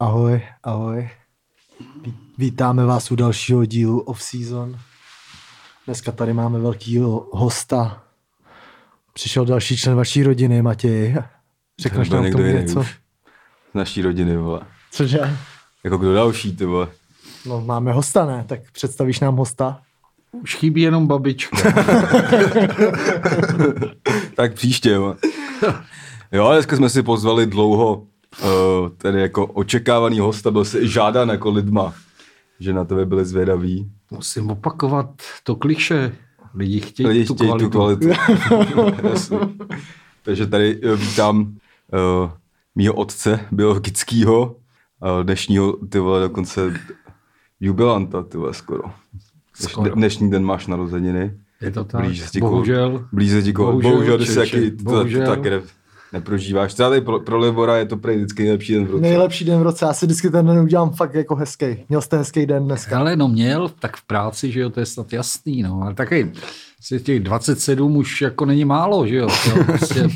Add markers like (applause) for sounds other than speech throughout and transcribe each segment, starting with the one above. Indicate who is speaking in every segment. Speaker 1: Ahoj, ahoj. Ví- Vítáme vás u dalšího dílu Off-Season. Dneska tady máme velkýho hosta. Přišel další člen vaší rodiny, Matěj. Řekneš
Speaker 2: To byl
Speaker 1: nám k
Speaker 2: někdo
Speaker 1: tomu
Speaker 2: jiný
Speaker 1: něco?
Speaker 2: už. Z naší rodiny, vole.
Speaker 1: Cože?
Speaker 2: Jako kdo další, ty vole.
Speaker 1: No máme hosta, ne? Tak představíš nám hosta?
Speaker 3: Už chybí jenom babička.
Speaker 2: Tak
Speaker 1: (laughs)
Speaker 2: příště, jo. Jo, dneska jsme si pozvali dlouho, eh, tedy jako očekávaný hosta, byl si i žádán jako lidma, že na tebe byli zvědaví.
Speaker 3: (laughs) Musím opakovat to kliše. Lidi chtějí,
Speaker 2: Lidi
Speaker 3: tu,
Speaker 2: chtějí
Speaker 3: kvalitu.
Speaker 2: tu kvalitu. Jasně.
Speaker 3: (laughs)
Speaker 2: Takže tady eh, vítám uh, mýho otce biologického, uh, dnešního, ty vole, dokonce jubilanta, ty vole, skoro.
Speaker 3: Skoro.
Speaker 2: skoro. Dnešní den máš narozeniny.
Speaker 3: Je to tak.
Speaker 2: Blíže ti
Speaker 3: Bohužel.
Speaker 2: Blíže ti kolo.
Speaker 3: Bohužel,
Speaker 2: Bohužel, bohužel ty se
Speaker 3: čeče,
Speaker 2: taky
Speaker 3: bohužel.
Speaker 2: tak neprožíváš. Třeba tady pro, pro Libora je to prej vždycky nejlepší den v roce.
Speaker 1: Nejlepší den v roce. Já si vždycky ten den udělám fakt jako hezký. Měl jste hezký den dneska.
Speaker 3: Ale no měl, tak v práci, že jo, to je snad jasný, no. Ale taky si těch 27 už jako není málo, že jo. To (laughs) prostě,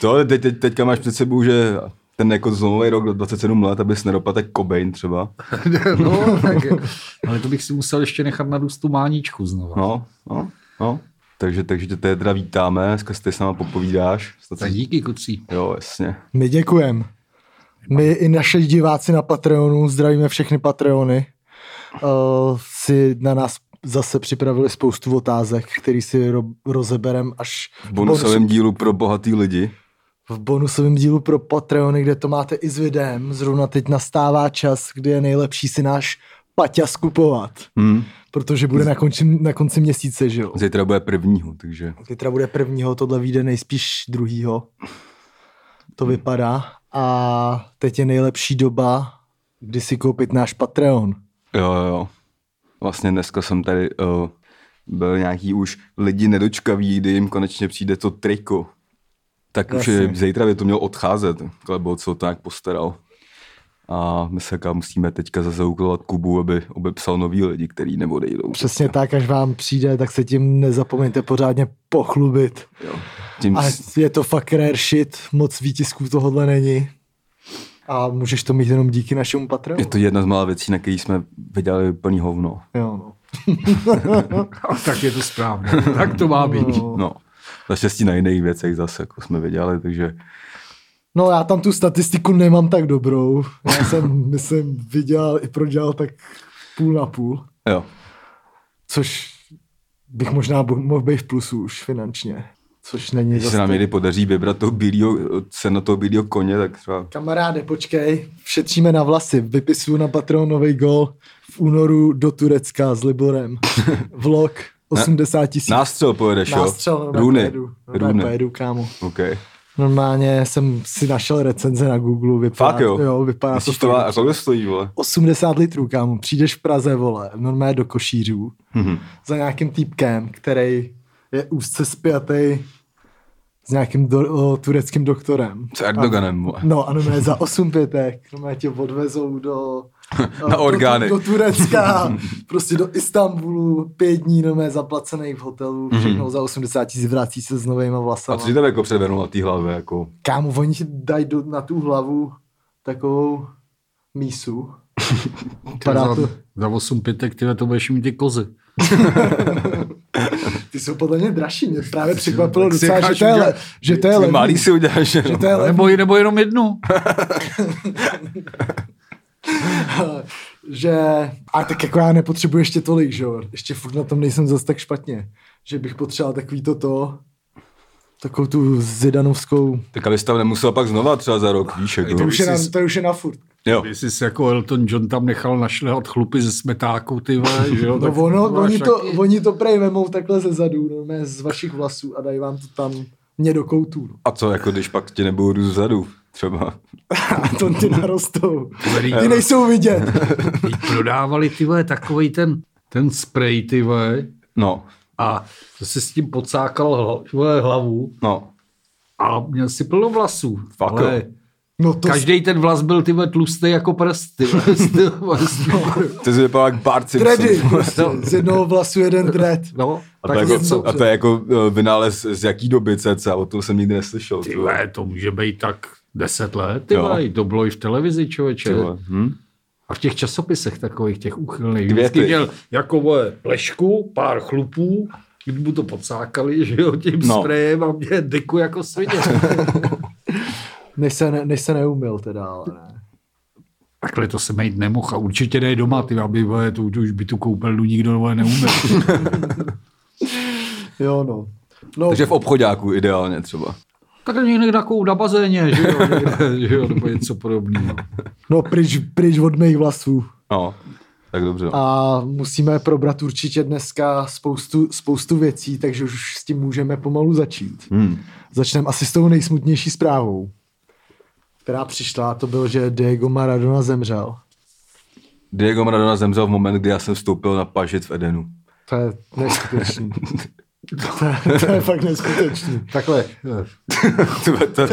Speaker 2: To, teď, teď, teďka máš před sebou, že ten jako zlomový rok do 27 let, abys nedopadl tak Cobain třeba.
Speaker 3: no, tak, ale to bych si musel ještě nechat nadůst tu máničku znova. No.
Speaker 2: No, no, no. Takže, takže tě tady teda vítáme, dneska si ty s náma popovídáš. Snad
Speaker 3: Tak
Speaker 2: si-
Speaker 3: díky, kucí.
Speaker 2: Jo, jasně.
Speaker 1: My děkujeme. My i naše diváci na Patreonu, zdravíme všechny Patreony, uh, si na nás zase připravili spoustu otázek, který si ro- rozeberem až
Speaker 2: V bonusovém dílu pro bohatý lidi.
Speaker 1: v bonusovém dílu pro Patreony, kde to máte i s videem. Zrovna teď nastává čas, kdy je nejlepší si náš Paťa skupovat,
Speaker 2: Hmm.
Speaker 1: protože bude na konci, na konci měsíce, že jo?
Speaker 2: Zítra bude prvního, takže
Speaker 1: Zítra bude prvního, tohle vyjde nejspíš druhýho. To
Speaker 2: Hmm.
Speaker 1: vypadá. A teď je nejlepší doba, kdy si koupit náš Patreon.
Speaker 2: Jo, jo, jo. Vlastně dneska jsem tady uh, byl nějaký už lidi nedočkaví, kdy jim konečně přijde to triko. Tak už
Speaker 1: Jasně.
Speaker 2: je, zítra by to mělo odcházet, nebo co tak postaral. A my se jaká musíme teďka zazouklovat Kubu, aby obepsal nový lidi, který neodejdou.
Speaker 1: Přesně tak, až vám přijde, tak se tím nezapomeňte pořádně pochlubit.
Speaker 2: Jo. Tím,
Speaker 1: A
Speaker 2: s-
Speaker 1: je to fakt rare shit, moc výtisků tohohle není. A můžeš to mít jenom díky našemu Patreonu.
Speaker 2: je to jedna z mála věcí, na který jsme vydělali plný hovno.
Speaker 1: Jo, no.
Speaker 3: No, Tak je to správně. Tak to má být.
Speaker 1: No.
Speaker 2: No. Naštěstí na jiných věcech zase jako jsme vydělali, takže
Speaker 1: no já tam tu statistiku nemám tak dobrou. Já jsem, myslím, vydělal i prodělal tak půl na půl.
Speaker 2: jo.
Speaker 1: což bych možná bo- mohl být v plusu už finančně, což není
Speaker 2: Když se nám
Speaker 1: tak-
Speaker 2: někdy podaří vybrat toho bílýho, cenu toho bílýho koně, tak třeba
Speaker 1: Kamaráde, počkej, šetříme na vlasy, vypisuju na Patreon nový gol v únoru do Turecka s
Speaker 2: (laughs)
Speaker 1: Liborem. Vlog 80 tisíc.
Speaker 2: Nástřel pojedeš, jo?
Speaker 1: Nástřel, no,
Speaker 2: Růny.
Speaker 1: Pojedu, no,
Speaker 2: Růny.
Speaker 1: pojedu, kámo.
Speaker 2: OK.
Speaker 1: Normálně jsem si našel recenze na Google, vypadá,
Speaker 2: Fakt jo?
Speaker 1: jo vypadá
Speaker 2: Myslíš,
Speaker 1: to
Speaker 2: to má,
Speaker 1: fakt.
Speaker 2: a kolik stojí, vole?
Speaker 1: 80 litrů, kámo. Přijdeš v Praze, vole, normálně do košířů, mm-hmm. za nějakým týpkem, který je úzce spjatý s nějakým do, o, tureckým doktorem.
Speaker 2: S Erdoganem, vole.
Speaker 1: A, no, ano, ne, za 8 pětek. Normálně tě odvezou do...
Speaker 2: (laughs) Na
Speaker 1: do-
Speaker 2: orgány.
Speaker 1: Do, do Turecka, prostě do Istanbulu, pět dní, no, zaplacených v hotelu, všechno mm-hmm. za 80 tisíc, vrací se s novejma
Speaker 2: Mhm. A
Speaker 1: vlasama.
Speaker 2: co ti tam jako předvedou na té hlavě, jako?
Speaker 1: Kámo, oni ti dají do, na tu hlavu takovou
Speaker 2: (laughs)
Speaker 1: mísu. Vypadá
Speaker 3: Za,
Speaker 1: to,
Speaker 3: za 8 pětek, tyhle, to budeš mít ty kozy.
Speaker 1: Ty jsou podle mě dražší. Mě právě překvapilo
Speaker 3: tak si
Speaker 1: docela, že
Speaker 3: necháš
Speaker 1: to je, le,
Speaker 3: udělat-
Speaker 1: že to je
Speaker 2: Ty
Speaker 1: levný.
Speaker 2: malý si uděláš, že
Speaker 1: Že
Speaker 2: no.
Speaker 1: to je levný,
Speaker 3: Nebo, nebo jenom jednu.
Speaker 1: (laughs) že... A tak jako já nepotřebuji ještě tolik, že jo. Ještě furt na tom nejsem zas tak špatně. Že bych potřeboval takový toto, takovou tu zidanovskou...
Speaker 2: Tak abys tam nemusel pak znova třeba za rok, víš, jako.
Speaker 1: To už, je na,
Speaker 3: jsi-
Speaker 1: to už je na furt.
Speaker 2: Jo.
Speaker 3: Jestli jsi jako Elton John tam nechal našlehat chlupy ze smetákou, ty
Speaker 1: (laughs)
Speaker 3: vole, že jo?
Speaker 1: No
Speaker 3: tak
Speaker 1: ono,
Speaker 3: máš
Speaker 1: oni, to,
Speaker 3: taky-
Speaker 1: oni to prej vemou takhle ze zadu, no, ne, z vašich vlasů a dají vám to tam mě do koutů. No.
Speaker 2: A co, jako když pak ti nebudu jdu zadu, třeba.
Speaker 1: (laughs) A to ty narostou.
Speaker 3: Dobrý.
Speaker 1: Ty nejsou vidět.
Speaker 3: Prodávali, ty vole, takovej ten, ten spray, ty vole,
Speaker 2: No,
Speaker 3: a to si s tím pocákal hla, vole, hlavu
Speaker 2: no.
Speaker 3: a měl si plno vlasů.
Speaker 2: Fakt
Speaker 3: ale
Speaker 2: jo.
Speaker 1: No to
Speaker 3: každý ten vlas byl, ty vole, tlustý jako prst, ty vole, (laughs) z toho vlasů.
Speaker 2: Ty jsi vypadal jak Bart
Speaker 3: (laughs)
Speaker 2: Simpson.
Speaker 1: Dready, prostě. Z jednoho vlasu jeden dread.
Speaker 3: No,
Speaker 2: A to,
Speaker 3: tak
Speaker 2: jako,
Speaker 1: něco.
Speaker 2: a to je jako eh, vynález z jaký doby cca, o tom jsem nikdy neslyšel.
Speaker 3: ty
Speaker 2: ty vole.
Speaker 3: vole, to může být tak
Speaker 4: Deset let, ty
Speaker 2: Jo.
Speaker 4: vole, to bylo i v televizi, člověče.
Speaker 2: Ty vole, hm?
Speaker 4: A v těch časopisech takových, těch úchylných,
Speaker 2: Květy.
Speaker 4: vždycky měl jako vole, plešku, pár chlupů, kdy mu to podsákali, (laughs) že jo, tím
Speaker 2: No.
Speaker 4: no. sprejem a mě deku jako (laughs) svině.
Speaker 1: Než se, ne, než se neumil teda, ale ne.
Speaker 4: Takhle to se mít nemohl a určitě ne doma, ty, aby vole, tu, tu, už by tu koupelnu nikdo vole, neuměl.
Speaker 1: Jo, no. no
Speaker 2: Takže v obchodáku ideálně třeba.
Speaker 4: (laughs) tak někde takovou na bazéně, že jo, někde, (laughs) že jo nebo něco (laughs) podobného.
Speaker 1: No, pryč, pryč od mých vlasů.
Speaker 2: No, tak dobře. no.
Speaker 1: A musíme probrat určitě dneska spoustu, spoustu věcí, takže už s tím můžeme pomalu začít.
Speaker 4: Hmm.
Speaker 2: Hm.
Speaker 1: Začneme asi s tou nejsmutnější zprávou, která přišla, a to byl, že Diego Maradona zemřel.
Speaker 2: Diego Maradona zemřel v moment, kdy já jsem vstoupil na pažit v Edenu. (laughs)
Speaker 1: To je
Speaker 4: (laughs)
Speaker 1: neskutečný. to, je, to je fakt neskutečný.
Speaker 4: Takhle,
Speaker 2: Ty vole, to, to,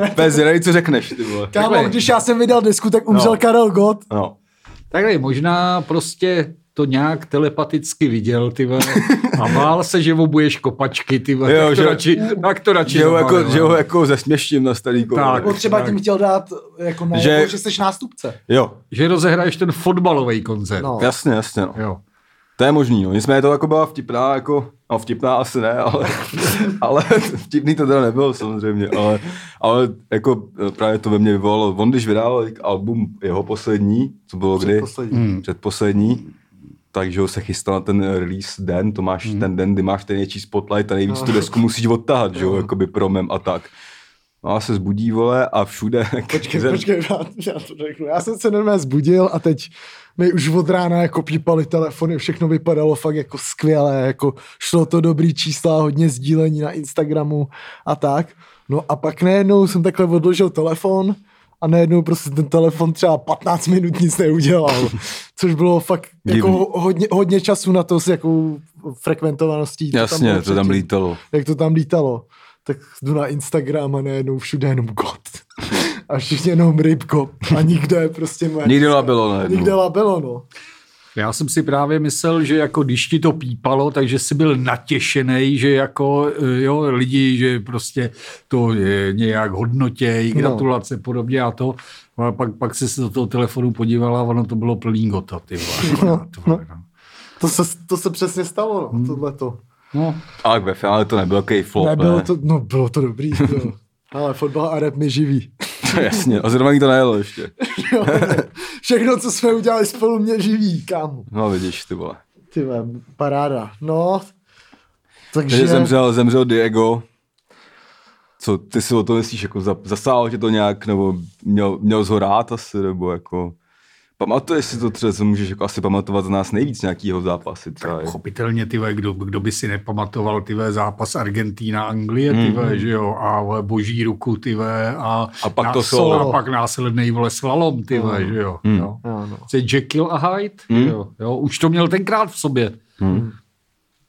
Speaker 2: to, to je zvědavý, co řekneš, ty vole.
Speaker 1: Kámo,
Speaker 4: Takhle.
Speaker 1: když já jsem vydal disku, tak umřel
Speaker 2: No.
Speaker 1: Karel Gott.
Speaker 2: No.
Speaker 4: takhle možná prostě to nějak telepaticky viděl, ty (laughs) vole, a bál se, že obuješ kopačky, ty vole,
Speaker 2: Jo,
Speaker 4: tak to
Speaker 2: že-
Speaker 4: radši, tak to radši
Speaker 2: Že ho, jako,
Speaker 4: zabalil,
Speaker 2: že ho
Speaker 4: no.
Speaker 2: jako zesměším na starý kolo.
Speaker 4: Tak.
Speaker 1: Nebo třeba tím chtěl dát jako na,
Speaker 2: Že-
Speaker 1: že... že jsi nástupce.
Speaker 2: Jo,
Speaker 4: že rozehraješ ten fotbalový koncert.
Speaker 1: No.
Speaker 2: jasně, jasně. No.
Speaker 4: Jo.
Speaker 2: To je možný, no. Nicméně to jako byla vtipná, jako, no vtipná asi ne, ale,
Speaker 1: (laughs)
Speaker 2: ale vtipný to teda nebylo samozřejmě, ale, ale jako eh, právě to ve mně vyvolalo, on když vydával album jeho poslední, co bylo kdy?
Speaker 1: Předposlední.
Speaker 2: Mm. Předposlední, takže ho se chystal na ten eh, release den, to máš ten den, kdy máš ten největší spotlight a nejvíc
Speaker 1: No.
Speaker 2: tu desku musíš odtahat, že jo, jakoby promem a tak. No a se zbudí, vole, a všude... (laughs)
Speaker 1: Počkej, počkej, já, já to řeknu. Já jsem se normálně zbudil a teď mi už od rána jako pípali telefony, všechno vypadalo fakt jako skvěle, jako šlo to dobrý čísla, hodně sdílení na Instagramu a tak. No a pak najednou jsem takhle odložil telefon a najednou prostě ten telefon třeba 15 minut nic neudělal,
Speaker 2: (laughs)
Speaker 1: což bylo fakt
Speaker 2: Divný.
Speaker 1: jako hodně, hodně času na to s jakou frekventovaností. bylo
Speaker 2: Jasně, to tam
Speaker 1: předtím,
Speaker 2: lítalo.
Speaker 1: Jak to tam lítalo. Tak jdu na Instagram a najednou všude jenom God. A všichni jenom rybko. A nikde prostě moje.
Speaker 2: Nikdy labilo najednou.
Speaker 1: Nikde labelo, no.
Speaker 4: Já jsem si právě myslel, že jako když ti to pípalo, takže jsi byl natěšený, že jako eh, jo, lidi, že prostě to je nějak hodnotěj,
Speaker 1: No.
Speaker 4: gratulace podobně a to. No A pak, pak jsi se do toho telefonu podívala a ono to bylo plný gota, ty vole.
Speaker 1: No,
Speaker 4: To vole, no.
Speaker 1: To se, to se přesně stalo, no, hmm. tohleto.
Speaker 4: No,
Speaker 2: Ale ve finále to nebyl takový flop,
Speaker 1: Nebylo
Speaker 2: ne?
Speaker 1: to, no bylo to dobrý, (laughs) jo. Ale fotbal a rap mi živí.
Speaker 2: (laughs) Jasně, a zrovna to nejelo ještě.
Speaker 1: Jo, Všechno, co jsme udělali spolu, mě živí, kámo.
Speaker 2: No vidíš, ty vole.
Speaker 1: Ty vole, paráda. No, takže...
Speaker 2: Takže zemřel, zemřel Diego. Co ty si o to myslíš, jako za- zasáhl tě to nějak, nebo měl, měl zhorát asi, nebo jako... Pamatuješ si to třeba, co můžeš jako asi pamatovat z nás nejvíc nějakýho zápasy třeba. jo?
Speaker 4: pochopitelně, ty vole, kdo, kdo by si nepamatoval, ty vole, zápas Argentína-Anglie, ty vole, že jo, a vole, boží ruku, ty vole, Mhm. a,
Speaker 2: A pak to
Speaker 4: nás-
Speaker 2: solo.
Speaker 4: A pak Mhm. následný, vole, slalom, ty vole, že jo. jo.
Speaker 1: Jo, no.
Speaker 4: To je Jekyll a Hyde, jo, jo, už to měl tenkrát v sobě.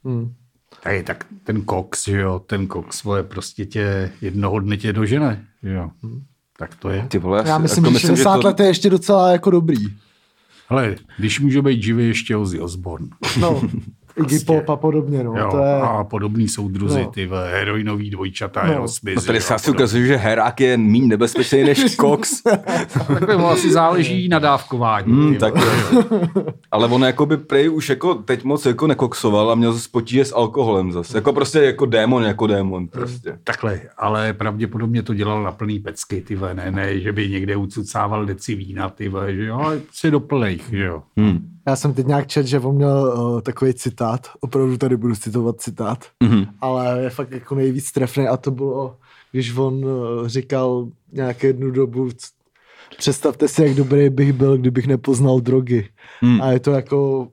Speaker 1: Hmm.
Speaker 4: Tady, tak ten Cox, že jo, ten Cox, vole, prostě tě jednoho dne tě dožene, že jo.
Speaker 1: Mhm.
Speaker 4: Tak to je.
Speaker 2: Ty vole, jako
Speaker 1: Já
Speaker 2: si-
Speaker 1: jako myslím, že 60
Speaker 2: to,
Speaker 1: let je ještě docela jako dobrý.
Speaker 4: Hele, když může být živý ještě Ozzy Osbourne,
Speaker 1: No, Iggy Pop a podobně, no.
Speaker 4: jo,
Speaker 1: to je...
Speaker 4: a podobný soudruzi,
Speaker 1: No.
Speaker 4: no. ty vole, heroinový dvojčata,
Speaker 1: No.
Speaker 4: no. Aerosmith.
Speaker 2: No tady
Speaker 4: že jo,
Speaker 2: se asi ukazuje, že herák je méně
Speaker 1: (laughs)
Speaker 2: nebezpečný než Cox.
Speaker 4: Takhle mu asi záleží na dávkování.
Speaker 2: Hmm,
Speaker 4: ty vole.
Speaker 2: tak Ale on jako by prej už jako teď moc jako nekoksoval a měl zase potíže s alkoholem zase. Jako prostě jako démon, jako démon prostě.
Speaker 4: Takhle, ale pravděpodobně to dělal na plný pecky, ty vole, ne, ne, že by někde ucucával deci vína, ty vole, že jo, ale si do plných, že jo.
Speaker 2: Hmm.
Speaker 1: Já jsem teď nějak čet, že on měl uh, takový citát, opravdu tady budu citovat citát,
Speaker 2: Mhm.
Speaker 1: ale je fakt jako nejvíc trefný a to bylo, když on uh, říkal nějak jednu dobu, c- představte si, jak dobrý bych byl, kdybych nepoznal drogy.
Speaker 2: Hmm.
Speaker 1: A je to jako,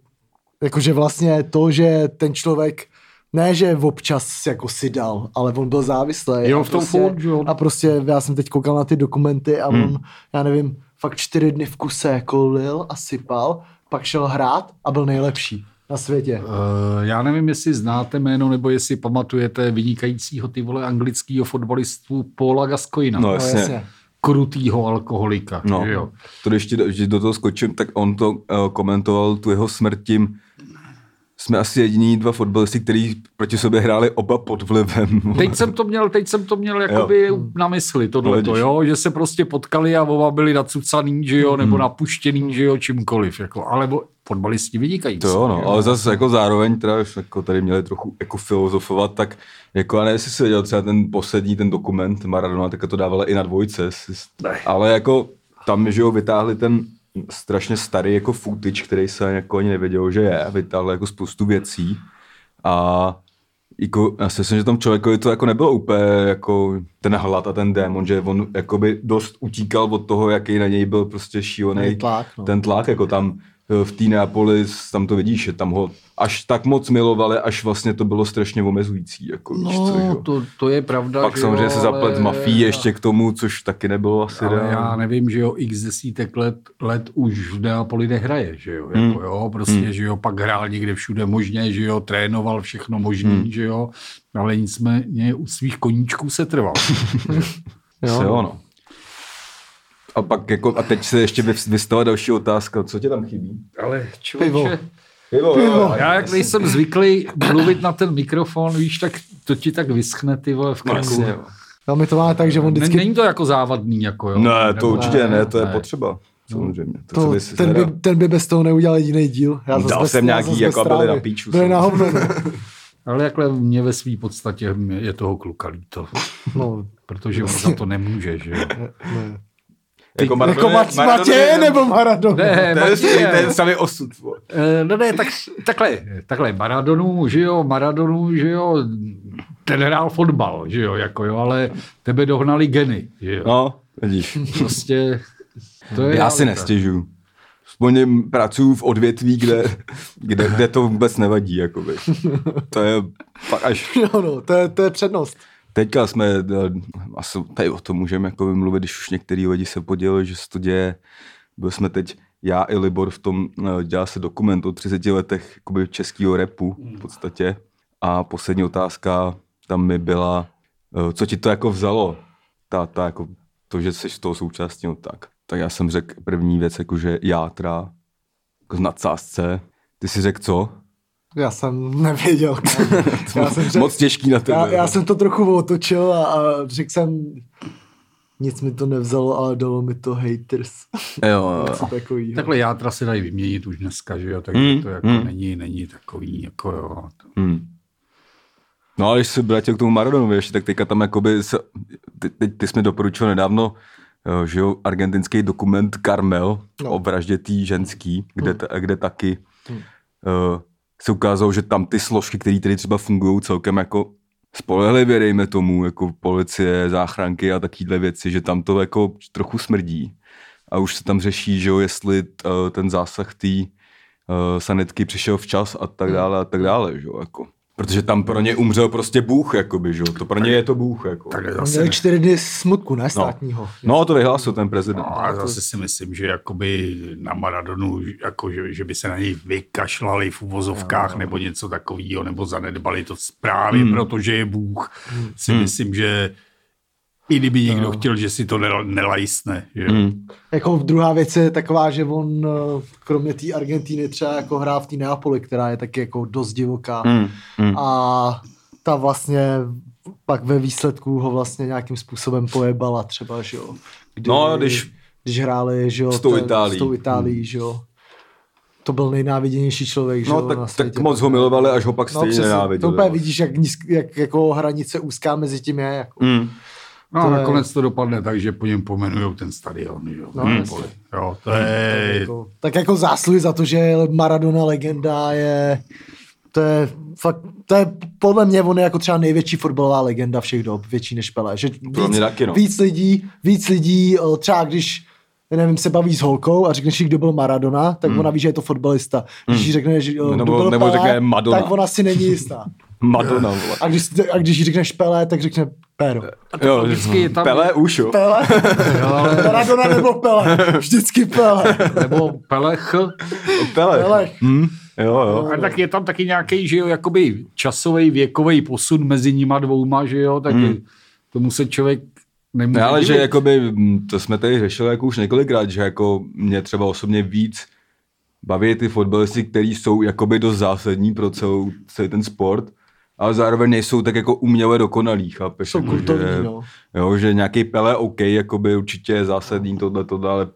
Speaker 1: jako, že vlastně to, že ten člověk ne, že občas jako si dal, ale on byl závislý.
Speaker 4: Jo,
Speaker 1: a
Speaker 4: v tom
Speaker 1: prostě,
Speaker 4: furt, jo.
Speaker 1: A prostě já jsem teď koukal na ty dokumenty a on,
Speaker 2: Hmm.
Speaker 1: já nevím, fakt čtyři dny v kuse jako lil a sypal, pak šel hrát a byl nejlepší na světě. No,
Speaker 4: Uh, já nevím, jestli znáte jméno, nebo jestli pamatujete vynikajícího ty vole anglického fotbalistu Paula Gascoina.
Speaker 2: No,
Speaker 1: No,
Speaker 2: jasně.
Speaker 1: jasně.
Speaker 4: Krutýho alkoholika,
Speaker 2: No,
Speaker 4: že jo.
Speaker 2: eh, to když, ti, do- když do toho skočím, tak on to uh, komentoval tu jeho smrt tím, jsme asi jediní dva fotbalisti, kteří proti sobě hráli oba pod vlivem.
Speaker 4: Teď jsem to měl, teď jsem to měl jakoby jo. na mysli, tohleto,
Speaker 2: Hledíš.
Speaker 4: jo, že se prostě potkali a oba byli nacucaný, že jo,
Speaker 2: Hmm.
Speaker 4: nebo napuštěný, že jo, čímkoliv, jako, alebo fotbalisti vynikající.
Speaker 2: To jo,
Speaker 4: že
Speaker 2: no, ale zase jako zároveň, teda, už jako tady měli trochu jako filozofovat, tak jako já nevím, jestli jsi viděl třeba ten poslední, ten dokument Maradona, tak to dávala i na dvojce, jestli jsi-
Speaker 4: Ne.
Speaker 2: ale jako tam, že jo, vytáhli ten strašně starý jako footage, který se jako ani nevěděl, že je, vytáhli jako spoustu věcí a jako, já si myslím, že tom člověkovi to jako nebylo úplně jako ten hlad a ten démon, že on jakoby dost utíkal od toho, jaký na něj byl prostě šílený
Speaker 1: Ten tlak, no.
Speaker 2: ten tlak, jako tam eh, v té Neapolis, tam to vidíš, že tam ho až tak moc milovali, až vlastně to bylo strašně omezující, jako víš co, že
Speaker 4: No,
Speaker 2: jo.
Speaker 4: to, to je pravda.
Speaker 2: Pak
Speaker 4: že
Speaker 2: samozřejmě
Speaker 4: jo,
Speaker 2: se zaplet
Speaker 4: ale-
Speaker 2: ale... mafí ještě k tomu, což taky nebylo asi
Speaker 4: Ale
Speaker 2: reálné.
Speaker 4: já nevím, že jo, x desítek let, let už v Neapoli nehraje, že jo, jako
Speaker 2: Hmm.
Speaker 4: jo, prostě, že jo, pak hrál někde všude možně, že jo, trénoval všechno možný,
Speaker 2: Hmm.
Speaker 4: že jo, ale nicméně u svých koníčků se trval.
Speaker 2: Jo. jo, no. A pak jako, a teď se ještě vys- vystala další otázka, co tě tam chybí?
Speaker 4: (laughs) ale čo,
Speaker 1: Pivo.
Speaker 2: Pivo, Pivo.
Speaker 4: Já jak nejsem zvyklý mluvit na ten mikrofon, víš, tak to ti tak vyschne, ty vole, v krku.
Speaker 2: No, Jasně, jo.
Speaker 1: Tam je to má tak, že on
Speaker 4: Ne,
Speaker 1: vždycky...
Speaker 4: není to jako závadný, jako jo.
Speaker 2: Ne, to určitě ne, to je
Speaker 4: ne.
Speaker 2: potřeba. Samozřejmě. To,
Speaker 1: to,
Speaker 2: to se
Speaker 1: ten,
Speaker 2: ten
Speaker 1: by, ten by bez toho neudělal jediný díl. Já zas
Speaker 2: Dal
Speaker 1: bez-
Speaker 2: jsem
Speaker 1: já
Speaker 2: nějaký,
Speaker 1: zas
Speaker 2: jako
Speaker 1: bez
Speaker 2: byly na
Speaker 1: trávy.
Speaker 2: píču,
Speaker 1: Byly
Speaker 2: jsem-
Speaker 1: na
Speaker 2: (laughs)
Speaker 1: hovno. no.
Speaker 4: Ale jakhle mě ve své podstatě je toho kluka líto,
Speaker 1: No,
Speaker 4: protože on za to
Speaker 2: (laughs)
Speaker 4: nemůže, že jo.
Speaker 1: ne.
Speaker 2: jako
Speaker 1: Jako Mat- Matěj nebo Maradona?
Speaker 4: Ne,
Speaker 2: To je stejný,
Speaker 4: Matěj.
Speaker 2: to je samý osud. vole.
Speaker 4: Eh, No ne, tak, takhle, takhle, Maradonu, že jo, Maradonu, že jo, ten hrál fotbal, že jo, jako jo, ale tebe dohnali geny, že jo.
Speaker 2: No, vidíš.
Speaker 4: Prostě, to je
Speaker 2: Já si
Speaker 4: realita.
Speaker 2: nestěžuju. Aspoň pracuji v odvětví, kde, kde, kde to vůbec nevadí. Jakoby. To je fakt
Speaker 1: (laughs)
Speaker 2: až...
Speaker 1: Jo, no, to je, to je přednost.
Speaker 2: Teďka jsme, eh, asi tady o tom můžeme jako mluvit, když už některý lidi se podělili, že se to děje. Byl jsme teď, já i Libor v tom, eh, dělá se dokument o 30 letech jakoby českého repu v podstatě. A poslední otázka tam mi byla, eh, co ti to jako vzalo? Ta, ta jako, to, že jsi z toho součástí, no tak. Tak já jsem řekl první věc, jakože játra, jako z nadsázce. Ty si řekl co?
Speaker 1: Já jsem
Speaker 2: (laughs)
Speaker 1: nevěděl. kámo. Já jsem řekl,
Speaker 2: Moc těžký na tebe. no.
Speaker 1: já, já jsem to trochu otočil a, a řekl jsem, nic mi to nevzalo, ale dalo mi to
Speaker 2: (laughs)
Speaker 1: haters.
Speaker 2: jo, jo, jo.
Speaker 1: Něco takovýho.
Speaker 4: Takhle játra se dají vyměnit už dneska, že jo, takže
Speaker 2: Hmm,
Speaker 4: to jako
Speaker 2: hmm.
Speaker 4: není, není takový, jako jo.
Speaker 2: Hmm. No a když se vrátil k tomu Maradonovi ještě, tak teďka tam jakoby, se, ty, ty, ty jsi mi doporučil nedávno, eh, že jo, argentinský dokument Carmel
Speaker 1: No.
Speaker 2: no. o vraždě tý ženský, kde, ta, kde taky hmm. se ukázalo, že tam ty složky, které tady třeba fungují celkem jako spolehlivě, dejme tomu, jako policie, záchranky a takovéhle věci, že tam to jako trochu smrdí. A už se tam řeší, že jo, jestli eh, ten zásah té uh, sanitky přišel včas a
Speaker 4: Hmm.
Speaker 2: tak dále a tak dále, že jo, jako. Protože tam pro ně umřel prostě Bůh, jakoby, že jo, to pro ně je to Bůh, jako.
Speaker 4: Tak
Speaker 1: On
Speaker 4: zase,
Speaker 1: měl čtyři dny smutku, ne státního.
Speaker 2: No, to vyhlásil ten prezident.
Speaker 4: no, ale zase si myslím, že jakoby na Maradonu, jako, že, že by se na něj vykašlali v uvozovkách nebo něco takového, nebo zanedbali to právě, hmm. protože je Bůh. Si myslím, že i kdyby někdo chtěl, že si to nel- nelajsne. Že? jo.
Speaker 1: Jako druhá věc je taková, že on eh, kromě té Argentíny třeba jako hrá v té Neapoli, která je taky jako dost divoká.
Speaker 2: Hmm,
Speaker 1: A ta vlastně pak ve výsledku ho vlastně nějakým způsobem pojebala třeba, že jo. Kdy,
Speaker 2: No, když-
Speaker 1: když hráli, že jo,
Speaker 2: s tou Itálií. Hmm.
Speaker 1: S tou Itálií, že jo. To byl nejnáviděnější člověk, že
Speaker 2: No,
Speaker 1: jo, na
Speaker 4: vlastně
Speaker 2: tak, tak
Speaker 1: světě. No,
Speaker 2: moc ho milovali, až ho pak
Speaker 4: No,
Speaker 2: stejně
Speaker 1: přesně, To
Speaker 2: nenáviděli. no.
Speaker 1: úplně vidíš, jak, nízk, jak jako hranice úzká mezi tím je. Jako.
Speaker 2: Mm.
Speaker 4: No
Speaker 1: To je-
Speaker 4: a nakonec to dopadne tak, že po něm pomenujou ten stadion. Že? jo,
Speaker 1: No,
Speaker 4: v
Speaker 1: jasně.
Speaker 4: Napoli. jo, to je...
Speaker 1: Jako, tak jako zásluhy za to, že Maradona legenda je, to je fakt, to je podle mě on je jako třeba největší fotbalová legenda všech dob, větší než Pelé. Že
Speaker 2: Pro mě taky, no.
Speaker 1: víc lidí, víc lidí, o, třeba když já nevím, se baví s holkou a řekneš jí, kdo byl Maradona, tak ona ví, že je to fotbalista. Když jí řekne, že o, kdo
Speaker 2: Hmm. Nebo-
Speaker 1: byl
Speaker 2: nebo
Speaker 1: Pelé,
Speaker 2: řekne Madonna.
Speaker 1: tak ona si není jistá.
Speaker 2: Madonna, vole.
Speaker 1: A když, a když jí řekneš Pelé, tak řekne Pero.
Speaker 2: Jo,
Speaker 4: logicky je tam-
Speaker 2: Pelé už, jo.
Speaker 1: Pelé. Maradona nebo Pelé. Vždycky Pelé.
Speaker 4: Nebo Pelech.
Speaker 2: Pelé.
Speaker 1: Pelé.
Speaker 2: Mm. Jo, jo.
Speaker 4: A tak je tam taky nějaký, že jo, jakoby časový, věkový posun mezi nima dvouma, že jo, tak hmm. tomu se člověk nemůže
Speaker 2: Ne, ale že jako-
Speaker 4: divit.
Speaker 2: jakoby, mm, to jsme tady řešili jako už několikrát, že jako mě třeba osobně víc baví ty fotbalisty, kteří jsou jakoby dost zásadní pro celou, celý ten sport, ale zároveň nejsou tak jako uměle dokonalí, chápeš?
Speaker 1: Jsou
Speaker 2: jako,
Speaker 1: kultovní,
Speaker 2: že,
Speaker 1: no.
Speaker 2: jo, že nějaký Pele, OK, jakoby určitě je zásadní tohle, tohle, ale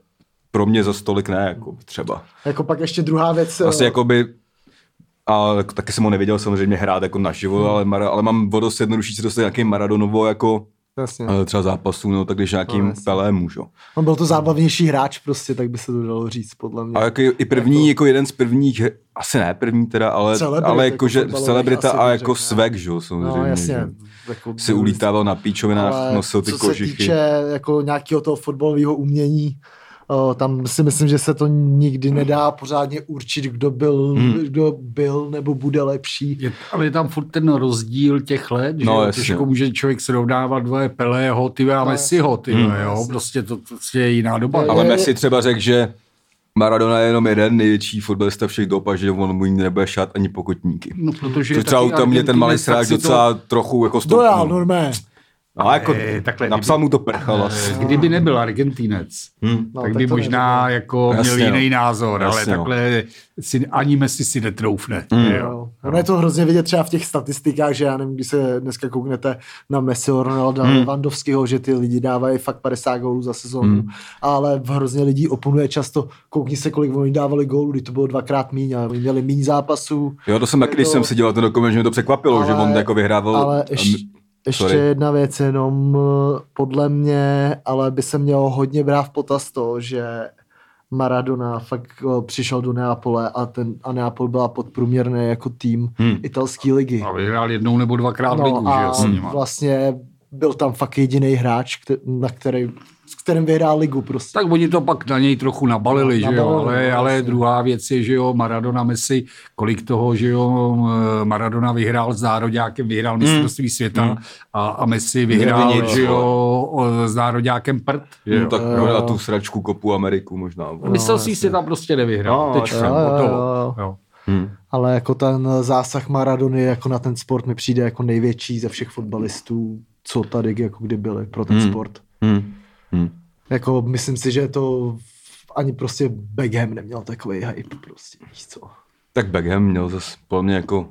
Speaker 2: pro mě za stolik ne, jako třeba.
Speaker 1: Jako pak ještě druhá věc. eh,
Speaker 2: Asi jakoby, a jako taky jsem ho neviděl samozřejmě hrát jako naživo, hmm. ale, Mara, ale mám vodost jednodušší se dostat nějaký Maradonovo jako
Speaker 1: Jasně.
Speaker 2: eh, třeba zápasů, no tak když nějakým
Speaker 1: No,
Speaker 2: no,
Speaker 1: jasně.
Speaker 2: Pelé můžu.
Speaker 1: On byl to zábavnější hráč prostě, tak by se to dalo říct, podle mě.
Speaker 2: A jako i první, jako, jeden z prvních, asi ne první teda, ale,
Speaker 1: Celebrit,
Speaker 2: ale
Speaker 1: jako
Speaker 2: jako, že
Speaker 1: fotbalových
Speaker 2: celebrita
Speaker 1: asi
Speaker 2: a
Speaker 1: bych
Speaker 2: jako
Speaker 1: řekl, ne?
Speaker 2: svek, že jo, samozřejmě.
Speaker 1: no jasně.
Speaker 2: že
Speaker 1: Jako
Speaker 2: Si ulítával na píčovinách,
Speaker 1: Ale
Speaker 2: nosil no, ty
Speaker 1: co se
Speaker 2: kožichy.
Speaker 1: týče jako nějakého toho fotbalového umění, o, tam si myslím, že se to nikdy nedá pořádně určit, kdo byl, hmm. kdo byl nebo bude lepší.
Speaker 4: Je, ale je tam furt ten rozdíl těch let, že
Speaker 2: No,
Speaker 4: jo,
Speaker 2: jasně.
Speaker 4: těžko může člověk srovnávat dvoje Pelého, ty a
Speaker 1: No,
Speaker 4: Messiho, ty
Speaker 2: jasně. Hmm.
Speaker 4: jo, prostě to, to prostě je jiná doba.
Speaker 1: Je-
Speaker 2: Ale
Speaker 1: je-
Speaker 2: Messi třeba řekl, že Maradona je jenom jeden největší fotbalista všech dob a že on mu nikdy nebude šát ani pokotníky.
Speaker 4: No, protože
Speaker 2: Což
Speaker 4: je
Speaker 2: třeba
Speaker 4: taky
Speaker 2: u tam mě ten malý
Speaker 4: Argentinec, tak
Speaker 2: sráč
Speaker 4: si to-
Speaker 2: docela trochu jako
Speaker 1: To No, já,
Speaker 2: stoupnul.
Speaker 1: normálně.
Speaker 2: A jako
Speaker 4: Eh, takhle, Eh.
Speaker 2: napsal mu to prchal asi.
Speaker 4: Kdyby nebyl Argentinec,
Speaker 2: Hm.
Speaker 1: No,
Speaker 4: tak
Speaker 1: tak
Speaker 4: by
Speaker 1: to
Speaker 4: možná jako
Speaker 2: Jasně,
Speaker 4: měl
Speaker 2: no.
Speaker 4: jiný názor, ale
Speaker 2: Jasně, no. Hmm.
Speaker 4: takhle si, ani Messi si netroufne. Jo.
Speaker 1: Jo. Ono je to hrozně vidět třeba v těch statistikách, že já nevím, když se dneska kouknete na Messiho, Ronalda, hmm. Lewandowského, že ty lidi dávají fakt 50 gólů za sezónu, hmm. ale v hrozně lidí oponuje často, koukni se, kolik oni dávali gólů, kdy to bylo dvakrát míň a oni měli míň zápasů.
Speaker 2: Jo, to jsem taky, když
Speaker 1: to-
Speaker 2: jsem si dělal ten dokument, že mě to překvapilo, že on jako vyhrával.
Speaker 1: Jako- Ale
Speaker 2: a
Speaker 1: ještě,
Speaker 2: my-
Speaker 1: ještě
Speaker 2: sorry.
Speaker 1: jedna věc jenom, eh, podle mě, ale by se mělo hodně brát v potaz to, že Maradona fakt eh, přišel do Neapole a, ten, a Neapol byla podprůměrný jako tým
Speaker 2: Hmm.
Speaker 1: italské ligy.
Speaker 4: A vyhrál jednou nebo dvakrát no, ligu, že jo, s nima.
Speaker 1: vlastně byl tam fakt jediný hráč, kte- na který, s kterým vyhrál ligu prostě.
Speaker 4: Tak oni to pak na něj trochu nabalili, že jo,
Speaker 1: Nabalili,
Speaker 4: ale,
Speaker 1: no,
Speaker 4: ale
Speaker 1: jasně.
Speaker 4: druhá věc je, že jo, Maradona Messi, kolik toho, že jo, eh, Maradona vyhrál s nároďákem, vyhrál
Speaker 2: Hmm.
Speaker 4: mistrovství světa a, a Messi vyhrál,
Speaker 2: nic,
Speaker 4: že
Speaker 2: vole.
Speaker 4: jo, o- s nároďákem prd, že
Speaker 2: No,
Speaker 4: jo.
Speaker 2: tak jo, na tu sračku kopu Ameriku možná.
Speaker 4: Mistrovství světa prostě nevyhrál,
Speaker 2: No,
Speaker 4: tečka,
Speaker 2: jasně.
Speaker 1: Jo, jo,
Speaker 4: hotovo.
Speaker 1: jo.
Speaker 4: Jo.
Speaker 1: Ale jako ten zásah Maradony jako na ten sport mi přijde jako největší ze všech fotbalistů, co tady jako kdy byli pro ten sport.
Speaker 4: hm.
Speaker 2: Hmm. Hmm.
Speaker 1: Jako myslím si, že to ani prostě Beckham neměl takový hype prostě, víš co.
Speaker 2: Tak Beckham měl zase podle mě jako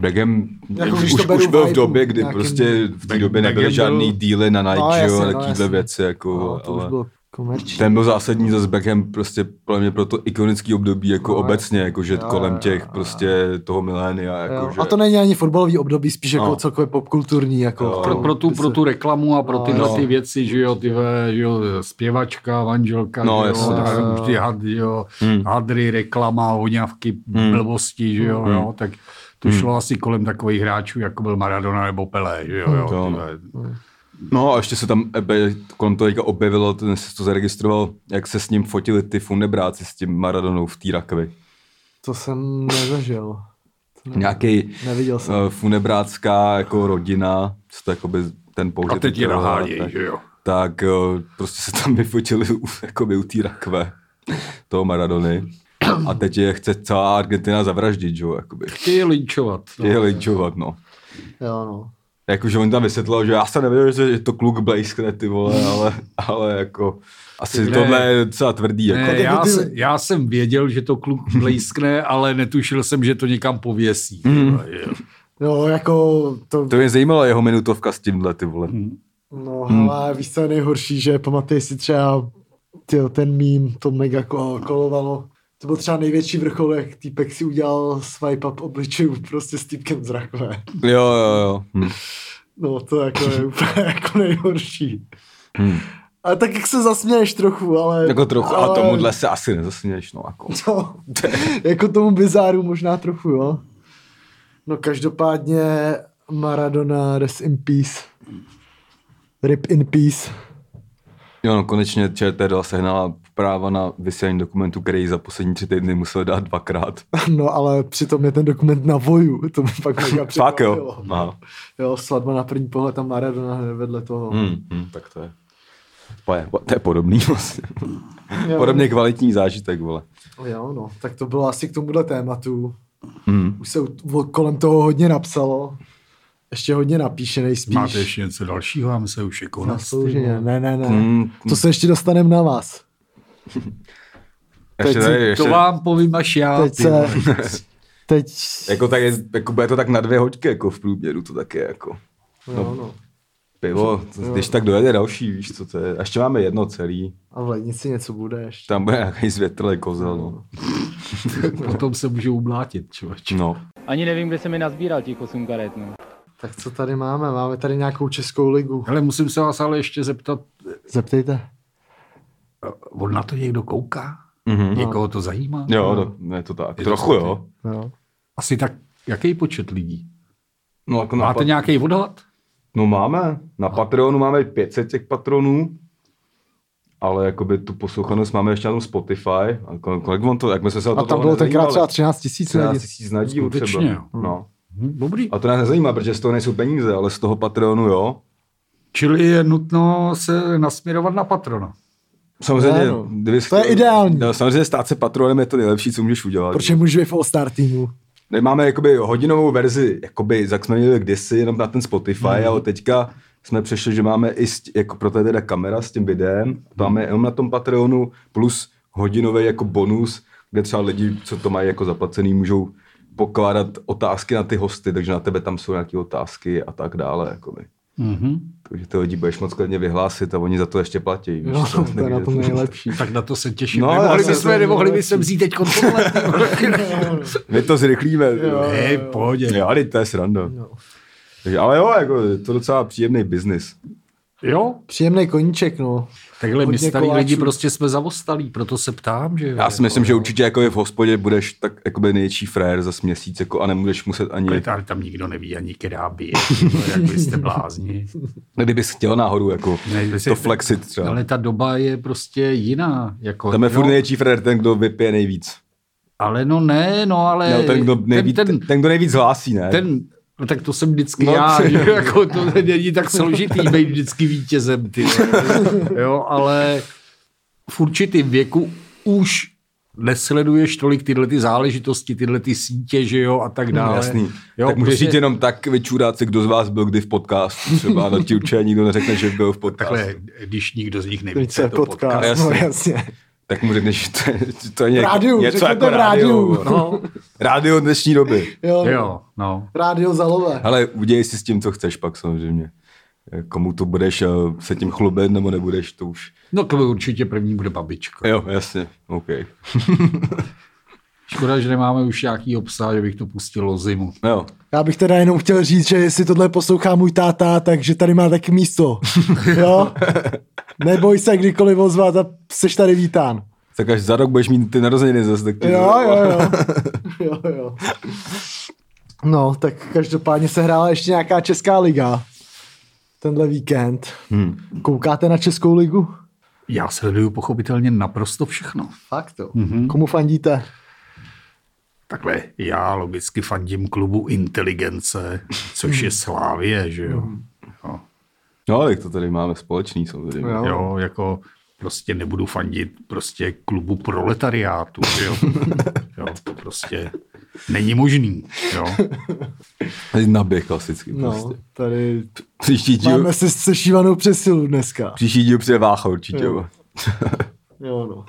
Speaker 2: Beckham
Speaker 1: Jako
Speaker 2: jako
Speaker 1: když
Speaker 2: už,
Speaker 1: to beru
Speaker 2: už byl v
Speaker 1: vibe
Speaker 2: době, kdy
Speaker 1: nějakým-
Speaker 2: nějakým... prostě v té
Speaker 4: Be-
Speaker 2: době nebyly
Speaker 4: Beckham
Speaker 2: žádný
Speaker 4: byl-
Speaker 2: díly na Nike,
Speaker 1: No,
Speaker 2: no,
Speaker 1: jasně,
Speaker 2: jasně,
Speaker 1: no,
Speaker 2: takovýhle
Speaker 1: jasně.
Speaker 2: věci. Jako,
Speaker 1: No, to
Speaker 2: ale...
Speaker 1: už bylo komerční.
Speaker 2: Ten byl zásadní zase Beckham prostě podle mě pro to ikonický období jako
Speaker 1: No,
Speaker 2: no,
Speaker 1: jasně.
Speaker 2: obecně, jako že
Speaker 1: Jo,
Speaker 2: kolem
Speaker 1: jo,
Speaker 2: těch
Speaker 1: jo.
Speaker 2: prostě toho milénia. Jako,
Speaker 1: Jo.
Speaker 2: že...
Speaker 1: A to není ani fotbalový období, spíš jako
Speaker 2: No.
Speaker 1: celkově popkulturní. Jako
Speaker 2: Jo.
Speaker 4: Pro, pro, tu,
Speaker 1: by se-
Speaker 4: pro tu reklamu a pro
Speaker 1: No,
Speaker 4: tyhle
Speaker 2: jo.
Speaker 4: ty věci, že jo, ty, ve, že jo, zpěvačka, manželka,
Speaker 2: No,
Speaker 4: že
Speaker 2: jasně,
Speaker 4: jo, a
Speaker 1: jasně.
Speaker 4: už ty had, že jo,
Speaker 2: Hmm.
Speaker 4: hadry, reklama, hoňavky,
Speaker 2: Hmm.
Speaker 4: blbosti, že jo,
Speaker 2: Hmm.
Speaker 4: jo, tak to šlo asi kolem takových hráčů, jako byl Maradona nebo Pelé, že jo, jo,
Speaker 2: Jo,
Speaker 4: ty
Speaker 2: no.
Speaker 4: ve-
Speaker 2: No a ještě se tam ebe, kolem toho teďka objevilo, ten se to zaregistroval, jak se s ním fotili ty fundebráci s tím Maradonou v té rakvi.
Speaker 1: To jsem nezažil. To ne-
Speaker 2: Nějaký
Speaker 1: Neviděl jsem.
Speaker 2: No, eh, funebrácká jako rodina, co to jakoby ten použitý.
Speaker 4: a teď je
Speaker 2: trvá,
Speaker 4: nahádějí,
Speaker 2: tak-
Speaker 4: že jo.
Speaker 2: tak eh, prostě se tam (laughs) vyfotili u, jakoby u té rakve toho Maradony. A teď je chce celá Argentina zavraždit, že jo, jakoby.
Speaker 4: Chtějí linčovat. no.
Speaker 2: Je linčovat, no.
Speaker 1: Jo, no.
Speaker 2: Jakože on tam vysvětlil, že já jsem nevěděl, že je to kluk blejskne, ty vole, ale, ale jako asi
Speaker 4: Hmm. Ne.
Speaker 2: tohle je docela tvrdý, jako.
Speaker 4: Ne,
Speaker 1: jako
Speaker 4: já,
Speaker 1: ty-
Speaker 4: se- já jsem věděl, že to kluk blejskne, ale netušil jsem, že to někam pověsí.
Speaker 2: Hmm.
Speaker 4: Tyhle, jo.
Speaker 1: No, jako to,
Speaker 2: To mě zajímala jeho minutovka s tímhle, ty vole.
Speaker 4: Hmm.
Speaker 1: no,
Speaker 2: Hmm.
Speaker 1: ale víš, co je nejhorší, že pamatuj si třeba tyjo, ten mím, to mega ko- kolovalo. To byl třeba největší vrchol, jak týpek si udělal swipe up obličejů prostě s týpkem z rakve.
Speaker 2: Jo, jo, jo. Hm.
Speaker 1: No, to jako
Speaker 2: (laughs)
Speaker 1: je úplně jako nejhorší.
Speaker 2: Hmm.
Speaker 1: A tak jak se zasměješ trochu, ale...
Speaker 2: Jako trochu, a
Speaker 1: ale-
Speaker 2: tomuhle se asi nezasměješ, no, jako.
Speaker 1: To, jako tomu bizáru možná trochu, jo. No každopádně Maradona, rest in peace. Rip in peace.
Speaker 2: Jo, no, konečně ČT2 sehnala práva na vysílání dokumentu, který za poslední tři týdny musel dát dvakrát.
Speaker 1: No ale přitom je ten dokument na voju, to mi pak mega
Speaker 2: (laughs) Fakt
Speaker 1: překvapilo.
Speaker 2: jo. Aha.
Speaker 1: Jo, svatba na první pohled a Maradona hned vedle toho.
Speaker 2: Hmm, hmm, tak to je. To je, to je podobný vlastně.
Speaker 1: Jo,
Speaker 2: Podobně kvalitní zážitek, vole.
Speaker 1: Jo, no, tak to bylo asi k tomuhle tématu.
Speaker 2: Hmm.
Speaker 1: Už se u- kolem toho hodně napsalo. Ještě hodně napíše nejspíš.
Speaker 4: Máte ještě něco dalšího? Já myslím, že už jako je konec. ty
Speaker 1: no. Zaslouženě.
Speaker 4: vole.
Speaker 1: Ne, ne, ne.
Speaker 2: Hmm.
Speaker 1: To se ještě dostaneme na vás.
Speaker 2: Ještě
Speaker 1: Teď
Speaker 2: tady,
Speaker 1: si-
Speaker 2: ještě,
Speaker 4: To vám povím až já.
Speaker 1: Teď
Speaker 4: ty
Speaker 1: se,
Speaker 4: vole.
Speaker 1: (laughs) teď,
Speaker 2: jako, tak je, jako bude to tak na dvě hoďky, jako v průměru to tak je, jako.
Speaker 1: jo, no.
Speaker 2: Pivo, to, když tak dojede další, víš, co to je. A ještě máme jedno celý,
Speaker 1: A v lednici něco bude ještě.
Speaker 2: tam bude nějaký zvětrlej kozel, no.
Speaker 4: (laughs) Potom se můžou umlátit, člověče.
Speaker 2: no.
Speaker 5: Ani nevím, kde jsem mi nazbíral těch 8 karet. No.
Speaker 1: Tak co tady máme? Máme tady nějakou českou ligu.
Speaker 4: Hele, musím se vás ale ještě zeptat, eh,
Speaker 1: Zeptejte.
Speaker 4: on na to někdo kouká?
Speaker 2: Mhm.
Speaker 4: Někoho to zajímá?
Speaker 2: Jo, to, je to tak.
Speaker 4: Je to
Speaker 2: Trochu,
Speaker 4: tak,
Speaker 2: jo.
Speaker 1: No.
Speaker 4: Asi tak, jaký počet lidí?
Speaker 2: No, jako
Speaker 4: Máte
Speaker 2: pat-
Speaker 4: nějaký odhad?
Speaker 2: No máme. Na Patreonu máme 500 těch patronů, ale jakoby tu poslouchanost máme ještě na tom Spotify. A kol- kolik on to, jak my jsme se o
Speaker 1: A
Speaker 2: to
Speaker 1: tam bylo tenkrát třeba 13 tisíc lidí.
Speaker 2: 13 000 na díl třeba.
Speaker 4: Skutečně, jo.
Speaker 2: No.
Speaker 4: Hm, dobrý.
Speaker 2: A to nás nezajímá, protože z toho nejsou peníze, ale z toho Patreonu jo.
Speaker 4: Čili je nutno se nasměrovat na patrona.
Speaker 2: Samozřejmě,
Speaker 1: Ano.
Speaker 2: kdyby
Speaker 1: no. To je ideální.
Speaker 2: No, samozřejmě stát se patronem je to nejlepší, co můžeš udělat.
Speaker 1: Proč můžu být v All Star týmu?
Speaker 2: My máme jakoby hodinovou verzi, jakoby, jak jsme měli kdysi, jenom na ten Spotify,
Speaker 1: Mhm.
Speaker 2: mm. ale teďka jsme přešli, že máme i s, jako pro to je teda kamera s tím videem, to máme jenom na tom Patreonu plus hodinový jako bonus, kde třeba lidi, co to mají jako zaplacený, můžou pokládat otázky na ty hosty, takže na tebe tam jsou nějaké otázky a tak dále. Jakoby.
Speaker 1: Mhm.
Speaker 4: Mm-hmm.
Speaker 2: Takže ty lidi budeš moc klidně vyhlásit a oni za to ještě platí. víš,
Speaker 1: No,
Speaker 2: co?
Speaker 1: to je na tom
Speaker 2: Takže-
Speaker 1: nejlepší.
Speaker 4: Tak na to se těším.
Speaker 2: No,
Speaker 4: No,
Speaker 2: já
Speaker 4: nemohli
Speaker 2: jsem-
Speaker 4: bychom nemohli bychom vzít teď
Speaker 2: (laughs)
Speaker 4: tohle. ty (laughs) vole.
Speaker 2: My to zrychlíme. Jo,
Speaker 4: Hej, pohodě.
Speaker 2: no, jo ale to je sranda. No. Takže, ale jo, jako, je to docela příjemný biznis.
Speaker 4: Jo,
Speaker 1: Příjemný koníček, no.
Speaker 4: takhle my
Speaker 1: Hodně
Speaker 4: starý
Speaker 1: koláčů.
Speaker 4: lidi prostě jsme zavostalí, proto se ptám, že jo.
Speaker 2: Já si myslím, že určitě jako je v hospodě budeš tak jakoby největší frajer za měsíc jako, a nebudeš muset ani,
Speaker 4: Ale tam nikdo neví ani, která bije. ty vole, (laughs) Jak vy jste blázni.
Speaker 2: kdybys chtěl náhodou jako
Speaker 4: Ne,
Speaker 2: ne,
Speaker 4: jestli-
Speaker 2: to flexit třeba.
Speaker 4: Ale ta doba je prostě jiná. Jako,
Speaker 2: Tam je furt
Speaker 4: no,
Speaker 2: největší frajer ten, kdo vypije nejvíc.
Speaker 4: ale no ne, no ale...
Speaker 2: No, ten, kdo nejvíc, ten, ten, ten, kdo nejvíc hlásí, ne?
Speaker 4: ten, no, tak to jsem vždycky
Speaker 2: No,
Speaker 4: no,
Speaker 2: (laughs)
Speaker 4: já,
Speaker 2: to-
Speaker 4: že, jo, jako to není tak složitý být vždycky
Speaker 2: (laughs)
Speaker 4: vítězem, ty vole. jo, ale v určitým věku už nesleduješ tolik tyhle ty záležitosti, tyhle ty sítě, že jo, a tak
Speaker 2: No,
Speaker 4: dále.
Speaker 2: jasný. Jo,
Speaker 4: Jo,
Speaker 2: tak můžeš
Speaker 4: prostě-
Speaker 2: říct jenom tak, vy čuráci, kdo z vás byl kdy v podcastu třeba, na ti určitě nikdo neřekne, že byl v podcastu.
Speaker 4: (laughs) Takhle, když nikdo z nich neví,
Speaker 1: Teď
Speaker 4: co
Speaker 1: se
Speaker 4: je to podcast.
Speaker 1: podcast, no
Speaker 2: jasně.
Speaker 1: jasně.
Speaker 2: Tak mu řekneš, že to je, že to je něk,
Speaker 1: Rádiu,
Speaker 2: něco
Speaker 1: řekněte
Speaker 2: jako
Speaker 1: v
Speaker 2: rádio.
Speaker 1: rádiu.
Speaker 2: (laughs) No. rádio dnešní doby.
Speaker 1: Jo, jo.
Speaker 4: Jo, no.
Speaker 1: Rádio za lové.
Speaker 2: Ale udělej si s tím, co chceš pak samozřejmě. Komu to budeš eh, se tím chlubit, nebo nebudeš, to už.
Speaker 4: No to určitě první bude babička.
Speaker 2: Jo, jasně, OK.
Speaker 4: Škoda, že nemáme už nějaký obsah, že bych to pustil o zimu.
Speaker 2: Jo.
Speaker 1: Já bych teda jenom chtěl říct, že jestli tohle poslouchá můj táta, takže tady má taky (laughs) místo. jo? Neboj se kdykoliv ozvat a seš tady vítán.
Speaker 2: Tak až za rok budeš mít ty narozeniny zase, tak ti
Speaker 1: Jo, jo, jo. (laughs) jo, jo. No, tak každopádně se hrála ještě nějaká česká liga tenhle víkend. Hmm. Koukáte na českou ligu?
Speaker 4: Já sleduju pochopitelně naprosto všechno.
Speaker 1: Fakt to. Mm-hmm. Komu fandíte?
Speaker 4: Takhle, já logicky fandím klubu Inteligence, což je Slávě, že jo. Jo,
Speaker 2: No, tak to tady máme společný samozřejmě.
Speaker 1: Jo.
Speaker 4: jo jako prostě nebudu fandit prostě klubu proletariátu, že (laughs) jo. jo to prostě není možný, jo.
Speaker 2: Tady Naběh klasicky no.
Speaker 1: No,
Speaker 2: prostě.
Speaker 1: tady
Speaker 2: Příští díl,
Speaker 1: máme se sešívanou přesilu dneska.
Speaker 2: příští díl přijde Vácha určitě.
Speaker 1: Jo.
Speaker 2: Jo.
Speaker 1: Jo, no.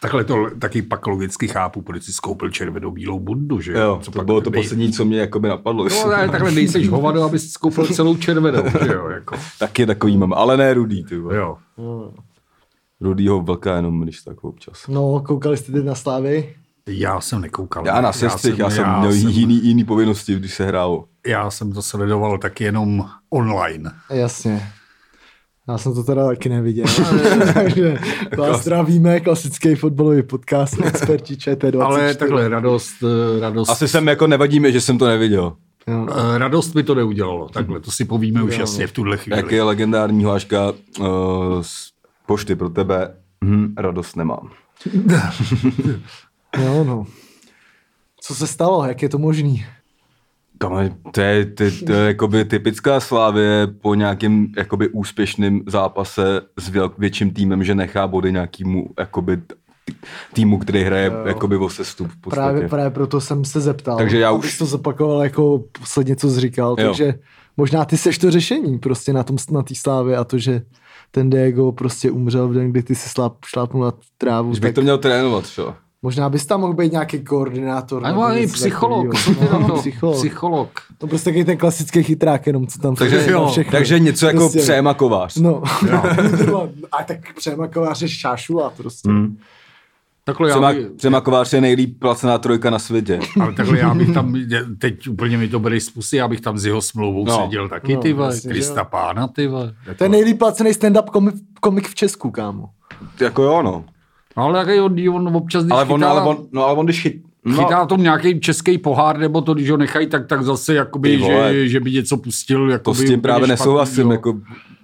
Speaker 4: Takhle to taky pak logicky chápu, proč si skoupil červenou-bílou bundu, že jo.
Speaker 2: (laughs) jo to
Speaker 4: pak
Speaker 2: bylo to
Speaker 4: dej-
Speaker 2: poslední, co mě jakoby napadlo.
Speaker 4: No, ale takhle nejseš hovado, abys skoupil celou červenou, že jo, jako.
Speaker 2: (laughs) Taky takový mám, ale ne rudý, ty vole.
Speaker 4: Jo.
Speaker 1: Jo, no.
Speaker 2: Rudýho vlka jenom, když tak občas.
Speaker 1: no, koukali jste teď na Slávy?
Speaker 4: Já jsem nekoukal.
Speaker 2: Já na sestřih, já jsem
Speaker 4: já
Speaker 2: měl
Speaker 4: jsem-
Speaker 2: jiný, jiný povinnosti, když se hrálo.
Speaker 4: Já jsem to sledoval taky jenom online.
Speaker 1: Jasně. Já jsem to teda taky (laughs) neviděl. Takže vás zdravíme, klasický fotbalový podcast, experti ČT24.
Speaker 4: Ale takhle radost, eh, radost,
Speaker 2: Asi jsem jako nevadíme, že jsem to neviděl.
Speaker 1: Jo.
Speaker 4: eh, radost mi to neudělalo. Takhle, to si povíme už jasně v tuhle
Speaker 2: Jak
Speaker 4: chvíli.
Speaker 2: je legendární hláška uh, z pošty pro tebe, hm, radost nemám.
Speaker 1: Jo, no. Co se stalo? Jak je to možný?
Speaker 2: Kamali, to je, ty, to (laughs) je jakoby typická slávě po nějakém jakoby úspěšném zápase s věl- větším týmem, že nechá body nějakému jakoby t- týmu, který hraje jo. jakoby o sestup v podstatě.
Speaker 1: Právě, právě proto jsem se zeptal.
Speaker 2: Takže já
Speaker 1: abys
Speaker 2: už-
Speaker 1: to zopakoval jako posledně, co jsi říkal.
Speaker 2: Jo.
Speaker 1: Takže možná ty seš to řešení prostě na té na té slávě a to, že ten Diego prostě umřel v den, kdy ty si sláp, šlápnul na trávu.
Speaker 2: Když bych
Speaker 1: tak
Speaker 2: to měl trénovat třeba.
Speaker 1: Možná bys tam mohl být nějaký koordinátor.
Speaker 4: Nebo
Speaker 1: nebo
Speaker 4: no, i
Speaker 1: něco
Speaker 4: psycholog.
Speaker 1: takovýho.
Speaker 4: Co ty (laughs) na
Speaker 1: No,
Speaker 4: to?
Speaker 1: Psycholog.
Speaker 4: Psycholog.
Speaker 1: To prostě taky ten klasický chytrák, jenom co tam
Speaker 2: Takže,
Speaker 1: všechno-
Speaker 2: jo,
Speaker 1: všechno.
Speaker 2: takže něco jako
Speaker 1: Prostě.
Speaker 2: prostě. přemakovář.
Speaker 1: No, (laughs) no. a tak přemakovář je šášula prostě. Mm.
Speaker 4: Takhle já
Speaker 2: Přema,
Speaker 4: bych,
Speaker 2: přemakovář je nejlíp placená trojka na světě.
Speaker 3: Ale takhle já bych tam, teď úplně mi to bude z pusy, já bych tam s jeho smlouvou no.
Speaker 2: No.
Speaker 3: seděl taky,
Speaker 1: No,
Speaker 3: ty vole,
Speaker 1: jasně, že
Speaker 3: Krista
Speaker 1: jo.
Speaker 3: pána, ty
Speaker 4: ty vole.
Speaker 1: To je nejlíp placený stand-up komik, komik v Česku, kámo.
Speaker 2: Jako jo, no.
Speaker 4: No, ale jaký on, on občas, když
Speaker 2: Ale on,
Speaker 4: chytá-
Speaker 2: ale on, no, ale on když chyt... No,
Speaker 4: Chytá tom nějaký český pohár, nebo to, když ho nechají, tak, tak zase jakoby,
Speaker 2: Ty vole.
Speaker 4: že, že, by něco pustil.
Speaker 2: to
Speaker 4: Jakoby,
Speaker 2: s tím
Speaker 4: úplně
Speaker 2: právě
Speaker 4: špatný,
Speaker 2: nesouhlasím,
Speaker 4: jo.
Speaker 2: jako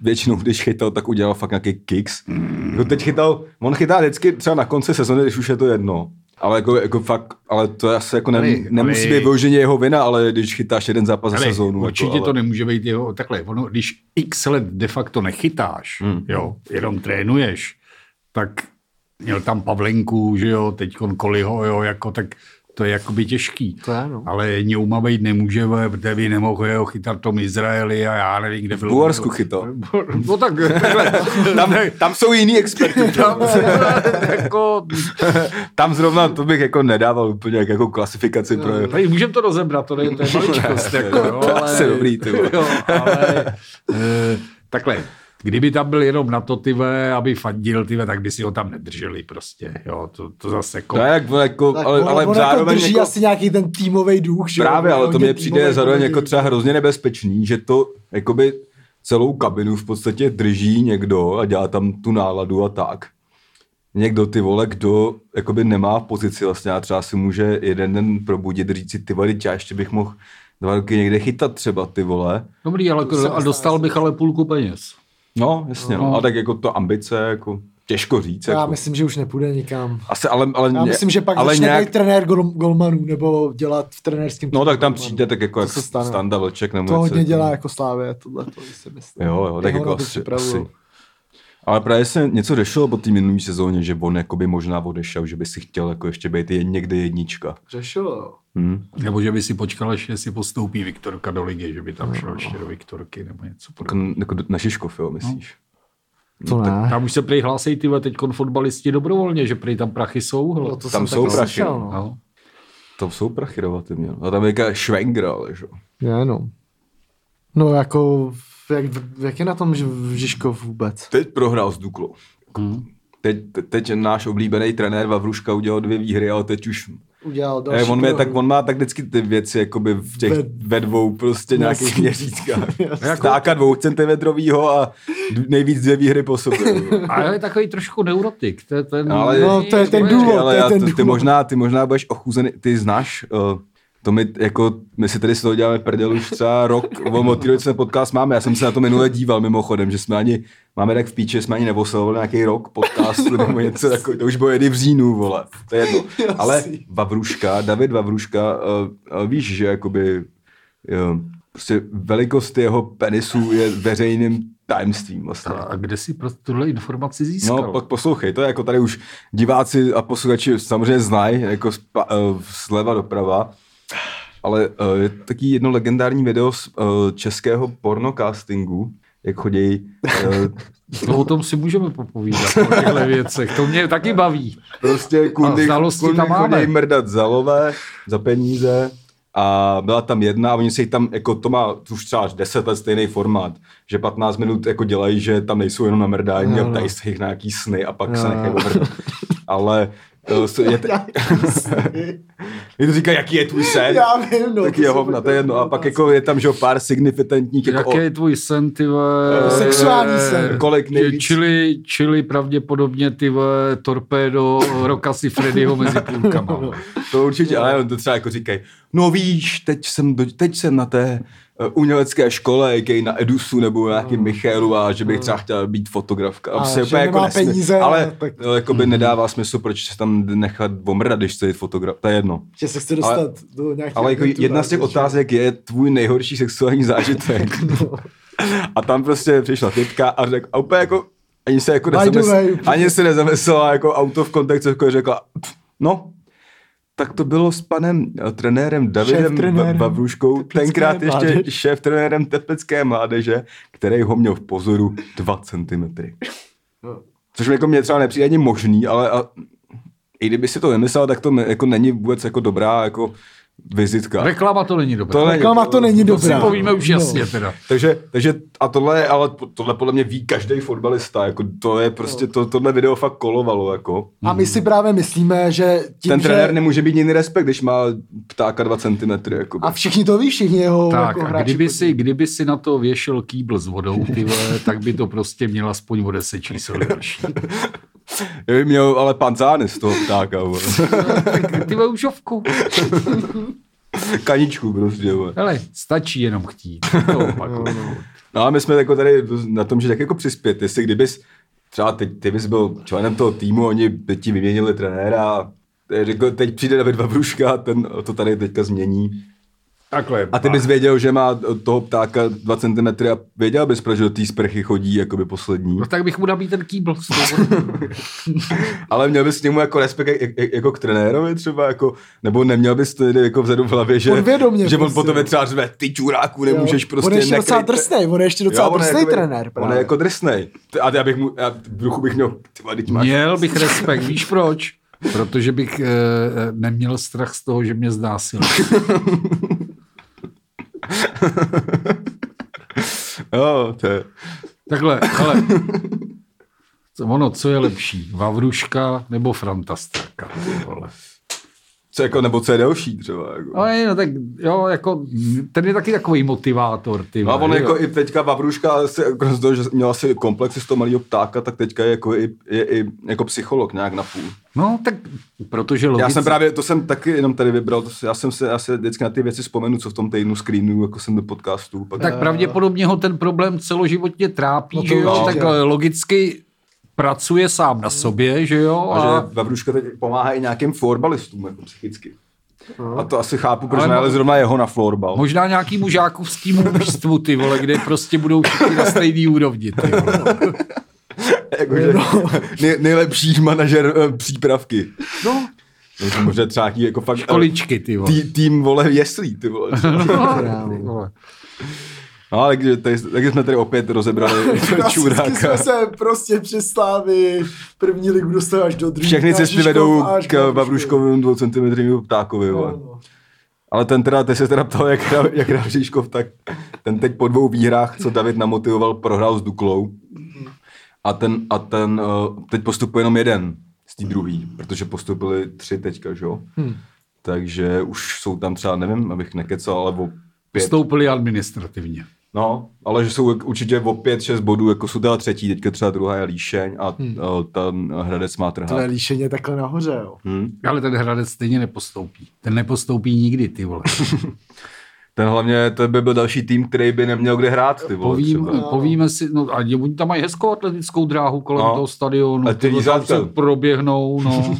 Speaker 2: většinou, když chytal, tak udělal fakt nějaký kicks.
Speaker 1: Mm.
Speaker 2: Jako teď chytal, on chytá vždycky třeba na konci sezóny, když už je to jedno. Ale jako, jako fakt, ale to je asi jako ne,
Speaker 3: Ale-
Speaker 2: nemusí
Speaker 3: ale-
Speaker 2: být vyloženě jeho vina, ale když chytáš jeden zápas za
Speaker 3: Ale
Speaker 2: sezónu.
Speaker 3: určitě
Speaker 2: jako, ale...
Speaker 3: to nemůže být jeho, takhle, ono, když x let de facto nechytáš, hmm. jo, jenom trénuješ, tak měl tam Pavlenku, že jo, teď Koliho, jo, jako tak to je jakoby těžký.
Speaker 1: To je, no.
Speaker 3: Ale Něuma být nemůže, vole, protože vy nemohl jeho chytat v tom Izraeli a já nevím, kde byl.
Speaker 2: V Bulharsku chytal.
Speaker 1: (laughs)
Speaker 4: No tak, takhle,
Speaker 2: Tam, tam jsou
Speaker 1: (laughs)
Speaker 2: jiní
Speaker 3: (laughs)
Speaker 2: experti.
Speaker 4: tam, jako,
Speaker 2: Tam zrovna to bych jako nedával úplně jak jako klasifikaci pro...
Speaker 4: tady můžeme to rozebrat, to je, to je maličkost, jako, jo,
Speaker 2: To je
Speaker 4: ale,
Speaker 2: asi dobrý, ty vole.
Speaker 4: jo, ale,
Speaker 3: Eh, takhle, kdyby tam byl jenom na to, ty ve, aby fandil, ty ve, tak by si ho tam nedrželi prostě, jo, to, to zase jako...
Speaker 2: To je jak, jako,
Speaker 1: Tak
Speaker 2: ale,
Speaker 1: on,
Speaker 2: ale
Speaker 1: on jako
Speaker 2: zároveň
Speaker 1: drží
Speaker 2: jako,
Speaker 1: asi nějaký ten týmový duch, že jo?
Speaker 2: Právě, ale to
Speaker 1: Hodně
Speaker 2: mě přijde
Speaker 1: týmovej
Speaker 2: zároveň
Speaker 1: duch.
Speaker 2: jako třeba hrozně nebezpečný, že to jakoby celou kabinu v podstatě drží někdo a dělá tam tu náladu a tak. Někdo ty vole, kdo jakoby nemá pozici vlastně a třeba si může jeden den probudit, říct si ty vole, teď já ještě bych mohl dva roky někde chytat třeba ty vole.
Speaker 4: dobrý, ale, a dostal bych ale půlku peněz.
Speaker 2: No, jasně, no. A tak jako to ambice, jako těžko říct.
Speaker 1: Já
Speaker 2: Jako.
Speaker 1: myslím, že už nepůjde nikam.
Speaker 2: Asi, ale, ale,
Speaker 1: Já
Speaker 2: ně-
Speaker 1: myslím, že pak ale začne nějak... být trenér gol, golmanů nebo dělat v trenérském
Speaker 2: No tak tam
Speaker 1: týmu
Speaker 2: přijde tak jako
Speaker 1: To
Speaker 2: jak
Speaker 1: se stane.
Speaker 2: Standa Vlček. Nebo
Speaker 1: To
Speaker 2: něco
Speaker 1: hodně dělá
Speaker 2: takového.
Speaker 1: jako Slávě, tohle to si myslím.
Speaker 2: Jo, jo, tak
Speaker 1: Jeho
Speaker 2: jako
Speaker 1: na to
Speaker 2: asi,
Speaker 1: připravujou.
Speaker 2: asi. Ale právě se něco řešilo po té minulé sezóně, že on jakoby možná odešel, že by si chtěl jako ještě být jen někde jednička.
Speaker 1: Řešilo, jo.
Speaker 2: Hm.
Speaker 3: Nebo že by si počkal, až jestli postoupí Viktorka do ligy, že by tam šel ještě do Viktorky nebo něco
Speaker 2: Jako,
Speaker 3: podobného.
Speaker 2: jako na Šiškov, jo, myslíš? No,
Speaker 1: To ne.
Speaker 4: Tam už se prý hlásej ty teď fotbalisti dobrovolně, že prý tam prachy jsou. Hele.
Speaker 1: No, to jsem
Speaker 2: tam jsou
Speaker 1: taky
Speaker 2: prachy.
Speaker 1: slyšel, no.
Speaker 4: No.
Speaker 2: Tam jsou prachy relativně. no. A tam je jaká Švengra, ale že? jo.
Speaker 1: Ne, no. No jako, jak, jak je na tom Ž- Žižkov vůbec?
Speaker 2: Teď prohrál s Duklou. Teď, te- teď náš oblíbený trenér Vavruška udělal dvě výhry, ale teď už
Speaker 1: Udělal další
Speaker 2: Eh, on, mě,
Speaker 1: prohru.
Speaker 2: tak, on má tak vždycky ty věci jakoby v těch
Speaker 1: Ve-
Speaker 2: ve, ve dvou prostě nějakých měřítkách.
Speaker 1: Jasně.
Speaker 2: Stáka dvou centimetrovýho a d- nejvíc dvě výhry po sobě.
Speaker 4: A je takový trošku neurotik. To je ten,
Speaker 2: Ale-
Speaker 1: No, to je ten
Speaker 4: to
Speaker 1: důvod.
Speaker 2: ale
Speaker 1: to je
Speaker 2: já,
Speaker 1: ten
Speaker 2: to, ty,
Speaker 1: důvod.
Speaker 2: možná, ty možná budeš ochuzený, ty znáš, uh, to my jako, my si tady z toho děláme prdel už třeba rok, o té doby, co ten podcast máme, já jsem se na to minule díval mimochodem, že jsme ani, máme tak v píči, jsme ani neoslavovali nějaký rok podcast, nebo něco takového, to už bylo jedy v říjnu, vole,
Speaker 1: (laughs)
Speaker 2: to je jedno. Ale Vavruška, David Vavruška, uh, uh, víš, že jakoby, uh, prostě velikost jeho penisu je veřejným tajemstvím vlastně.
Speaker 4: A kde si pro tuhle informaci získal?
Speaker 2: No, pak poslouchej, to je jako tady už diváci a posluchači samozřejmě znají, jako spa, uh, sleva doprava, ale uh, je taky jedno legendární video z uh, českého pornocastingu, jak chodí, uh,
Speaker 4: No, o tom si můžeme popovídat, o těchto věcech. To mě taky baví.
Speaker 2: prostě kundy,
Speaker 4: znalosti
Speaker 2: kundy
Speaker 4: tam máme.
Speaker 2: chodí mrdat za lové, za peníze a byla tam jedna a oni se jich tam, jako to má už třeba až 10 let stejný formát, že 15 minut jako dělají, že tam nejsou jenom na mrdání
Speaker 1: Jo,
Speaker 2: a
Speaker 1: no.
Speaker 2: ptají se jich na nějaký sny a pak se
Speaker 1: Jo,
Speaker 2: nechají
Speaker 1: no.
Speaker 2: omrdat. Ale eh, s-
Speaker 1: (laughs)
Speaker 2: je, te- (laughs) Mě to říká, jaký je tvůj sen.
Speaker 1: Já vím, no,
Speaker 2: tak
Speaker 1: to
Speaker 2: je
Speaker 1: jsou
Speaker 2: hovna, to je jedno. A pak
Speaker 1: otázky.
Speaker 2: jako je tam, že jo, pár signifikantních, jako Eh,
Speaker 4: Jaký je tvůj sen, ty vole?
Speaker 1: Sexuální sen.
Speaker 2: Kolik nejvíc?
Speaker 4: Čili, čili pravděpodobně, ty vole, torpédo Rokasi
Speaker 2: (laughs)
Speaker 4: Freddyho mezi
Speaker 1: (laughs)
Speaker 4: půlkama.
Speaker 2: to určitě, ale on to třeba jako říkají, no víš, teď jsem, do, teď jsem na té eh, umělecké škole, jaký na Edusu nebo na nějakým Michaelu a že bych třeba chtěl být fotografka.
Speaker 1: Hmm. A
Speaker 2: A, se
Speaker 1: že
Speaker 2: úplně jako
Speaker 1: nemá
Speaker 2: nesmí,
Speaker 1: peníze,
Speaker 2: ale
Speaker 1: tak- Hmm.
Speaker 2: tak... jako by nedává smysl, proč se tam nechat omrdat, když chce jít fotograf. To je jedno.
Speaker 1: Že se chce dostat
Speaker 2: Ale-
Speaker 1: do nějaké (laughs)
Speaker 2: Ale jako jedna z těch otázek je tvůj nejhorší sexuální zážitek.
Speaker 1: (laughs) No.
Speaker 2: A tam prostě přišla typka a řekla, a úplně jako, ani se jako
Speaker 1: By the
Speaker 2: nezamyslela,
Speaker 1: way.
Speaker 2: ani se nezamyslela jako auto v kontextu, jako řekla, "Pff, no, tak to bylo s panem eh, trenérem Davidem
Speaker 1: Šéftrenérem
Speaker 2: Ba- Bavruškou,
Speaker 1: teplické
Speaker 2: tenkrát ještě
Speaker 1: mládeže.
Speaker 2: šéf trenérem teplické mládeže, který ho měl v pozoru 2 cm. Což mi jako mě třeba nepřijde ani možný, ale a, i kdyby si to nemyslel, tak to ne, jako není vůbec jako dobrá jako vizitka.
Speaker 4: Reklama to není dobrá.
Speaker 2: To
Speaker 4: No To
Speaker 2: ne-
Speaker 1: Reklama to není
Speaker 4: si
Speaker 1: dobrá.
Speaker 4: povíme už
Speaker 2: No.
Speaker 4: jasně teda.
Speaker 2: Takže, takže a tohle je, ale tohle podle mě ví každý fotbalista, jako to je prostě, to, tohle video fakt kolovalo, jako.
Speaker 1: A my si právě myslíme, že tím,
Speaker 2: Ten
Speaker 1: že...
Speaker 2: trenér nemůže být jiný respekt, když má ptáka 2 cm, jako.
Speaker 1: A všichni to ví, všichni jeho
Speaker 4: Tak,
Speaker 1: jako
Speaker 4: a
Speaker 1: hráči.
Speaker 4: kdyby si, kdyby si na to věšel kýbl s vodou,
Speaker 2: (laughs)
Speaker 4: ty vole, tak by to prostě měl aspoň o 10 čísel delší.
Speaker 2: Já bych měl ale panzány z toho ptáka, vole. (laughs)
Speaker 4: Tak ty vole, už ovku.
Speaker 2: Kaničku prostě, vole.
Speaker 4: Hele, stačí jenom chtít. To opak.
Speaker 2: No a my jsme jako tady na tom, že tak jako přispět, jestli kdybys, třeba teď, ty bys byl členem toho týmu, oni by ti vyměnili trenéra a řekl, teď přijde David Vavruška a ten to tady teďka změní.
Speaker 3: Takhle.
Speaker 2: A ty bys věděl, že má toho ptáka 2 cm a věděl bys, proč do té sprchy chodí jakoby poslední.
Speaker 4: No tak bych mu nabít ten kýbl. s vodou.
Speaker 2: Ale měl bys k němu jako respekt jak, jak, jako k trenérovi třeba, jako, nebo neměl bys to někde jako vzadu v hlavě, že,
Speaker 1: Podvědomě
Speaker 2: že on
Speaker 1: prostě.
Speaker 2: potom je třeba řve, ty čuráku, nemůžeš
Speaker 1: Jo.
Speaker 2: prostě
Speaker 1: On je ještě docela
Speaker 2: nekryjte."
Speaker 1: drsnej, on je ještě prostě docela
Speaker 2: on je
Speaker 1: drsnej
Speaker 2: jakoby-
Speaker 1: trenér
Speaker 2: On
Speaker 1: právě. (laughs)
Speaker 2: je jako (laughs) drsnej. Ty- A já bych mu, já v duchu bych měl, ty vole, teď máš.
Speaker 4: (laughs) Měl bych respekt, (laughs) víš proč? Protože bych eh, eh, neměl strach z toho, že mě znásil.
Speaker 2: Jo, to je.
Speaker 4: Takhle, ale ono, co je lepší? Vavruška nebo Frantastraka? ty vole?
Speaker 2: Co jako, nebo co je delší třeba. Jako.
Speaker 4: Ale no, tak jo, jako, ten je taky takový motivátor. Ty
Speaker 2: No a on
Speaker 4: vole,
Speaker 2: jako
Speaker 4: jo.
Speaker 2: i teďka Vavruška, se jako z toho, že měl asi komplexy z toho malého ptáka, tak teďka je jako, i, je, i jako psycholog nějak na půl.
Speaker 4: No tak, protože logicky...
Speaker 2: Já jsem právě, to jsem taky jenom tady vybral, to, se- já jsem se asi vždycky na ty věci vzpomenu, co v tom týdnu screenu, jako jsem do podcastu. Pak...
Speaker 4: Tak pravděpodobně ho ten problém celoživotně trápí,
Speaker 1: No to
Speaker 4: že jo?
Speaker 1: určitě.
Speaker 4: Tak eh, logicky pracuje sám na sobě, že jo?
Speaker 2: A že Vavruška teď pomáhá i nějakým florbalistům, jako psychicky.
Speaker 1: No.
Speaker 2: A to asi chápu, proč
Speaker 4: Ale-
Speaker 2: najeli zrovna jeho na florbal.
Speaker 4: Možná nějakýmu žákovskému mužstvu, ty vole, kde prostě budou všichni na stejný úrovni, ty vole.
Speaker 2: Jakože
Speaker 1: No.
Speaker 2: (laughs) nej, nejlepší manažer eh, přípravky.
Speaker 4: No,
Speaker 2: No, Možná třeba nějaký jako fakt... eh,
Speaker 4: količky, ty vole.
Speaker 2: Tý, tým, vole, jeslí,
Speaker 1: (laughs)
Speaker 2: ty vole.
Speaker 4: Ty vole.
Speaker 2: No, ale takže tady, takže jsme tady
Speaker 1: (laughs)
Speaker 2: opět rozebrali
Speaker 1: Klasicky
Speaker 2: čuráka.
Speaker 1: jsme se prostě přes slávy první ligu dostali až do druhé.
Speaker 2: Všechny
Speaker 1: až
Speaker 2: cesty
Speaker 1: Žižkov
Speaker 2: vedou
Speaker 1: až
Speaker 2: k Vavruškovému dvoucentimetrovému ptákovi, vole.
Speaker 1: No, no.
Speaker 2: Ale ten teda, ty se teda ptal, jak hrál, jak hrál Žižkov, tak ten teď po dvou výhrách, co David namotivoval, prohrál s Duklou. A ten, a ten eh, teď postupuje jenom jeden z té druhý, protože postupili tři teďka, že jo? Hmm. Takže už jsou tam třeba, nevím, abych nekecal, ale o pět.
Speaker 4: Stoupili administrativně.
Speaker 2: No, ale že jsou jak- určitě o pět, šest bodů, jako jsou teda třetí, teďka třeba druhá je Líšeň a hmm. ten Hradec má Hmm.
Speaker 1: To je
Speaker 2: trhák.
Speaker 1: líšeně takhle nahoře, jo.
Speaker 4: Ale ten Hradec stejně nepostoupí. Ten nepostoupí nikdy, ty vole.
Speaker 2: Ten hlavně, to by byl další tým, který by neměl kde hrát, ty vole,
Speaker 4: Povím,
Speaker 2: třeba.
Speaker 4: povíme si, no a oni tam mají hezkou atletickou dráhu kolem
Speaker 2: No.
Speaker 4: no. toho stadionu.
Speaker 2: A ty
Speaker 4: vole, tam
Speaker 2: jízdátka.
Speaker 4: se proběhnou,
Speaker 2: (laughs)
Speaker 4: no.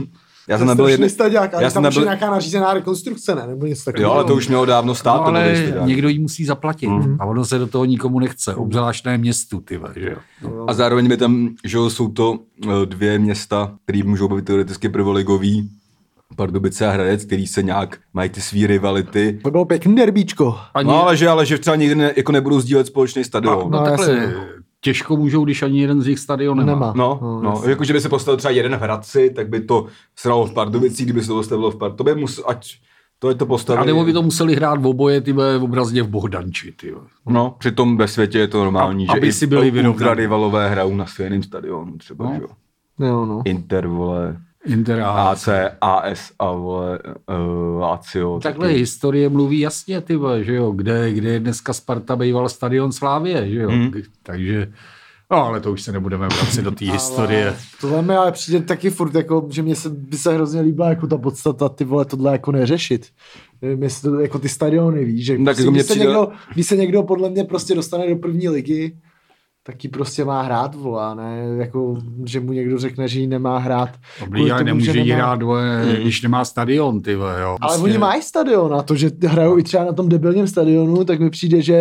Speaker 2: Já
Speaker 1: To
Speaker 2: jsem
Speaker 1: je
Speaker 2: nebyl
Speaker 1: strašný
Speaker 2: jedný,
Speaker 1: Staďák, ale
Speaker 2: já jsem
Speaker 1: tam nebyl...
Speaker 2: nebyl,
Speaker 1: je nějaká nařízená rekonstrukce, ne? Nebo něco takového.
Speaker 2: jo, ale to už mělo dávno stát,
Speaker 4: no
Speaker 2: ten
Speaker 4: ale
Speaker 2: nový stadion.
Speaker 4: někdo jí musí zaplatit. Mm. A ono se do toho nikomu nechce. Obzvlášť ne městu, ty vole, že jo.
Speaker 2: A zároveň by tam, že jo, jsou to eh, dvě města, které můžou být teoreticky prvoligový, Pardubice a Hradec, který se nějak mají ty svý rivality.
Speaker 1: To bylo pěkný derbíčko.
Speaker 4: Ani,
Speaker 2: No ale že, ale že třeba nikdy ne, jako nebudou sdílet společný stadion.
Speaker 4: no,
Speaker 1: no,
Speaker 4: takhle,
Speaker 1: jasně.
Speaker 4: těžko můžou, když ani jeden z jejich stadion nemá.
Speaker 1: Nemá.
Speaker 2: No,
Speaker 1: No,
Speaker 2: no, jako, že by se postavil třeba jeden v Hradci, tak by to sralo v Pardubicích, kdyby se to postavilo v Pardubicích. To by musel, ať to, ať to
Speaker 4: A
Speaker 2: postavili.
Speaker 4: nebo by to museli hrát v oboje, ty vole, obrazně v Bohdanči, ty vole.
Speaker 2: No, přitom ve světě je to normální,
Speaker 4: A-
Speaker 2: že
Speaker 4: aby
Speaker 2: i
Speaker 4: si byli vyrovnaní.
Speaker 2: ultrarivalové hrajou na stejném stadionu třeba,
Speaker 4: No.
Speaker 2: že jo.
Speaker 1: Jo, no.
Speaker 2: Inter, vole,
Speaker 4: Interá.
Speaker 2: AC, AS a vole,
Speaker 4: E,
Speaker 2: uh, Lazio.
Speaker 4: Takhle
Speaker 2: taky.
Speaker 4: historie mluví jasně, ty vole, že jo, kde, kde je dneska Sparta býval stadion Slávě, že jo. Mm. Takže, no ale to už se nebudeme vracet do té (laughs) historie.
Speaker 1: Tohle mi ale přijde taky furt, jako, že mě se, by se hrozně líbila jako ta podstata ty vole tohle jako neřešit. Nevím, jestli to, jako ty stadiony, víš, že
Speaker 2: Tak
Speaker 1: prostě,
Speaker 2: jako mě
Speaker 1: když, se
Speaker 2: přijde-
Speaker 1: někdo, když se někdo podle mě prostě dostane do první ligy, tak ji prostě má hrát, volá, ne? Jako, že mu někdo řekne, že ji nemá hrát.
Speaker 2: No,
Speaker 1: kvůli
Speaker 4: Oblíja
Speaker 1: tomu,
Speaker 4: nemůže
Speaker 1: že
Speaker 4: jí
Speaker 1: nemá-
Speaker 4: hrát, vole, když nemá stadion, ty vole, jo.
Speaker 1: Ale
Speaker 4: Prostě-
Speaker 1: oni mají stadion a to, že hrajou i třeba na tom debilním stadionu, tak mi přijde, že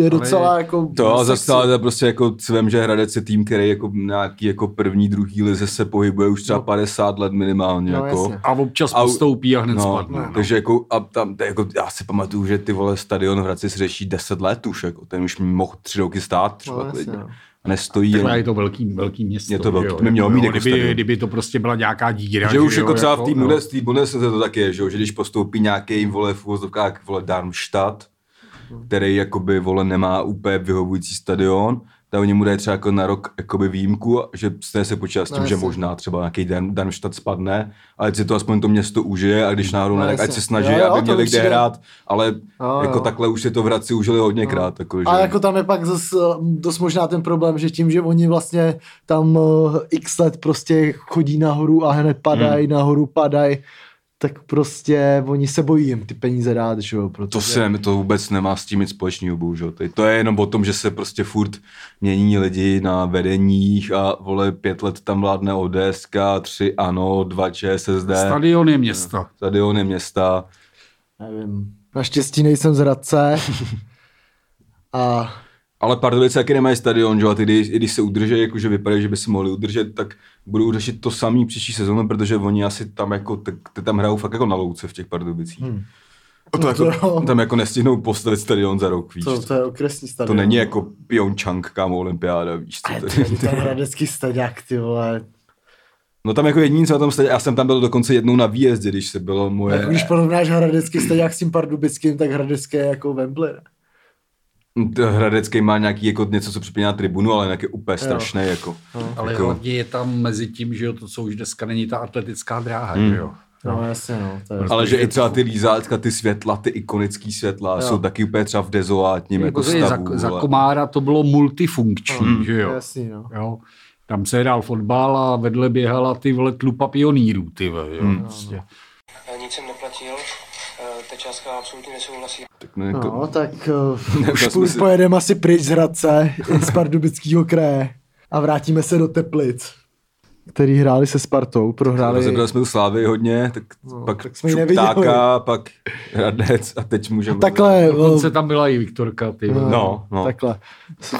Speaker 1: je docela jako...
Speaker 2: To a
Speaker 1: sexy.
Speaker 2: zase ale prostě jako si vem, že Hradec je tým, který jako nějaký jako první, druhý lize se pohybuje už třeba 50 let minimálně.
Speaker 1: No,
Speaker 2: jako.
Speaker 1: jasně.
Speaker 4: A občas
Speaker 2: Au.
Speaker 4: postoupí a hned
Speaker 2: No,
Speaker 4: spadne.
Speaker 2: no, takže jako, a tam, to je jako, já si pamatuju, že ty vole stadion v Hradci se řeší 10 let už, jako, ten už mohl tři roky stát třeba
Speaker 1: No,
Speaker 2: no,
Speaker 1: jasně, no.
Speaker 2: a nestojí.
Speaker 4: Takhle
Speaker 2: Jen,
Speaker 4: je to velký, velký město.
Speaker 2: Je to velký-
Speaker 4: že jo,
Speaker 2: by mělo
Speaker 4: jako
Speaker 2: mít
Speaker 4: jo,
Speaker 2: jako
Speaker 4: kdyby,
Speaker 2: stadion.
Speaker 4: kdyby, to prostě byla nějaká díra.
Speaker 2: že už
Speaker 4: jo,
Speaker 2: jako třeba v té
Speaker 4: no.
Speaker 2: no. Bundeslize to tak je, že, jo, že když postoupí nějaký vole v úvozovkách vole Darmstadt, který jakoby vole nemá úplně vyhovující stadion, tak oni mu dají třeba jako na rok jakoby výjimku, že se se počítá s tím,
Speaker 1: No,
Speaker 2: že
Speaker 1: jasně.
Speaker 2: možná třeba nějaký Dan- Darmstadt spadne, ale si to aspoň to město užije a když náhodou
Speaker 1: No,
Speaker 2: ne, tak ať
Speaker 1: jasně.
Speaker 2: se snaží,
Speaker 1: Jo, jo,
Speaker 2: aby
Speaker 1: to
Speaker 2: měli
Speaker 1: určitě.
Speaker 2: kde hrát, ale
Speaker 1: Jo,
Speaker 2: jako
Speaker 1: jo.
Speaker 2: takhle už je to v Hradci užili hodněkrát. Jako, že...
Speaker 1: A jako tam je pak zase dost možná ten problém, že tím, že oni vlastně tam eh, x let prostě chodí nahoru a hned padají, hmm. nahoru padají, tak prostě oni se bojí jim ty peníze dát, že jo, protože...
Speaker 2: To se to vůbec nemá s tím nic společného, bohužel. Teď To je jenom o tom, že se prostě furt mění lidi na vedeních a vole pět let tam vládne ODSK, tři ANO, dva ČSSD,
Speaker 4: Stadion je město.
Speaker 2: stadiony města.
Speaker 1: Nevím. Naštěstí nejsem z Hradce.
Speaker 2: (laughs)
Speaker 1: a
Speaker 2: Ale Pardubice taky nemají stadion, že? jo, a ty, když, i když se udrží, jakože vypadají, že by si mohli udržet, tak budou řešit to samý příští sezónu, protože oni asi tam jako, tak, ty tam hrajou fakt jako na louce v těch Pardubicích. Hmm. A to
Speaker 1: No to
Speaker 2: jako,
Speaker 1: jo.
Speaker 2: tam jako nestihnou postavit stadion za rok, víš.
Speaker 1: to, to je okresní
Speaker 2: To
Speaker 1: stadion.
Speaker 2: není jako Pyeongchang, kámo, olympiáda, víš. Co
Speaker 1: Ale
Speaker 2: to
Speaker 1: to
Speaker 2: je.
Speaker 1: není
Speaker 2: (laughs)
Speaker 1: ten hradecký staďák, ty vole.
Speaker 2: No tam jako jediný, co na tom stadě, já jsem tam byl dokonce jednou na výjezdě, když se bylo moje,
Speaker 1: Jako když porovnáš hradecký staďák s tím pardubickým, tak hradecké je jako Wembley. ne?
Speaker 2: T- Hradecký má nějaký jako něco, co připomíná tribunu, ale nějaký úplně strašné, jako.
Speaker 1: No.
Speaker 4: Ale
Speaker 2: jako,
Speaker 4: hlavně je tam mezi tím, že jo, to, co už dneska není ta atletická dráha,
Speaker 2: Hmm.
Speaker 4: že jo.
Speaker 1: No jasně, no. To je...
Speaker 2: ale že i třeba ty lízátka, ty světla, ty ikonické světla, jo. jsou taky úplně třeba v dezolátním jako,
Speaker 4: Jako
Speaker 2: jako
Speaker 4: že za,
Speaker 2: stavu.
Speaker 4: za
Speaker 2: vole.
Speaker 4: komára to bylo multifunkční,
Speaker 2: Hmm,
Speaker 4: že jo.
Speaker 1: Jasný, no.
Speaker 4: jo. Tam se hrál fotbal a vedle běhala ty vole tlupa pionýrů, ty vole, jo.
Speaker 2: Hmm.
Speaker 4: Prostě.
Speaker 6: Nic jsem neplatil, eh, ta částka absolutně nesouhlasí.
Speaker 2: tak, ne, jako,
Speaker 1: No, tak uh,
Speaker 2: (laughs) Neudělal
Speaker 1: už
Speaker 2: jsme
Speaker 1: půl
Speaker 2: si-
Speaker 1: pojedeme asi pryč z Hradce, (laughs) i z Pardubického kraje a vrátíme se do Teplic, který hráli se Spartou, prohráli.
Speaker 2: Rozebrali jako jsme tu Slávy hodně, tak no, pak
Speaker 1: tak
Speaker 2: tak
Speaker 1: jsme ji neviděli.
Speaker 2: Čuptáka, pak Hradec a teď můžeme...
Speaker 1: Takhle, eh,
Speaker 4: Dokonce tam byla i Viktorka, ty vole.
Speaker 2: No, no. Tak.
Speaker 1: takhle.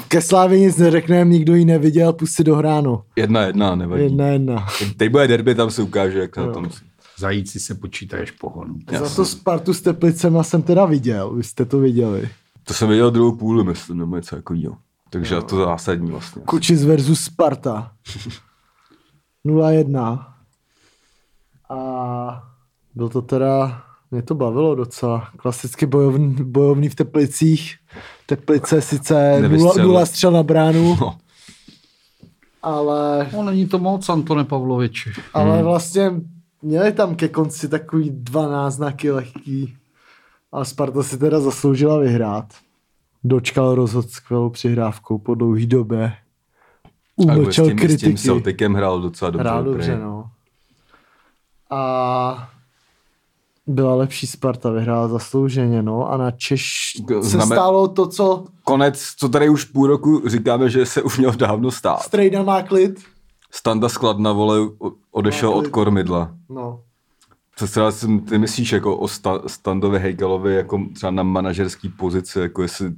Speaker 1: Ke Slávě nic neřekneme, nikdo ji neviděl, pusti do hráno.
Speaker 2: Jedna jedna, nevadí. Jedna.
Speaker 1: Jedna, jedna.
Speaker 2: Teď bude derby, tam se ukáže, jak to na tom.
Speaker 4: Zajíci se počítají pohonu.
Speaker 1: Za to Spartu s Teplicema jsem teda viděl, vy jste to viděli.
Speaker 2: To jsem viděl druhou půli, myslím, nebo něco takového. Takže to zásadní vlastně.
Speaker 1: Kučis versus Sparta. 0-1. A byl to teda, mě to bavilo docela. Klasicky bojovný, bojovný v Teplicích. Teplice sice nula,
Speaker 2: Nevystřelil.
Speaker 1: nula střel na bránu,
Speaker 2: No. (laughs)
Speaker 1: ale,
Speaker 4: No, není to moc, Antone Pavloviči.
Speaker 2: Hmm.
Speaker 1: ale vlastně měli tam ke konci takový dva náznaky lehký. A Sparta si teda zasloužila vyhrát. Dočkal rozhod skvělou přihrávkou po dlouhý době.
Speaker 2: Takhle,
Speaker 1: Umlčel
Speaker 2: s tím
Speaker 1: kritiky.
Speaker 2: Celticem hrál docela dobře.
Speaker 1: Hrál dobře,
Speaker 2: prej.
Speaker 1: no. A byla lepší Sparta, vyhrála zaslouženě, no. A na Češ
Speaker 2: K-
Speaker 1: se
Speaker 2: znamen-
Speaker 1: stalo to, co
Speaker 2: Konec, co tady už půl roku říkáme, že se už měl dávno stát.
Speaker 1: Strejda má klid.
Speaker 2: Standa Skladna, vole, o- odešel
Speaker 1: Máte-
Speaker 2: od kormidla.
Speaker 1: No.
Speaker 2: Co třeba si- ty myslíš jako o sta, Standovi Hejgalovi, jako třeba na manažerský pozici, jako jestli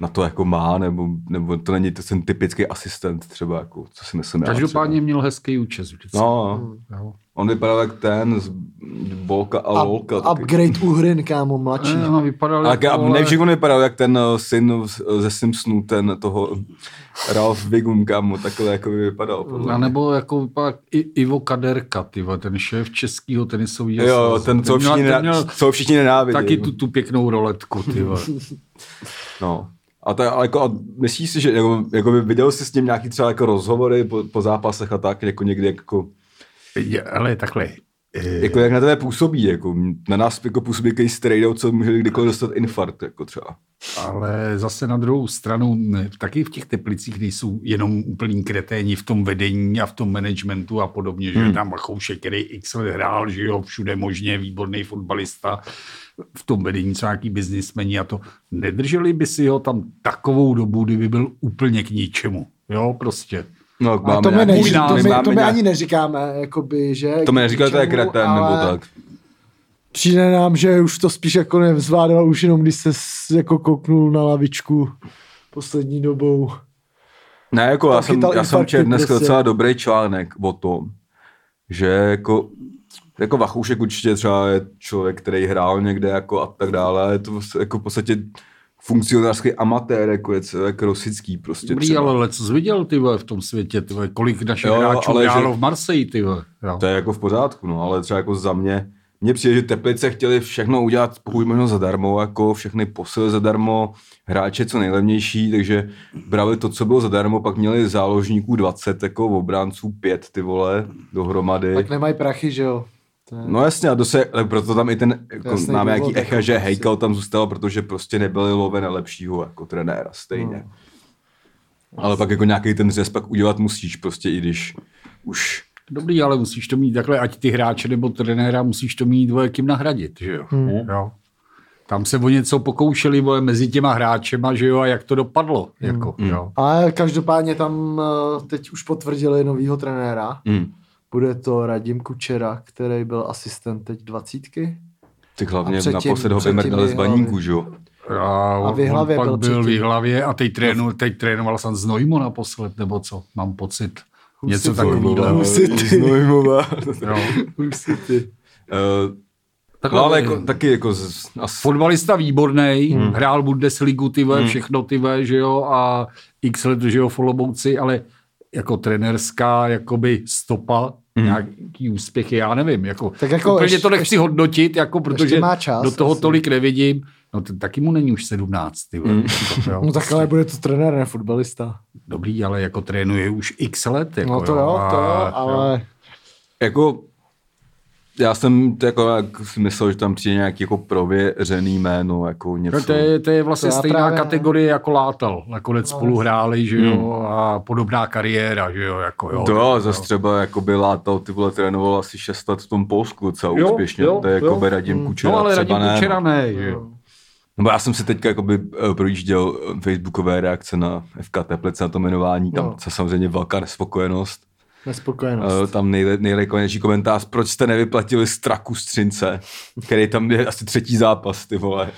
Speaker 2: na to jako má, nebo, nebo to není to ten typický asistent třeba, jako, co si myslím já
Speaker 4: Každopádně měl hezký účes
Speaker 2: třeba.
Speaker 4: vždycky.
Speaker 2: No, no.
Speaker 4: Jo.
Speaker 2: on vypadal jak ten z Bolka a
Speaker 1: Up,
Speaker 2: Lolka. taky.
Speaker 1: upgrade Uhrin, kámo, mladší.
Speaker 4: No, vypadal
Speaker 2: A já, ne, že on vypadal jak ten eh, syn z- ze Simpsonů, ten toho Ralph Wiggum, kámo, takhle jako by vypadal. Podle
Speaker 4: A
Speaker 2: mě.
Speaker 4: nebo jako pak I, Ivo Kaderka, ty vole, ten šéf českého tenisového
Speaker 2: Jo, ten, co všichni,
Speaker 4: měl, ten
Speaker 2: měl,
Speaker 4: měl
Speaker 2: co všichni nenávidí.
Speaker 4: taky tu, tu pěknou roletku,
Speaker 2: (laughs)
Speaker 4: ty vole.
Speaker 2: No. A, ta, ale jako, a myslíš si, že jako, jako by viděl jsi s ním nějaký třeba jako rozhovory po, po zápasech a tak, jako někdy jako,
Speaker 3: Je, ale takhle. eh,
Speaker 2: jako jak na tebe působí, jako na nás jako působí jaký strejdou, co může kdykoliv dostat infarkt, jako třeba.
Speaker 4: Ale zase na druhou stranu, ne, taky v těch teplicích nejsou jenom úplní kreténi v tom vedení a v tom managementu a podobně, že
Speaker 2: Hmm.
Speaker 4: tam Machoušek, který x let hrál, že jo, všude možně, výborný fotbalista, v tom vedení jsou nějaký biznismeni a to. Nedrželi by si ho tam takovou dobu, kdyby byl úplně k ničemu, jo, prostě.
Speaker 2: No, jak
Speaker 1: A
Speaker 2: máme
Speaker 1: to my,
Speaker 2: nějaký-
Speaker 1: neži,
Speaker 4: můj
Speaker 1: to my,
Speaker 2: máme
Speaker 1: to my
Speaker 2: nějak-
Speaker 1: ani neříkáme, jakoby, že...
Speaker 2: To mi neříkal, že to je
Speaker 1: k ničemu,
Speaker 2: kreten nebo
Speaker 1: ale
Speaker 2: tak.
Speaker 1: přijde nám, že už to spíš jako nezvládal, už jenom když se s- jako kouknul na lavičku poslední dobou.
Speaker 2: Ne, jako já
Speaker 1: Tam
Speaker 2: jsem,
Speaker 1: chytal
Speaker 2: já jsem
Speaker 1: infarkty,
Speaker 2: četl dneska
Speaker 1: prostě.
Speaker 2: docela dobrý článek o tom, že jako, jako Vachoušek určitě třeba je člověk, který hrál někde jako a tak dále, ale je to prostě jako v podstatě funkcionářský amatér, jako je celé jako rosický prostě.
Speaker 4: Dobrý,
Speaker 2: třeba.
Speaker 4: ale let jsi viděl, ty vole, v tom světě, ty vole, kolik našich
Speaker 2: Jo,
Speaker 4: jo, hráčů
Speaker 2: ale že-
Speaker 4: hrálo v Marseille, ty vole. Jo.
Speaker 2: To je jako v pořádku, no, ale třeba jako za mě, mně přijde, že Teplice chtěli všechno udělat pokud možno zadarmo, jako všechny posily zadarmo, hráče co nejlevnější, takže brali to, co bylo zadarmo, pak měli záložníků 20, jako obránců 5, ty vole, dohromady.
Speaker 1: Tak nemají prachy, že jo? To je...
Speaker 2: No jasně, a to se, ale proto tam i ten, jako,
Speaker 1: Jasný
Speaker 2: máme
Speaker 1: důvod,
Speaker 2: nějaký
Speaker 1: jako
Speaker 2: echa, že
Speaker 1: prostě.
Speaker 2: Hejkal tam zůstal, protože prostě nebyli loven lepšího jako trenéra stejně.
Speaker 1: No.
Speaker 2: Ale pak jako nějaký ten řez pak udělat musíš prostě, i když už
Speaker 4: Dobrý, ale musíš to mít takhle, ať ty hráče nebo trenéra, musíš to mít, vole, kým nahradit, že jo. Hmm. jo. Tam se o něco pokoušeli, vole, mezi těma hráčema, že jo, a jak to dopadlo, jako, jo.
Speaker 1: Ale každopádně tam eh, teď už potvrdili novýho trenéra.
Speaker 2: Mm.
Speaker 1: Bude to Radim Kučera, který byl asistent teď dvacítky.
Speaker 2: Ty hlavně
Speaker 1: A předtím-
Speaker 2: naposled ho
Speaker 1: předtím
Speaker 2: vymrdali z
Speaker 1: vyhrál.
Speaker 2: baníku, že jo?
Speaker 4: A,
Speaker 1: A v Jihlavě
Speaker 4: on
Speaker 1: byl
Speaker 4: pak byl v
Speaker 1: předtím.
Speaker 4: Jihlavě a teď, trénu, teď trénoval jsem z Nojmu naposled, nebo co, mám pocit. Něco
Speaker 1: Husitova.
Speaker 4: takového.
Speaker 1: Husity.
Speaker 2: Znojmová.
Speaker 1: Už si ty.
Speaker 4: Takhle
Speaker 2: ale
Speaker 4: byl.
Speaker 2: jako, taky jako z, asi,
Speaker 4: Fotbalista výborný, hmm. hrál Bundesligu, ty
Speaker 1: Hmm.
Speaker 4: ve, všechno ty ve, že jo, a x let, že jo, folobouci, ale jako trenerská, jakoby stopa, hmm. nějaký úspěchy, já nevím, jako,
Speaker 1: Tak jako
Speaker 4: úplně
Speaker 1: ještě-
Speaker 4: to nechci hodnotit, jako, protože
Speaker 1: má čas
Speaker 4: do toho
Speaker 1: asi.
Speaker 4: tolik nevidím, no t- taky mu není už 17, ty hmm.
Speaker 1: (laughs) No tak ale bude to trenér, ne fotbalista.
Speaker 4: Dobrý, ale jako trénuje už x let, jako,
Speaker 1: No to jo, to jo,
Speaker 2: Ah,
Speaker 4: a-
Speaker 1: ale...
Speaker 2: jako, já jsem to jako, jak si myslel, že tam přijde nějaký jako prověřený jméno, jako něco.
Speaker 4: No, to, je, to je vlastně
Speaker 1: To
Speaker 4: to
Speaker 1: já
Speaker 4: stejná
Speaker 1: právě No, ne.
Speaker 4: kategorie jako Látal. Nakonec spolu hráli, že jo,
Speaker 1: Hmm.
Speaker 4: a podobná kariéra, že jo, jako jo.
Speaker 2: To jo, zase třeba jako by Látal, ty vole, trénoval asi 6 let v tom Polsku docela
Speaker 4: Jo,
Speaker 2: úspěšně,
Speaker 4: jo,
Speaker 2: to je jako
Speaker 4: jo.
Speaker 2: by Radim Kučera
Speaker 4: no ale
Speaker 2: třeba
Speaker 4: Radim
Speaker 2: ne.
Speaker 4: Kučera
Speaker 2: no.
Speaker 4: ne, že jo.
Speaker 2: Nebo já jsem si teďka jakoby eh, projížděl eh, facebookové reakce na FK Teplice na to jmenování, tam
Speaker 1: No.
Speaker 2: no. samozřejmě velká nespokojenost.
Speaker 1: Nespokojenost.
Speaker 2: Eh, Tam nejle, nejlekonější komentář, proč jste nevyplatili straku z Třince, který tam je asi třetí zápas, ty vole.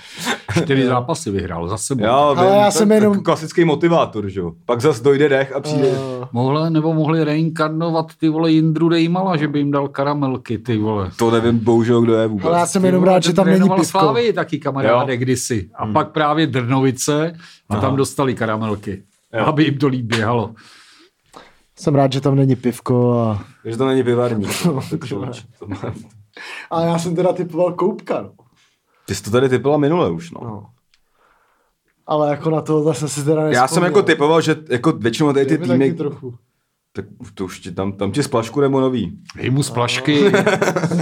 Speaker 4: Čtyři zápasy vyhrál za sebou.
Speaker 2: Já, vím,
Speaker 1: já
Speaker 2: to je
Speaker 1: jsem
Speaker 2: tak
Speaker 1: jenom-
Speaker 2: Klasický motivátor, že jo. Pak zas dojde dech a přijde. Uh,
Speaker 1: Eh,
Speaker 4: Mohle, nebo mohli reinkarnovat ty vole Jindru Dejmala, že by jim dal karamelky, ty vole.
Speaker 2: to nevím bohužel, kdo je vůbec.
Speaker 1: Ale já jsem
Speaker 4: Ty
Speaker 1: jenom
Speaker 4: vole,
Speaker 1: rád, že
Speaker 4: ten
Speaker 1: tam není
Speaker 4: trénoval
Speaker 1: pivko.
Speaker 4: Slávy taky kamaráde
Speaker 2: Jo. Hmm.
Speaker 4: kdysi. A pak právě Drnovice a tam dostali karamelky. Aby jim to líp běhalo.
Speaker 1: Jsem rád, že tam není pivko a...
Speaker 2: Takže to
Speaker 1: (laughs)
Speaker 2: není pivarník.
Speaker 1: No,
Speaker 2: Tak člověče, to má-
Speaker 1: A já jsem teda typoval Koupka, no.
Speaker 2: Ty jsi to tady typila minule už, no.
Speaker 1: no. Ale jako na to zase si teda
Speaker 2: Já jsem
Speaker 1: nespomněl.
Speaker 2: jako typoval, že jako většinou tady ty
Speaker 1: Dej mi taky
Speaker 2: týmy,
Speaker 1: trochu.
Speaker 2: tak to už ti tam, tam ti splašku nebo nový.
Speaker 4: Dej mu z plašky.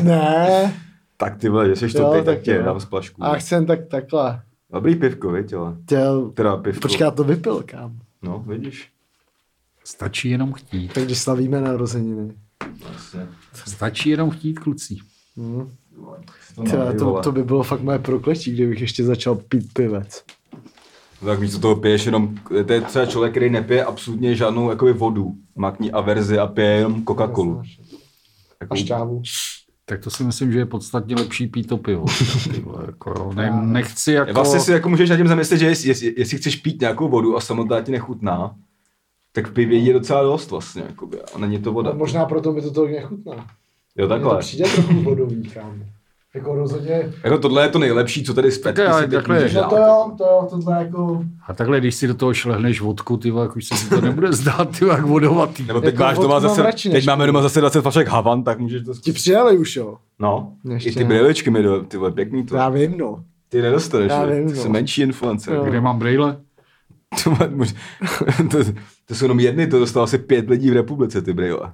Speaker 1: Ne,
Speaker 2: Tak ty vole, že jsi
Speaker 1: Jo,
Speaker 2: to ty, tak
Speaker 1: tak
Speaker 2: tě
Speaker 1: jo.
Speaker 2: dám splašku.
Speaker 1: a chci jen tak takhle.
Speaker 2: Dobrý pivko, viď, ale.
Speaker 1: Těl...
Speaker 2: Teda pivko.
Speaker 1: Počkej, já to vypil, kam.
Speaker 2: No, vidíš.
Speaker 4: Stačí jenom chtít.
Speaker 1: Tak když slavíme narozeniny.
Speaker 2: Vlastně.
Speaker 4: Stačí jenom chtít, kluci.
Speaker 1: Těl,
Speaker 2: nalej,
Speaker 1: to,
Speaker 2: No, vole.
Speaker 1: to, by bylo fakt moje prokletí, kdybych ještě začal pít pivec.
Speaker 2: No Tak místo toho piješ jenom, to je třeba člověk, který nepije absolutně žádnou jakoby vodu, má k ní averzi a pije jenom Coca-Colu. Jako
Speaker 1: A šťávu.
Speaker 4: Tak to si myslím, že je podstatně lepší pít to pivo. (laughs) Ty vole, jako, jo. ne, nechci jako...
Speaker 2: Vlastně si jako můžeš nad tím zamyslet, že jestli, jestli, jestli chceš pít nějakou vodu a samotná ti nechutná, tak v pivě je docela dost vlastně, jakoby, a není to voda.
Speaker 1: No, možná proto mi to tolik nechutná.
Speaker 2: Jo,
Speaker 1: Mně to
Speaker 2: takhle.
Speaker 1: přijde trochu vodový, kam. Jako rozhodně...
Speaker 2: Jako tohle je to nejlepší, co tady z petky
Speaker 4: já-
Speaker 2: si teď
Speaker 4: takhle.
Speaker 2: můžeš
Speaker 1: No
Speaker 2: dát.
Speaker 1: to jo, to jo, tohle jako...
Speaker 4: A takhle, když si do toho šlehneš vodku, ty vole, jak už se ti to nebude zdát, ty vole, jak vodovatý.
Speaker 2: Nebo teď
Speaker 1: Jako
Speaker 2: máš
Speaker 1: vodku
Speaker 2: doma
Speaker 1: mám
Speaker 2: zase,
Speaker 1: radši než
Speaker 2: teď máme doma zase 20 flašek Havan, tak můžeš to
Speaker 1: Ti
Speaker 2: zkusit.
Speaker 1: přijeli už, jo?
Speaker 2: No,
Speaker 1: Ještě
Speaker 2: i ty
Speaker 1: ne.
Speaker 2: brýličky mi do, ty vole, pěkný to.
Speaker 1: Já vím, no.
Speaker 2: Ty nedostaneš,
Speaker 1: Já
Speaker 2: ne?
Speaker 1: vím,
Speaker 2: ty jsi
Speaker 1: no.
Speaker 2: menší influencer.
Speaker 1: Jo.
Speaker 4: Kde mám brejle?
Speaker 2: To, má- mož- (laughs) to, to jsou jenom jedny, to dostalo asi pět lidí v republice, ty brýle.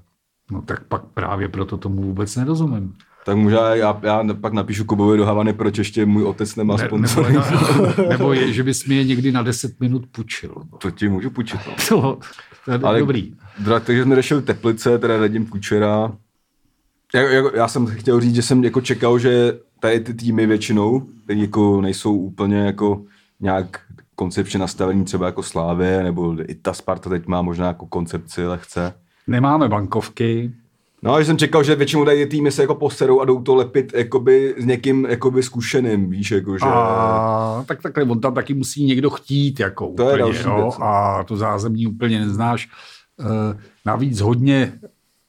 Speaker 4: No tak pak právě proto tomu vůbec nerozumím.
Speaker 2: Tak možná já, já pak napíšu Kubovi do Havany, proč ještě můj otec nemá
Speaker 4: Ne, nebo,
Speaker 2: sponzory.
Speaker 4: (laughs) nebo je, že bys mi je někdy na 10 minut pučil.
Speaker 2: To ti můžu půjčit. No.
Speaker 4: (laughs) To, to je Ale... dobrý.
Speaker 2: Dra, takže jsme řešili Teplice, teda Radim Kučera. Já, já, já, jsem chtěl říct, že jsem jako čekal, že tady ty týmy většinou který jako nejsou úplně jako nějak koncepčně nastavení třeba jako Slávě, nebo i ta Sparta teď má možná jako koncepci lehce.
Speaker 4: Nemáme bankovky,
Speaker 2: No, že jsem čekal, že většinou tady týmy se jako poserou a jdou to lepit jakoby, s někým jakoby zkušeným, víš, jako, že...
Speaker 4: A tak takhle, on tam taky musí někdo chtít, jako
Speaker 2: To je
Speaker 4: úplně,
Speaker 2: další
Speaker 4: jo,
Speaker 2: věc, no.
Speaker 4: a to zázemí úplně neznáš. Eh, Navíc hodně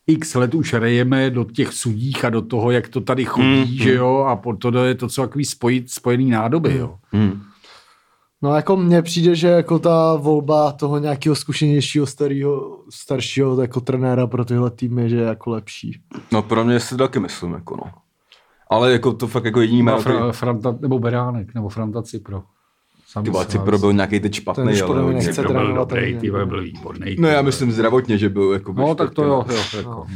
Speaker 4: x let už rejeme do těch sudích a do toho, jak to tady chodí, mm, že jo, a po- to je to, co takový spojit, spojený nádoby, jo.
Speaker 2: Hmm.
Speaker 1: No jako mně přijde, že jako ta volba toho nějakého zkušenějšího starého, staršího jako trenéra pro tyhle týmy, že je jako lepší.
Speaker 2: No, pro mě si to taky myslím, jako no. Ale jako to fakt jako jediný
Speaker 4: Má
Speaker 2: má...
Speaker 4: fra, Franta, nebo Beránek, nebo Franta Cipro. Sami
Speaker 2: Ty vole,
Speaker 4: si
Speaker 2: Cipro byl nějaký teď špatný,
Speaker 1: Ten už podle mě
Speaker 2: hodně-
Speaker 1: nechce
Speaker 3: Kdo byl
Speaker 1: trénovat.
Speaker 3: dobrý,
Speaker 1: ani-
Speaker 3: ty vole, byl výborný.
Speaker 2: No, já myslím zdravotně, že byl jako...
Speaker 4: No, tak to jo, jo jako. no.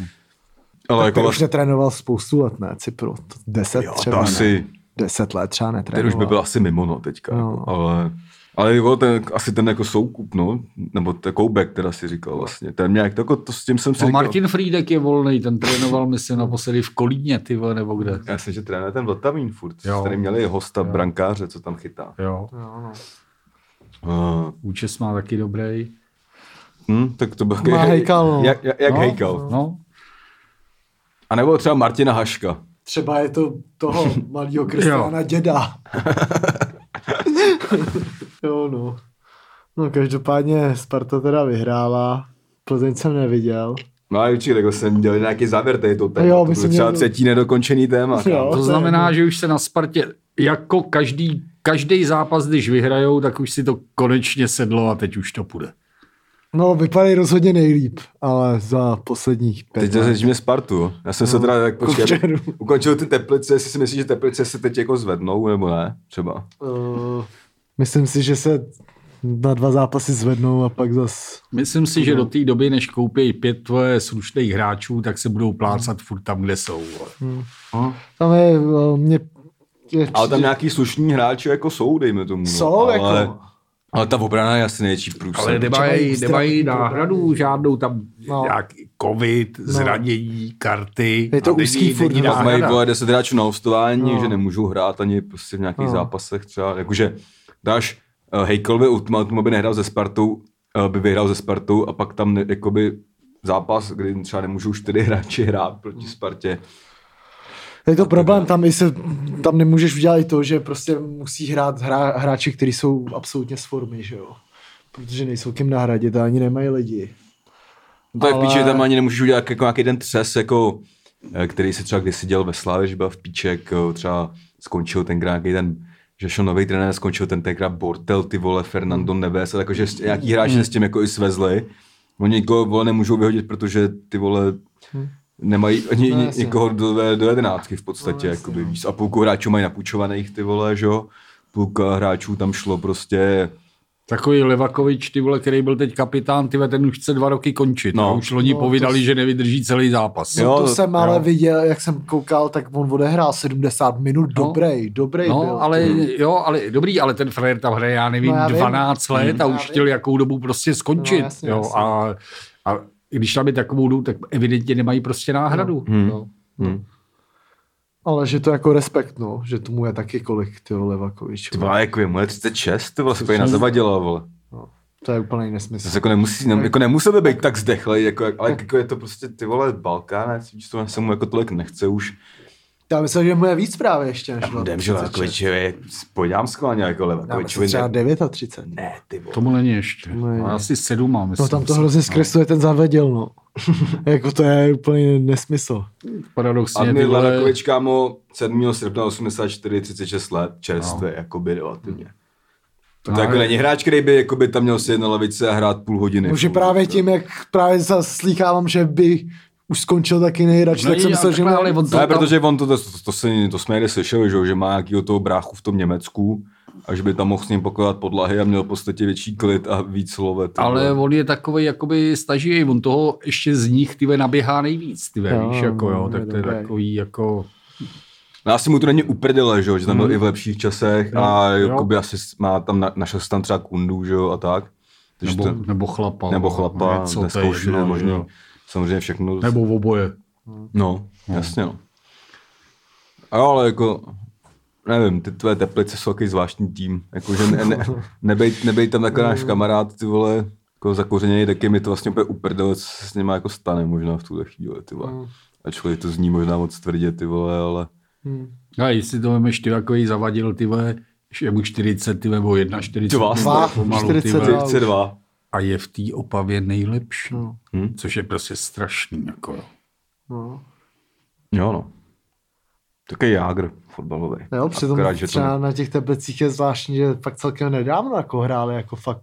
Speaker 2: Ale
Speaker 1: Tak
Speaker 2: jako
Speaker 1: ten už
Speaker 2: vlastně...
Speaker 1: netrénoval spoustu let, ne? Cipru. To Deset
Speaker 2: Jo, to
Speaker 1: třeba. ne?
Speaker 2: asi...
Speaker 1: Deset let třeba netrénoval.
Speaker 2: Ten už by byl asi mimo, no, teďka.
Speaker 1: No.
Speaker 2: Jako, ale, ale jo, ten, asi ten jako soukup, no, nebo ten koubek, teda si říkal vlastně. Ten mě jak to, jako, to s tím jsem si
Speaker 4: No,
Speaker 2: říkal.
Speaker 4: Martin Frídek je volný, ten trénoval, myslím, naposledy v Kolíně, ty vole, nebo kde.
Speaker 2: Já myslím, že trénuje ten Vltavín furt,
Speaker 4: Jo.
Speaker 2: jo. který měli hosta jo. brankáře, co tam chytá.
Speaker 4: Jo.
Speaker 1: Jo, no.
Speaker 2: Uh,
Speaker 4: Účes má taky dobrý.
Speaker 2: hm, tak to byl...
Speaker 1: Má hejkal, no.
Speaker 2: Jak, jak, jak
Speaker 4: no,
Speaker 2: no, hejkal.
Speaker 4: No,
Speaker 2: A nebo třeba Martina Haška.
Speaker 1: Třeba je to toho malého Kristiana děda. jo, no. No, každopádně Sparta teda vyhrála. Plzeň jsem neviděl.
Speaker 2: No a určitě, jako jsem dělal nějaký závěr tady to téma.
Speaker 1: Jo,
Speaker 2: Jo, to
Speaker 1: myslím,
Speaker 2: bylo třeba
Speaker 1: že-
Speaker 2: třetí nedokončený téma.
Speaker 1: Jo.
Speaker 4: to
Speaker 1: je
Speaker 4: znamená, že už se na Spartě, jako každý, každý zápas, když vyhrajou, tak už si to konečně sedlo a teď už to půjde.
Speaker 1: No, vypadají rozhodně nejlíp, ale za posledních pět
Speaker 2: Teď
Speaker 1: let.
Speaker 2: řešíme Spartu. Já jsem
Speaker 1: No.
Speaker 2: se teda tak počkej,
Speaker 1: Včera.
Speaker 2: abych ukončil ty teplice, jestli si myslíš, že teplice se teď jako zvednou, nebo ne, třeba.
Speaker 1: Eh, myslím si, že se na dva zápasy zvednou a pak zas...
Speaker 4: Myslím si, že do té doby, než koupí pět tvoje slušných hráčů, tak se budou plácat furt tam, kde jsou. vole.
Speaker 1: Tam je, eh, mě... je
Speaker 2: Ale tam nějaký slušní hráči jako jsou, dejme tomu. no.
Speaker 1: Jsou,
Speaker 2: ale,
Speaker 1: jako.
Speaker 2: ale ta obrana je asi největší průser.
Speaker 4: Ale
Speaker 1: nemají-
Speaker 4: nemají, nemají náhradu žádnou tam.
Speaker 1: No.
Speaker 3: Jak covid, zranění, karty.
Speaker 1: Je to
Speaker 3: a není-
Speaker 1: úzký furt,
Speaker 3: není
Speaker 1: no.
Speaker 2: Pak mají
Speaker 3: náhrada.
Speaker 2: vole 10 hráčů na hostování,
Speaker 1: No.
Speaker 2: no. že nemůžou hrát ani prostě v nějakých
Speaker 1: No.
Speaker 2: no. zápasech třeba. Jakože dáš eh, Hejkelovi ultimátum, aby nehrál ze Spartou, eh, by vyhrál ze Spartou a pak tam ne, jakoby zápas, kdy třeba nemůžou čtyři (laughs) hráči hrát proti Spartě.
Speaker 1: Je to problém, tam, i se, tam nemůžeš udělat i to, že prostě musí hrát hra, hráči, kteří jsou absolutně z formy, že jo. Protože nejsou kým nahradit a ani nemají lidi.
Speaker 2: No To je
Speaker 1: Ale-
Speaker 2: v píči, že tam ani nemůžeš udělat jako nějaký ten třes, jako, eh, který se třeba kdysi dělal ve Slávě, že byl v píček, eh, třeba skončil tenkrát nějaký ten že šel nový trenér, skončil ten tenkrát Bortel, ty vole, Fernando
Speaker 1: Hmm.
Speaker 2: Neves, a takže s- nějaký hráči se s tím jako i svezli. Oni někoho vole, nemůžou vyhodit, protože ty vole nemají ani
Speaker 1: Hmm. No,
Speaker 2: no,
Speaker 1: jasně.
Speaker 2: někoho do, ve- do jedenáctky v podstatě.
Speaker 1: No,
Speaker 2: No,
Speaker 1: jasně,
Speaker 2: jakoby, víš. a půlku hráčů mají napůjčovaných ty vole, že jo. Půlka hráčů tam šlo prostě
Speaker 4: Takový Levakovič, ty vole, který byl teď kapitán, ty vole, ten už chce dva roky končit.
Speaker 2: No.
Speaker 4: No. Už loni
Speaker 1: No,
Speaker 4: no,
Speaker 1: to
Speaker 4: povídali,
Speaker 1: s-
Speaker 4: že nevydrží celý zápas.
Speaker 1: Jo,
Speaker 2: Jo,
Speaker 1: to
Speaker 2: to-
Speaker 1: jsem ale viděl, jak jsem koukal, tak on odehrál 70 minut, no,
Speaker 4: No.
Speaker 1: dobrý, dobrý
Speaker 4: No,
Speaker 1: byl.
Speaker 4: ale jo, ale dobrý, ale ten frajer tam hraje, já nevím,
Speaker 1: No,
Speaker 4: no,
Speaker 1: já vím.
Speaker 4: 12 vím. let a
Speaker 1: Já
Speaker 4: už
Speaker 1: vím.
Speaker 4: chtěl jakou dobu prostě skončit.
Speaker 1: No,
Speaker 4: No,
Speaker 1: jasně,
Speaker 4: jasně, jo,
Speaker 1: jasně.
Speaker 4: A, a když tam je takovou dobu, tak evidentně nemají prostě náhradu. No.
Speaker 2: Hmm.
Speaker 4: No.
Speaker 1: ale že to jako respekt, no, že tomu je taky kolik, ty Levakovič.
Speaker 2: ty vole, jako je mu je 36, ty vole, se na zavadilo, vole.
Speaker 1: To je úplný nesmysl.
Speaker 2: Zase jako, nemusí, ne, jako nemusel by být tak zdechlej, jako,
Speaker 1: Hm.
Speaker 2: ale jako je to prostě ty vole Balkánec, víš, to se mu jako tolik nechce už.
Speaker 1: Já myslím, že mu je víc právě ještě než
Speaker 2: Jdem,
Speaker 1: 36.
Speaker 2: že Levakovič je, podívám skláně jako
Speaker 1: Já myslím
Speaker 2: Levakovičovi.
Speaker 1: třeba
Speaker 2: Ne,
Speaker 1: 39.
Speaker 2: ne, ty vole.
Speaker 4: Tomu není ještě.
Speaker 1: Tomu není.
Speaker 4: No, asi sedm mám.
Speaker 1: No
Speaker 4: myslím,
Speaker 1: tam to
Speaker 4: asi.
Speaker 1: hrozně zkresluje ten závěděl, no. (laughs) jako to je úplný nesmysl.
Speaker 4: Paradoxně, ty
Speaker 2: Admir
Speaker 4: vole,
Speaker 2: Levakovič, kámo, 7. srpna 84, 36 let, čerstvý, jakoby
Speaker 1: Hm.
Speaker 2: relativně. To
Speaker 4: No,
Speaker 2: jako
Speaker 4: ale-
Speaker 2: není hráč, který by jakoby, tam měl sedět na lavice a hrát půl hodiny.
Speaker 1: No, že
Speaker 2: Furt,
Speaker 1: právě
Speaker 2: to-
Speaker 1: tím, jak právě zase slýchávám, že by už skončil taky nejradši,
Speaker 4: No
Speaker 1: tak
Speaker 4: je,
Speaker 1: jsem
Speaker 4: ale
Speaker 1: myslel, že
Speaker 4: takhle,
Speaker 1: mu-
Speaker 4: ale on to-
Speaker 2: Ne,
Speaker 4: tam-
Speaker 2: No, protože on to, to, to, to, se, to jsme někde slyšeli, že, jo, že má nějakýho toho bráchu v tom Německu a že by tam mohl s ním pokládat podlahy a měl v podstatě větší klid a víc lovet.
Speaker 4: ale on je takový jakoby staživý, on toho ještě z nich ty vole, naběhá nejvíc, ty
Speaker 1: Jo,
Speaker 4: jo, víš, jako
Speaker 1: on
Speaker 4: jo,
Speaker 1: je
Speaker 4: tak to je
Speaker 1: dobrý.
Speaker 4: takový jako...
Speaker 2: No, asi mu to není uprdele, že, jo, že tam byl i v lepších časech a
Speaker 4: Hmm. Jo.
Speaker 2: jakoby asi s- má tam, na, našel si tam třeba kundu, že jo, a tak. Takže
Speaker 4: Nebo,
Speaker 2: to,
Speaker 4: nebo chlapa. no,
Speaker 2: nebo chlapa,
Speaker 4: něco, to je
Speaker 2: neskoušené,
Speaker 4: jedno,
Speaker 2: možný.
Speaker 4: jo.
Speaker 2: Samozřejmě všechno.
Speaker 4: Nebo oboje.
Speaker 2: No, jasně no. A jo, ale jako, nevím, ty tvé
Speaker 4: (laughs) No.
Speaker 2: teplice jsou takový zvláštní tým. Jako, že ne, ne, nebejt, nebejt tam takový náš kamarád, ty vole, jako jako zakořeněný, tak je mi to vlastně úplně uprdele, co se s nima jako stane možná v tuhle chvíli, ty vole.
Speaker 4: Hmm.
Speaker 2: Mm. Ačkoliv to zní možná moc tvrdě, ty vole, ale
Speaker 4: A jestli to vemeš ty, jako jí zavadil, ty vole, je mu 40, ty vole, nebo 41, 40,
Speaker 2: Dva,
Speaker 4: vole, pomalu, ty
Speaker 1: 42.
Speaker 4: vole.
Speaker 2: 42.
Speaker 4: A je v té opavě nejlepší, hmm. což je prostě strašný, jako jo.
Speaker 1: No.
Speaker 2: Jo, no. Takový jágr fotbalový.
Speaker 1: No, Jo, přitom
Speaker 2: Akorát, že to
Speaker 1: třeba
Speaker 2: ne-
Speaker 1: na těch teplicích je zvláštní, že fakt celkem nedávno jako hráli jako fakt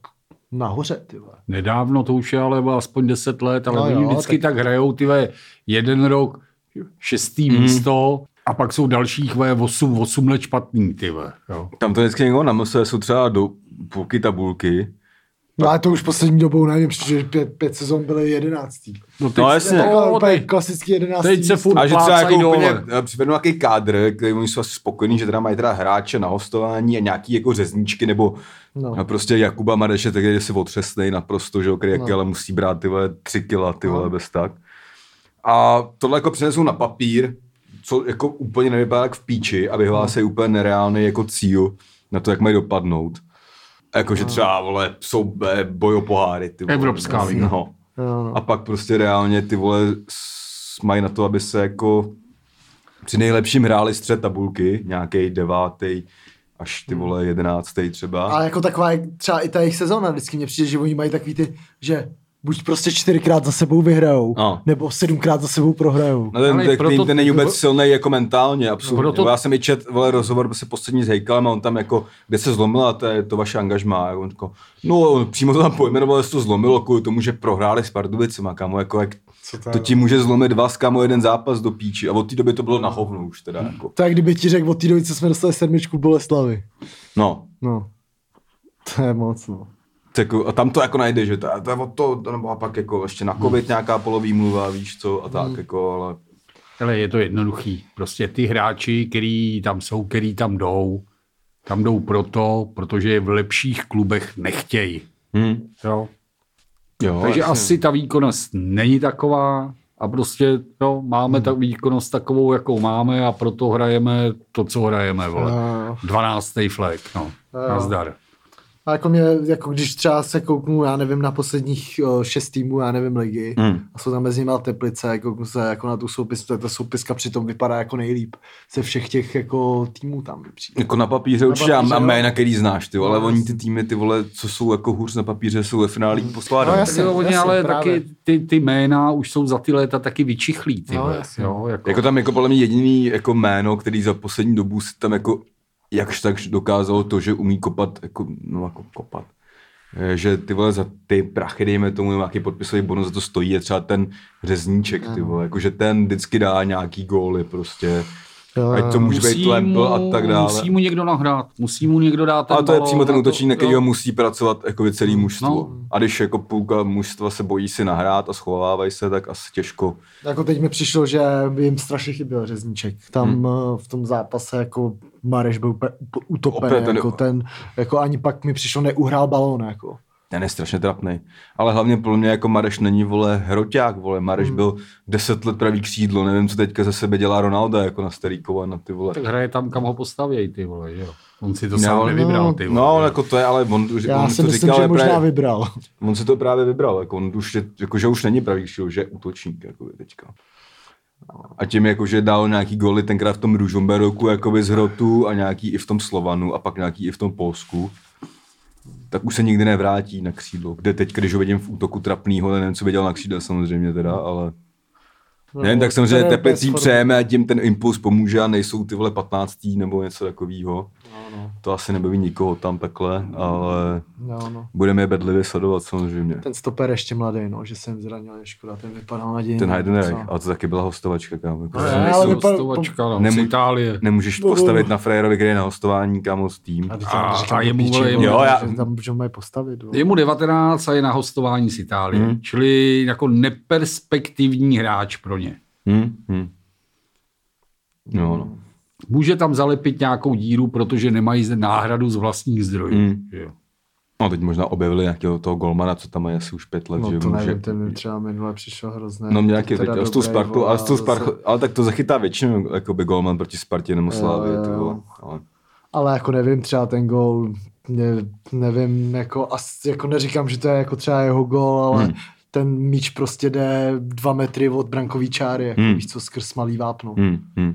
Speaker 1: nahoře, ty vole.
Speaker 4: Nedávno to už je, ale aspoň 10 let, ale
Speaker 1: No
Speaker 4: no oni
Speaker 1: jo,
Speaker 4: jo, vždycky tak... tak hrajou, ty vole, jeden rok, šestý hmm. místo, a pak jsou dalších, ve 8, 8 let špatný, ty vole, jo.
Speaker 2: Tam to vždycky někdo namyslel, jsou třeba do půlky tabulky.
Speaker 1: No ale to už poslední dobou nevím, protože pět, pět sezon byly jedenáctý.
Speaker 4: No, teď,
Speaker 2: No, jasně.
Speaker 1: Tak
Speaker 4: No,
Speaker 1: úplně
Speaker 4: teď,
Speaker 1: klasický jedenáctý.
Speaker 4: teď se
Speaker 1: místo.
Speaker 4: furt
Speaker 2: A že třeba jako
Speaker 4: plácají
Speaker 2: úplně
Speaker 4: dole.
Speaker 2: eh, přivednou nějaký kádr, který oni jsou asi spokojení, že teda mají teda hráče na hostování a nějaký jako řezničky nebo
Speaker 1: No.
Speaker 2: no. a prostě Jakuba Madeše, tak je si otřesnej naprosto, že jo, který no. ale musí brát ty vole tři kila, ty vole, bez tak. A tohle jako přinesou na papír, co jako úplně nevypadá jak v píči a vyhlásí úplně nereálný jako cíl na to, jak mají dopadnout. A Jakože třeba, vole, jsou eh, boj o poháry, ty vole.
Speaker 4: Evropská liga.
Speaker 2: No.
Speaker 1: Jo, no.
Speaker 2: A pak prostě reálně ty vole s- mají na to, aby se jako při nejlepším hráli střed tabulky, nějaký devátý až
Speaker 1: Hmm.
Speaker 2: ty vole jedenáctý třeba.
Speaker 1: Ale jako taková je třeba i ta jejich sezóna, vždycky mě přijde, že oni mají takový ty, že buď prostě čtyřikrát za sebou vyhrajou,
Speaker 2: No.
Speaker 1: nebo sedmkrát za sebou prohrajou.
Speaker 2: No ten,
Speaker 4: Ale
Speaker 2: ten,
Speaker 4: proto-
Speaker 2: ten, ten není vůbec silný jako mentálně, absolutně.
Speaker 4: proto-
Speaker 2: Proto... Já jsem i čet vole, rozhovor se poslední s Hejkalem a on tam jako, kde se zlomila to, je to vaše angažmá. A on jako, no přímo to tam pojmenoval, že se to zlomilo kvůli tomu, že prohráli s Pardubicema, kámo, jako jak
Speaker 1: Co to
Speaker 2: to,
Speaker 1: je?
Speaker 2: to ti může zlomit vás, kámo, jeden zápas do píči. A od té doby to bylo na hovnu už teda. Jako.
Speaker 1: To je, kdyby ti řekl, od té doby, co jsme dostali sedmičku v Boleslavy.
Speaker 2: No,
Speaker 1: No. To je moc, no.
Speaker 2: Jako, a tam to jako najde, že to, to je od toho, nebo a pak jako ještě na covid nějaká polovýmluva, víš co, a tak jako, ale
Speaker 4: Ale je to jednoduchý. Prostě ty hráči, který tam jsou, který tam jdou, tam jdou proto, protože je v lepších klubech nechtějí.
Speaker 2: hmm.
Speaker 4: Jo?
Speaker 1: No,
Speaker 2: jo,
Speaker 4: Takže asi ta výkonnost není taková a prostě jo,
Speaker 1: Hmm.
Speaker 4: máme ta výkonnost takovou, jakou máme a proto hrajeme to, co hrajeme. Vole.
Speaker 1: Jo.
Speaker 4: 12. flek, no.
Speaker 1: Jo.
Speaker 4: Nazdar.
Speaker 1: A jako mě, jako když třeba se kouknu, já nevím, na posledních o, šest týmů, já nevím, ligy,
Speaker 2: Hmm.
Speaker 1: a jsou tam mezi nimi teplice, kouknu se jako na tu soupisku, tak ta soupiska přitom vypadá jako nejlíp ze všech těch jako týmů tam mi přijde.
Speaker 2: Jako na papíře určitě
Speaker 1: papíře,
Speaker 2: a
Speaker 1: jo.
Speaker 2: jména, který znáš, ty, vole, ale
Speaker 1: No,
Speaker 2: oni ty týmy, ty vole, co jsou jako hůř na papíře, jsou ve finále líp
Speaker 1: No,
Speaker 2: poskládané.
Speaker 1: jasně.
Speaker 4: Jo, oni ale
Speaker 1: právě.
Speaker 4: taky ty, ty jména už jsou za ty léta taky vyčichlí. Ty,
Speaker 1: No,
Speaker 4: vole.
Speaker 1: jasně.
Speaker 4: jo, jako,
Speaker 2: jako tam jako podle mě jediný jako jméno, který za poslední dobu si tam jako jakž tak dokázalo to, že umí kopat, jako, no jako kopat, Eh, že ty vole za ty prachy, dejme tomu, nebo nějaký podpisový bonus za to stojí, je třeba ten řezníček,
Speaker 1: Mm.
Speaker 2: ty vole, jakože ten vždycky dá nějaký góly prostě,
Speaker 1: Jo,
Speaker 2: ať to může být lempl a tak dále.
Speaker 4: Musí mu někdo nahrát, musí mu někdo dát ten
Speaker 2: Ale to je
Speaker 4: balón
Speaker 2: přímo ten
Speaker 4: a to-
Speaker 2: útočník, na
Speaker 4: jo.
Speaker 2: kterýho musí pracovat jako by celý mužstvo.
Speaker 4: No.
Speaker 2: No. A když jako půlka mužstva se bojí si nahrát a schovávají se, tak asi těžko.
Speaker 1: Jako teď mi přišlo, že by jim strašně chyběl řezníček. Tam hmm. v tom zápase jako Mareš byl úplně up- utopen,
Speaker 2: Opět ten-
Speaker 1: jako ten, jako ani pak mi přišlo, neuhrál balón, jako.
Speaker 2: Ten je strašně trapný. Ale hlavně pro mě jako Mareš není vole hroťák, vole. Mareš
Speaker 4: Mm.
Speaker 2: hmm. byl 10 let pravý křídlo, nevím, co teďka ze sebe dělá Ronalda jako na starý kovan na ty vole.
Speaker 4: Tak hraje tam, kam ho postavějí, ty vole, že jo. On si to
Speaker 2: Já-
Speaker 4: sám nevybral, ty vole.
Speaker 2: No, ale jako to je, ale on, už-
Speaker 1: Já
Speaker 2: on
Speaker 1: si
Speaker 2: to
Speaker 1: myslím,
Speaker 2: říkal,
Speaker 1: že
Speaker 2: ale
Speaker 1: možná
Speaker 2: právě,
Speaker 1: vybral.
Speaker 2: on si to právě vybral, jako on už je, jako, že už není pravý křídlo, že je útočník, jako by teďka. A tím, jako, že dal nějaký goly tenkrát v tom Ružomberoku, jakoby z hrotu a nějaký i v tom Slovanu a pak nějaký i v tom Polsku, tak už se nikdy nevrátí na křídlo. Kde teď, když ho vidím v útoku trapnýho, ale nevím, co viděl na křídle samozřejmě teda, ale... Nevím, tak samozřejmě
Speaker 1: ten No, je bez
Speaker 2: teplecím
Speaker 1: formy.
Speaker 2: přejeme, ať jim ten impuls pomůže a nejsou ty vole 15. nebo něco takového. To asi nebaví nikoho tam takhle, ale
Speaker 1: No, no.
Speaker 2: budeme je bedlivě sledovat samozřejmě.
Speaker 1: Ten stoper ještě mladý, no, že jsem zranil, je škoda, ten vypadal nadějně. no,
Speaker 2: Ten Heidenreich,
Speaker 1: Co? No,
Speaker 2: ale to taky byla hostovačka, kámo. Jako,
Speaker 1: Ne,
Speaker 4: ale
Speaker 1: ale
Speaker 4: jsou
Speaker 1: vypadá-
Speaker 4: No, hostovačka, no,
Speaker 2: Nemů-
Speaker 4: z Itálie.
Speaker 2: Nemůžeš postavit na frajerovi, který je na hostování, kámo, s tým.
Speaker 1: teď
Speaker 4: A-
Speaker 1: tam říkám,
Speaker 4: a jemu,
Speaker 1: píči,
Speaker 4: vole, jemu-
Speaker 1: vole,
Speaker 2: Jo, já-
Speaker 1: že Tam můžeme mají postavit. no. vole.
Speaker 4: Je mu 19 a je na hostování z Itálie. Hmm. Čili jako neperspektivní hráč pro ně.
Speaker 2: Hm? Hm. No, no.
Speaker 4: Může tam zalepit nějakou díru, protože nemají ze- náhradu z vlastních zdrojů.
Speaker 2: Hmm.
Speaker 4: že jo.
Speaker 2: No, teď možná objevili nějakého toho golmana, co tam mají asi už pět let,
Speaker 1: No
Speaker 2: že
Speaker 1: to
Speaker 2: může-
Speaker 1: nevím, ten mi třeba minule přišel hrozné.
Speaker 2: No nějaký teď, a s tou
Speaker 1: dobrý,
Speaker 2: Spartou,
Speaker 1: vole,
Speaker 2: ale s tou
Speaker 1: zase-
Speaker 2: Spartou, ale tak to zachytá většinou, jako by golman proti Spartě nebo Slávě,
Speaker 1: jo,
Speaker 2: to
Speaker 1: jo.
Speaker 2: bylo, ale...
Speaker 1: Ale jako nevím, třeba ten gol, ne, nevím, jako, as, jako neříkám, že to je jako třeba jeho gol, ale hmm. ten míč prostě jde dva metry od brankový čáry, jako
Speaker 2: Hmm.
Speaker 1: víš co, skrz malý vápno.
Speaker 2: Hmm, hmm.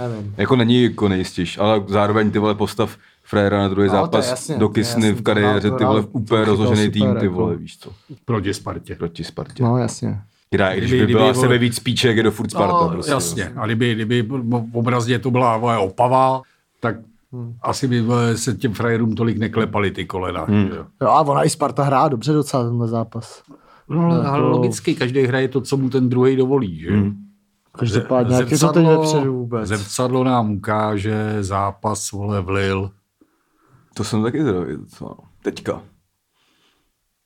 Speaker 1: Nevím.
Speaker 2: Jako není jako nejistější, ale zároveň ty vole postav Frejera na druhý
Speaker 1: No, to je
Speaker 2: zápas
Speaker 1: jasně,
Speaker 2: do
Speaker 1: to je
Speaker 2: Kisny
Speaker 1: jasný,
Speaker 2: v kariéře,
Speaker 1: to
Speaker 2: ty
Speaker 1: dal-
Speaker 2: vole
Speaker 1: to
Speaker 2: úplně
Speaker 1: chytal
Speaker 2: rozložený
Speaker 1: super,
Speaker 2: tým, ty
Speaker 1: jako.
Speaker 2: vole, víš co,
Speaker 4: proti Spartě.
Speaker 2: proti Spartě.
Speaker 1: No jasně.
Speaker 2: Která, i když
Speaker 4: Kdyby-
Speaker 2: by byla
Speaker 4: kdyby, vole-
Speaker 2: sebe víc spíček, je do furt Sparta.
Speaker 4: No,
Speaker 2: prostě,
Speaker 4: jasně.
Speaker 2: jo.
Speaker 4: A kdyby, kdyby v- obrazně to byla vole, opava, tak hmm. asi by vole, se těm frajerům tolik neklepaly ty kolena. Hmm.
Speaker 1: Jo, a ona i Sparta hrá dobře docela tenhle zápas.
Speaker 4: No, ale
Speaker 1: Jako-
Speaker 4: ale logicky, každý hraje to, co mu ten druhý dovolí. Že? Hmm.
Speaker 1: Každopádně, jak je to teď vepředu vůbec?
Speaker 4: Zrcadlo nám ukáže zápas vole vlil.
Speaker 2: To jsem taky zrovna, co, teďka.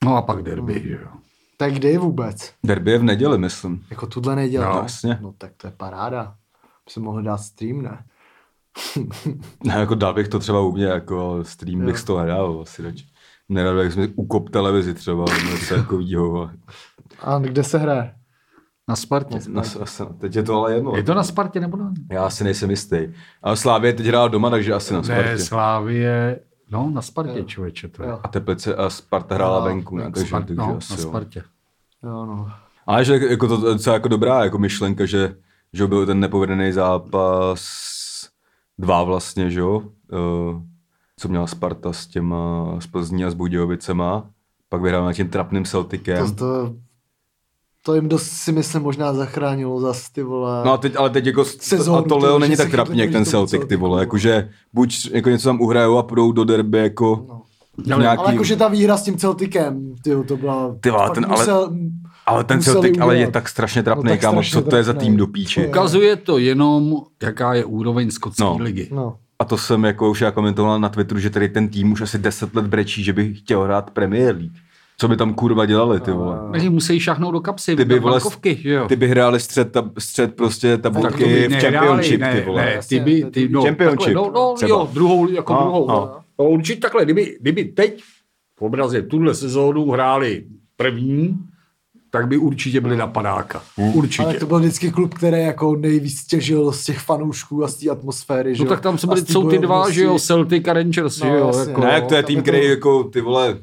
Speaker 4: No a pak derby. Že? jo.
Speaker 1: Tak kdy vůbec?
Speaker 2: Derby je v neděli, myslím.
Speaker 1: Jako tuhle neděle.
Speaker 2: No,
Speaker 1: No,
Speaker 2: jasně.
Speaker 1: no tak to je paráda. By se mohl dát stream, ne?
Speaker 2: Ne, jako dal bych to třeba u mě, jako stream
Speaker 1: Jo.
Speaker 2: bych z toho nedal, asi radši. Nerad, jak jsme ukop televizi třeba, nebo něco takovýho.
Speaker 1: A kde se hraje?
Speaker 4: Na Spartě.
Speaker 2: Na, asi, teď je No, to ale jedno.
Speaker 4: Je to na Spartě nebo na?
Speaker 2: Já asi nejsem jistý. Ale Slávě teď hrál doma, takže asi na Spartě.
Speaker 4: Ne, Slávie. No, na Spartě,
Speaker 1: Jo.
Speaker 4: člověče, to je.
Speaker 1: Jo.
Speaker 2: A Teplice a Sparta hrála
Speaker 1: No,
Speaker 2: venku, ne? Takže,
Speaker 4: Spart,
Speaker 2: takže
Speaker 4: no, na
Speaker 2: asi jo.
Speaker 4: Spartě.
Speaker 1: Jo, no.
Speaker 2: Ale že jako to, to je docela jako dobrá jako myšlenka, že, že byl ten nepovedený zápas dva vlastně, že jo? Eh, co měla Sparta s těma, s Plzní a s Budějovicema. Pak vyhrál nad tím trapným
Speaker 1: To,
Speaker 2: Celticem.
Speaker 1: to, to jim dost si myslím možná zachránilo zas ty vole.
Speaker 2: No a teď, ale teď jako sezónu,
Speaker 1: Sezónu,
Speaker 2: a to
Speaker 1: ty no.
Speaker 2: Leo
Speaker 1: vole,
Speaker 2: není
Speaker 1: že
Speaker 2: tak
Speaker 1: se
Speaker 2: trapný, jak
Speaker 1: chytli
Speaker 2: ten
Speaker 1: proti tomu
Speaker 2: Celtic, ty vole,
Speaker 1: Celticu.
Speaker 2: jakože buď jako něco tam uhrajou a půjdou do derby jako
Speaker 1: No.
Speaker 2: no. nějaký...
Speaker 1: Ale jakože ta výhra s tím Celticem, tyjo, to byla...
Speaker 2: Ty vole,
Speaker 1: fakt
Speaker 2: ten ale- ale ten
Speaker 1: museli
Speaker 2: Celtic ale je
Speaker 1: udělat.
Speaker 2: tak strašně trapný, no,
Speaker 1: tak
Speaker 2: kámo,
Speaker 1: strašně
Speaker 2: co to je za
Speaker 1: trapnej. Jako-
Speaker 2: tým do píči.
Speaker 1: To
Speaker 4: Ukazuje to jenom, jaká je úroveň skotské
Speaker 2: No.
Speaker 4: no. ligy.
Speaker 1: No.
Speaker 2: A to jsem jako už já komentoval na Twitteru, že tady ten tým už asi 10 let brečí, že by chtěl hrát Premier League. Co by tam kurva dělali, ty vole.
Speaker 4: Oni No. musí šahnout do kapsy,
Speaker 2: Ty by,
Speaker 4: do
Speaker 2: vole,
Speaker 4: bankovky, že jo?
Speaker 2: ty by hráli střed, ta, střed prostě
Speaker 4: Tak to by
Speaker 2: tabulky v
Speaker 4: nehráli,
Speaker 2: Championship,
Speaker 4: ne,
Speaker 2: ty vole.
Speaker 4: Ne, ty
Speaker 1: Jasně,
Speaker 4: by,
Speaker 1: to
Speaker 4: ty,
Speaker 1: by-
Speaker 4: no,
Speaker 2: Championship,
Speaker 4: Takhle, no, no
Speaker 2: třeba.
Speaker 4: jo, druhou, jako
Speaker 2: No,
Speaker 4: druhou.
Speaker 2: no.
Speaker 4: No. no. určitě takhle, kdyby, kdyby teď v obraze tuhle sezónu hráli první, tak by určitě byli na padáka.
Speaker 2: Hmm.
Speaker 4: Určitě.
Speaker 1: Ale to byl vždycky klub, který jako nejvíc těžil z těch fanoušků a z té atmosféry, že
Speaker 4: no
Speaker 1: jo?
Speaker 4: tak tam
Speaker 1: A
Speaker 4: jsou, byli,
Speaker 1: z té
Speaker 4: jsou ty dva,
Speaker 1: bojovnosti.
Speaker 4: že jo, Celtic a Rangers,
Speaker 1: No,
Speaker 4: že jo,
Speaker 1: jasně.
Speaker 4: jako,
Speaker 2: Ne, jak to je
Speaker 1: tam
Speaker 2: tým,
Speaker 1: je to-
Speaker 2: který jako ty vole,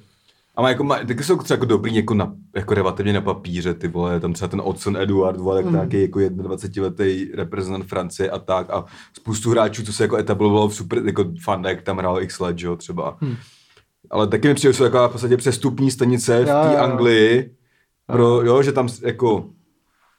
Speaker 2: a má jako, má, taky jsou třeba jako dobrý jako, na, jako relativně na papíře, ty vole, tam třeba ten Odson Eduard, vole,
Speaker 4: Hmm.
Speaker 2: tak mm. nějaký jako 21-letý reprezentant Francie a tak a spoustu hráčů, co se jako etablovalo v super, jako Fandek tam hrál x let, že jo, třeba.
Speaker 4: Hmm.
Speaker 2: Mm. Ale taky mi přijde, že jsou taková v podstatě přestupní stanice v
Speaker 1: Jo,
Speaker 2: té
Speaker 1: jo, jo.
Speaker 2: Anglii, pro, jo, že tam s- jako,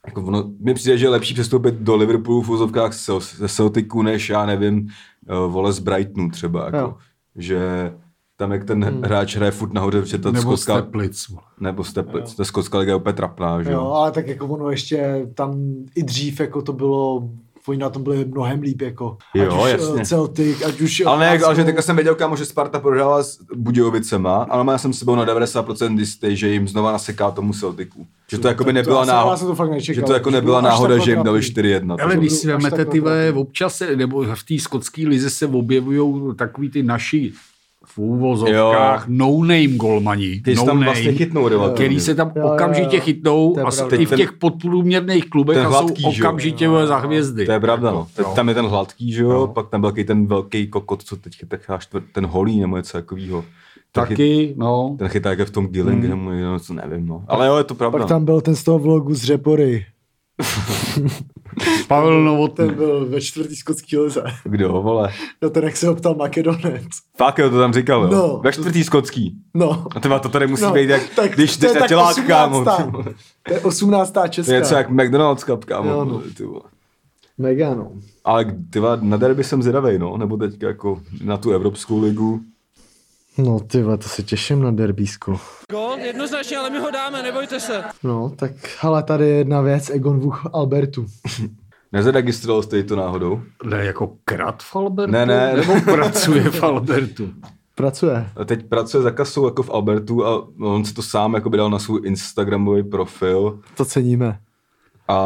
Speaker 2: jako ono, mi přijde, že je lepší přestoupit do Liverpoolu v úzovkách ze ze Celticu, než já nevím, eh, vole z Brightonu třeba, jako,
Speaker 1: Jo.
Speaker 2: že tam, jak ten hmm. hráč hraje furt nahoře, že ta
Speaker 4: nebo
Speaker 2: skotská,
Speaker 4: Steplic. vole.
Speaker 2: nebo Steplic, ta skotská liga je úplně trapná, že
Speaker 1: Jo,
Speaker 2: jo?
Speaker 1: ale tak jako ono ještě tam i dřív jako to bylo, oni na tom byli mnohem líp jako. Ať
Speaker 2: Jo,
Speaker 1: už,
Speaker 2: jasně.
Speaker 1: eh, Celtic, ať už...
Speaker 2: Ale, ne, ale že
Speaker 1: Arsenal.
Speaker 2: teďka jsem věděl, kámo, že Sparta prohrála s Budějovicema, ale já jsem si byl na 90% jistý, že jim znova naseká tomu Celticu. Že to jako by nebyla
Speaker 1: asi- já jsem to fakt
Speaker 2: náhoda,
Speaker 1: nečekal.
Speaker 2: že to jako
Speaker 1: Že
Speaker 2: nebyla
Speaker 1: bylo až
Speaker 2: náhoda,
Speaker 1: tak
Speaker 2: že jim dali
Speaker 1: překvapivý.
Speaker 2: 4-1. to
Speaker 4: Ale
Speaker 2: bylo-
Speaker 4: když si
Speaker 1: Až
Speaker 4: vemete
Speaker 1: tak
Speaker 4: ty vole,
Speaker 1: opravdu.
Speaker 4: občas, se- nebo v té skotské lize se objevují takový ty naši v úvozovkách no-name golmani.
Speaker 2: Ty se
Speaker 4: no
Speaker 2: tam vlastně chytnou relativně.
Speaker 4: Který se tam
Speaker 1: Jo, jo,
Speaker 4: okamžitě
Speaker 1: jo.
Speaker 4: chytnou
Speaker 1: To je
Speaker 4: a s-
Speaker 1: pravda.
Speaker 4: i v
Speaker 2: Ten-
Speaker 4: těch podprůměrných klubech
Speaker 2: ten
Speaker 4: a
Speaker 2: hladký,
Speaker 4: jsou
Speaker 2: že jo? No,
Speaker 4: okamžitě vole, za hvězdy.
Speaker 2: To je pravda, no.
Speaker 4: Jako,
Speaker 2: Teď Tam je ten hladký, že jo,
Speaker 1: No.
Speaker 2: pak tam byl takový ten velký kokot, co teď chytá čtvrt, ten holý nebo něco takového. Ten chyt-
Speaker 4: Taky, no.
Speaker 2: Ten chytá jak je v tom Gillingham, nebo něco, nevím, no. Ale jo, je to pravda.
Speaker 1: Mm. Pak tam byl ten z toho vlogu z Řepory.
Speaker 4: Pavel Novotný.
Speaker 1: Ten byl ve čtvrtý skotský lize.
Speaker 2: Kdo, vole?
Speaker 1: No ten, jak se ho ptal Makedonec.
Speaker 2: Fakt jo, to tam říkal, jo.
Speaker 1: No.
Speaker 2: Ve čtvrtý skotský.
Speaker 1: No.
Speaker 2: A tyba, to tady musí
Speaker 1: No,
Speaker 2: být jak,
Speaker 1: tak
Speaker 2: když
Speaker 1: to je
Speaker 2: jdeš na
Speaker 1: tak
Speaker 2: tělák, kámo.
Speaker 1: 18.
Speaker 2: ty vole.
Speaker 1: To je 18.
Speaker 2: To
Speaker 1: česká.
Speaker 2: je něco jak McDonald's cup, kámo.
Speaker 1: Jo, no.
Speaker 2: vole, ty vole.
Speaker 1: Mega, no.
Speaker 2: Ale ty vole, na derby jsem zvědavej, no. Nebo teď jako na tu Evropskou ligu.
Speaker 1: No ty vole, to se těším na derbísku.
Speaker 7: Gol, jednoznačně, ale my ho dáme, nebojte se.
Speaker 1: No, tak ale tady je jedna věc, Egon Vuch Albertu.
Speaker 2: Nezaregistroval jste ji to náhodou?
Speaker 4: Ne, jako krat v Albertu?
Speaker 2: Ne, ne.
Speaker 4: Nebo pracuje v (laughs) Albertu?
Speaker 1: Pracuje.
Speaker 2: A (laughs) teď pracuje za kasou jako v Albertu a on si to sám jako by dal na svůj Instagramový profil
Speaker 1: To ceníme.
Speaker 2: a,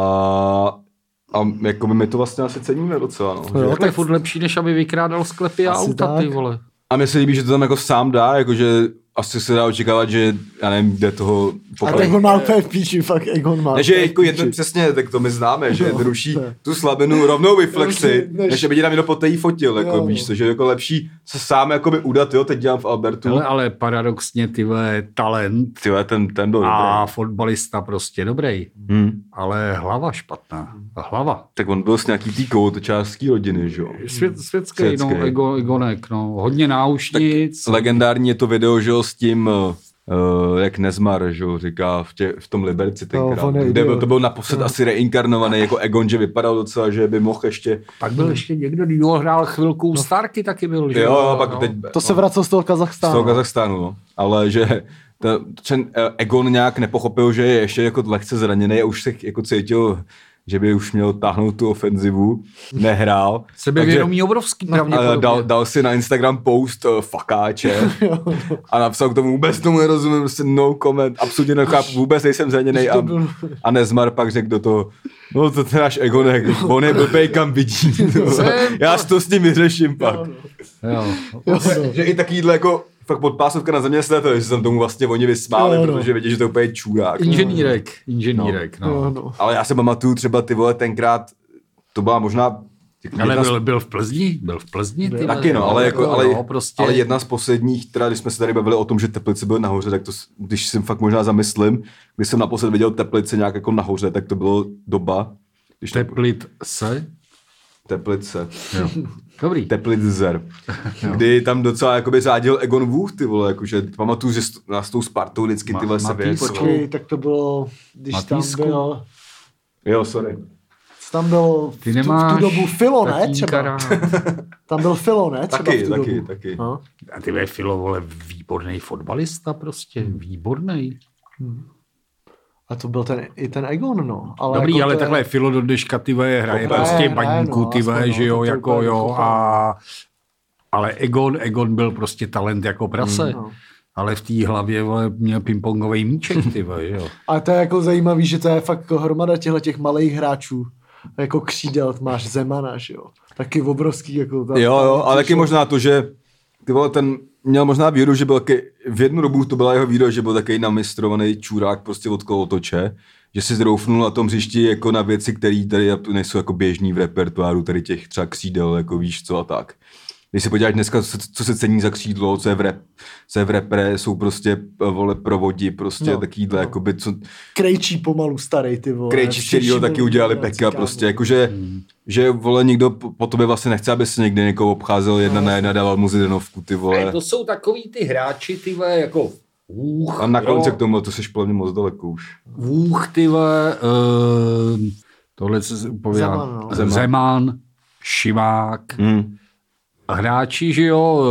Speaker 2: a jako by my to vlastně asi ceníme docela, no.
Speaker 1: Jo,
Speaker 2: Že?
Speaker 4: No, to je furt lepší, než aby vykrádal sklepy a
Speaker 1: Asi
Speaker 4: auta, ty
Speaker 1: tak.
Speaker 4: vole.
Speaker 2: A mně se líbí, že to tam jako sám dá, jakože asi se dá očekávat, že, já nevím, kde toho
Speaker 1: A
Speaker 2: poprvé.
Speaker 1: tak on má úplně v píči, fakt Egon má.
Speaker 2: Ne, že
Speaker 1: úplně v
Speaker 2: jako jedno,
Speaker 1: píči.
Speaker 2: přesně, tak to my známe, že
Speaker 1: No,
Speaker 2: no, ruší
Speaker 1: ne.
Speaker 2: tu slabinu rovnou vyflexi,
Speaker 1: Ruší, než-
Speaker 2: než, než aby tě tam jenom po té jí fotil, jako
Speaker 1: Jo.
Speaker 2: víš co, že je jako lepší se sám jakoby udat, jo, teď dělám v Albertu.
Speaker 4: Ale, ale paradoxně, ty vole, talent
Speaker 2: Ty vole, ten, ten byl
Speaker 4: a
Speaker 2: dobrý.
Speaker 4: fotbalista prostě dobrý,
Speaker 2: Hmm.
Speaker 4: ale hlava špatná. Hlava.
Speaker 2: Tak on byl s nějaký týkou od částí rodiny, že jo.
Speaker 4: Svět, světský,
Speaker 2: Světský.
Speaker 4: no, ego, egonek, no. Hodně náušnic.
Speaker 2: Legendární je to video, že jo, s tím, uh, jak Nezmar, že jo, říká v, tě, v tom Liberci tenkrát,
Speaker 1: No, on je
Speaker 2: kde byl,
Speaker 1: idiot. No.
Speaker 2: to byl naposled asi reinkarnovaný jako Egon, že vypadal docela, že by mohl ještě,
Speaker 4: Pak byl ještě někdo, kdo hrál chvilku u Starky taky byl, že No.
Speaker 2: jo, jo, no. pak teď...
Speaker 1: To se vracel z toho Kazachstánu.
Speaker 2: Z toho Kazachstánu, no. Ale že ta, ten eh, Egon nějak nepochopil, že je ještě jako lehce zraněný a už se jako cítil, že by už měl táhnout tu ofenzivu, nehrál.
Speaker 4: Sebevědomí obrovský
Speaker 2: eh,
Speaker 4: pravděpodobně.
Speaker 2: dal, dal, si na Instagram post uh, fakáče a napsal k tomu vůbec tomu nerozumím, prostě no comment, absolutně nechápu, vůbec nejsem zraněný a, a Nezmar pak řekl do toho, no to ten náš Egonek, on je blbej kam vidí, já si to s ním vyřeším pak.
Speaker 4: Jo.
Speaker 1: Jo,
Speaker 2: Že-
Speaker 1: no.
Speaker 2: že i takýhle jako fakt podpásovka na země to, že jsem tomu vlastně oni vysmáli,
Speaker 1: Jo,
Speaker 2: no,
Speaker 1: no.
Speaker 2: no. protože vědí, že to je úplně čurák.
Speaker 4: Inženýrek, inženýrek, no.
Speaker 1: Jo, no.
Speaker 2: Ale já se pamatuju třeba ty vole tenkrát, to byla možná jako
Speaker 4: Ale
Speaker 2: jedna z-
Speaker 4: byl, byl v Plzni, byl v Plzni. Ty
Speaker 2: Taky no, ale, jako, ale,
Speaker 4: no, prostě,
Speaker 2: ale jedna z posledních, teda když jsme se tady bavili o tom, že Teplice byl nahoře, tak to, s- když si fakt možná zamyslím, když jsem naposled viděl Teplice nějak jako nahoře, tak to bylo doba, když to-
Speaker 4: Teplit se.
Speaker 2: Teplice.
Speaker 4: Dobrý.
Speaker 2: Teplitzer, kdy tam docela jakoby řádil Egon Vůh, ty vole, jakože pamatuju, že s- nás tou Spartou vždycky ty vole se
Speaker 4: Matý,
Speaker 2: věc.
Speaker 1: Počkej, tak to bylo, když
Speaker 4: Matýsku?
Speaker 1: tam byl,
Speaker 2: Jo, sorry.
Speaker 1: tam byl v
Speaker 4: Ty
Speaker 1: tu, v
Speaker 4: nemáš
Speaker 1: tu dobu Filo, ne?
Speaker 4: tatínka
Speaker 1: Třeba.
Speaker 4: rád.
Speaker 1: Tam byl Filo, ne? Třeba
Speaker 2: Taky,
Speaker 1: v tu
Speaker 2: taky,
Speaker 1: dobu.
Speaker 2: taky.
Speaker 1: No.
Speaker 4: (laughs) A ty vole, Filo, vole, výborný fotbalista prostě, výborný.
Speaker 1: A to byl ten, i ten Egon, no. Ale
Speaker 4: Ale Dobrý,
Speaker 1: jako
Speaker 4: jako ale
Speaker 1: to je-
Speaker 4: takhle Filo do dneška, ty vole, hraje
Speaker 2: Hraje,
Speaker 4: prostě
Speaker 1: hraje,
Speaker 4: baníku,
Speaker 1: no,
Speaker 4: ty vole,
Speaker 1: aspoň,
Speaker 4: že
Speaker 1: no,
Speaker 4: jo,
Speaker 1: to je
Speaker 4: jako
Speaker 1: úplně
Speaker 4: jo,
Speaker 1: jako
Speaker 4: a... Ale Egon, Egon byl prostě talent jako prase.
Speaker 1: no.
Speaker 4: Ale v té hlavě vole, měl pingpongový míček, ty vole, jo.
Speaker 1: Ale to je jako zajímavý, že to je fakt jako hromada těchto těch malých hráčů. Jako křídel, máš Zemana, že jo. Taky obrovský, jako ta,
Speaker 2: Jo, jo, ale taky
Speaker 1: přišel-
Speaker 2: možná to, že ty vole, ten měl možná výhodu, že byl taky, v jednu dobu to byla jeho výhoda, že byl takový namistrovaný čurák prostě od kolotoče, že si zroufnul na tom hřišti jako na věci, které tady nejsou jako běžní v repertoáru, tady těch třeba křídel, jako víš co a tak. Když se podíváš dneska, co, co se cení za křídlo, co je v, rep, co je v repre, jsou prostě eh, vole provodi, prostě
Speaker 1: No,
Speaker 2: no, takovýhle,
Speaker 1: no.
Speaker 2: no. jakoby, co,
Speaker 1: Krejčí pomalu starý, ty vole. Hmm.
Speaker 2: Krejčí,
Speaker 1: Všichni
Speaker 2: kterýho taky
Speaker 1: byli
Speaker 2: udělali
Speaker 1: vojáci,
Speaker 2: peka
Speaker 1: kámo.
Speaker 2: prostě, jakože, že vole nikdo po po tobě vlastně nechce, aby si někde někoho obcházel jedna
Speaker 1: No,
Speaker 2: na jedna, dával mu zidenovku, ty vole.
Speaker 4: To jsou takový ty hráči, ty vole, jako Vůch,
Speaker 2: A na konci
Speaker 4: jo.
Speaker 2: k tomu, to seš podle mě moc daleko už.
Speaker 4: Vůch, ty vole, uh, tohle se povědá.
Speaker 1: Zeman, no.
Speaker 4: Zeman. Zeman, Šivák,
Speaker 2: Hmm.
Speaker 4: hráči, že jo,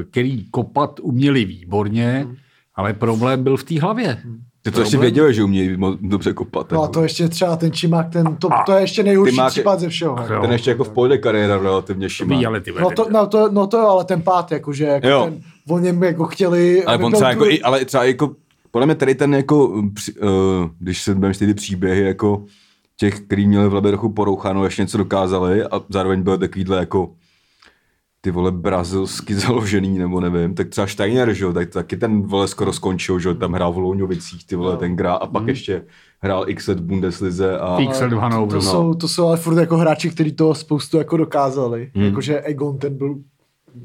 Speaker 4: eh, který kopat uměli výborně,
Speaker 1: Hmm.
Speaker 4: ale problém byl v té hlavě.
Speaker 2: Ty to ještě
Speaker 4: Problém?
Speaker 2: věděl, že umějí mo- dobře kopat.
Speaker 1: No a
Speaker 2: jako.
Speaker 1: to ještě třeba ten Čimák, ten, to, to je ještě nejhorší
Speaker 2: Ty máš-
Speaker 1: případ ze všeho.
Speaker 4: jo.
Speaker 2: Ten ještě jako v pohodě kariéra relativně šimá.
Speaker 4: Ví, ale ty
Speaker 1: No to, no, to, no to jo, ale ten pát, jakože jako
Speaker 2: Jo.
Speaker 1: ten, o něm jako chtěli...
Speaker 2: Ale
Speaker 1: aby
Speaker 2: on
Speaker 1: byl
Speaker 2: třeba
Speaker 1: tu-
Speaker 2: jako, i- ale třeba jako, podle mě tady ten jako, um, při- eh, když se budeme číst ty příběhy jako těch, který měli v hlavě trochu poroucháno, ještě něco dokázali a zároveň byl takovýhle jako ty vole brazilsky (laughs) založený, nebo nevím, tak třeba Steiner, že jo, tak taky ten vole skoro skončil, že jo, tam hrál v Louňovicích, ty
Speaker 1: No.
Speaker 2: vole, ten gra a pak
Speaker 1: Mhm.
Speaker 2: ještě hrál x let v Bundeslize a...
Speaker 4: X let v
Speaker 1: To,
Speaker 2: No.
Speaker 4: Hanoveru.
Speaker 1: jsou, to jsou ale furt jako hráči, kteří toho spoustu jako dokázali. Hmm. Jakože Egon ten byl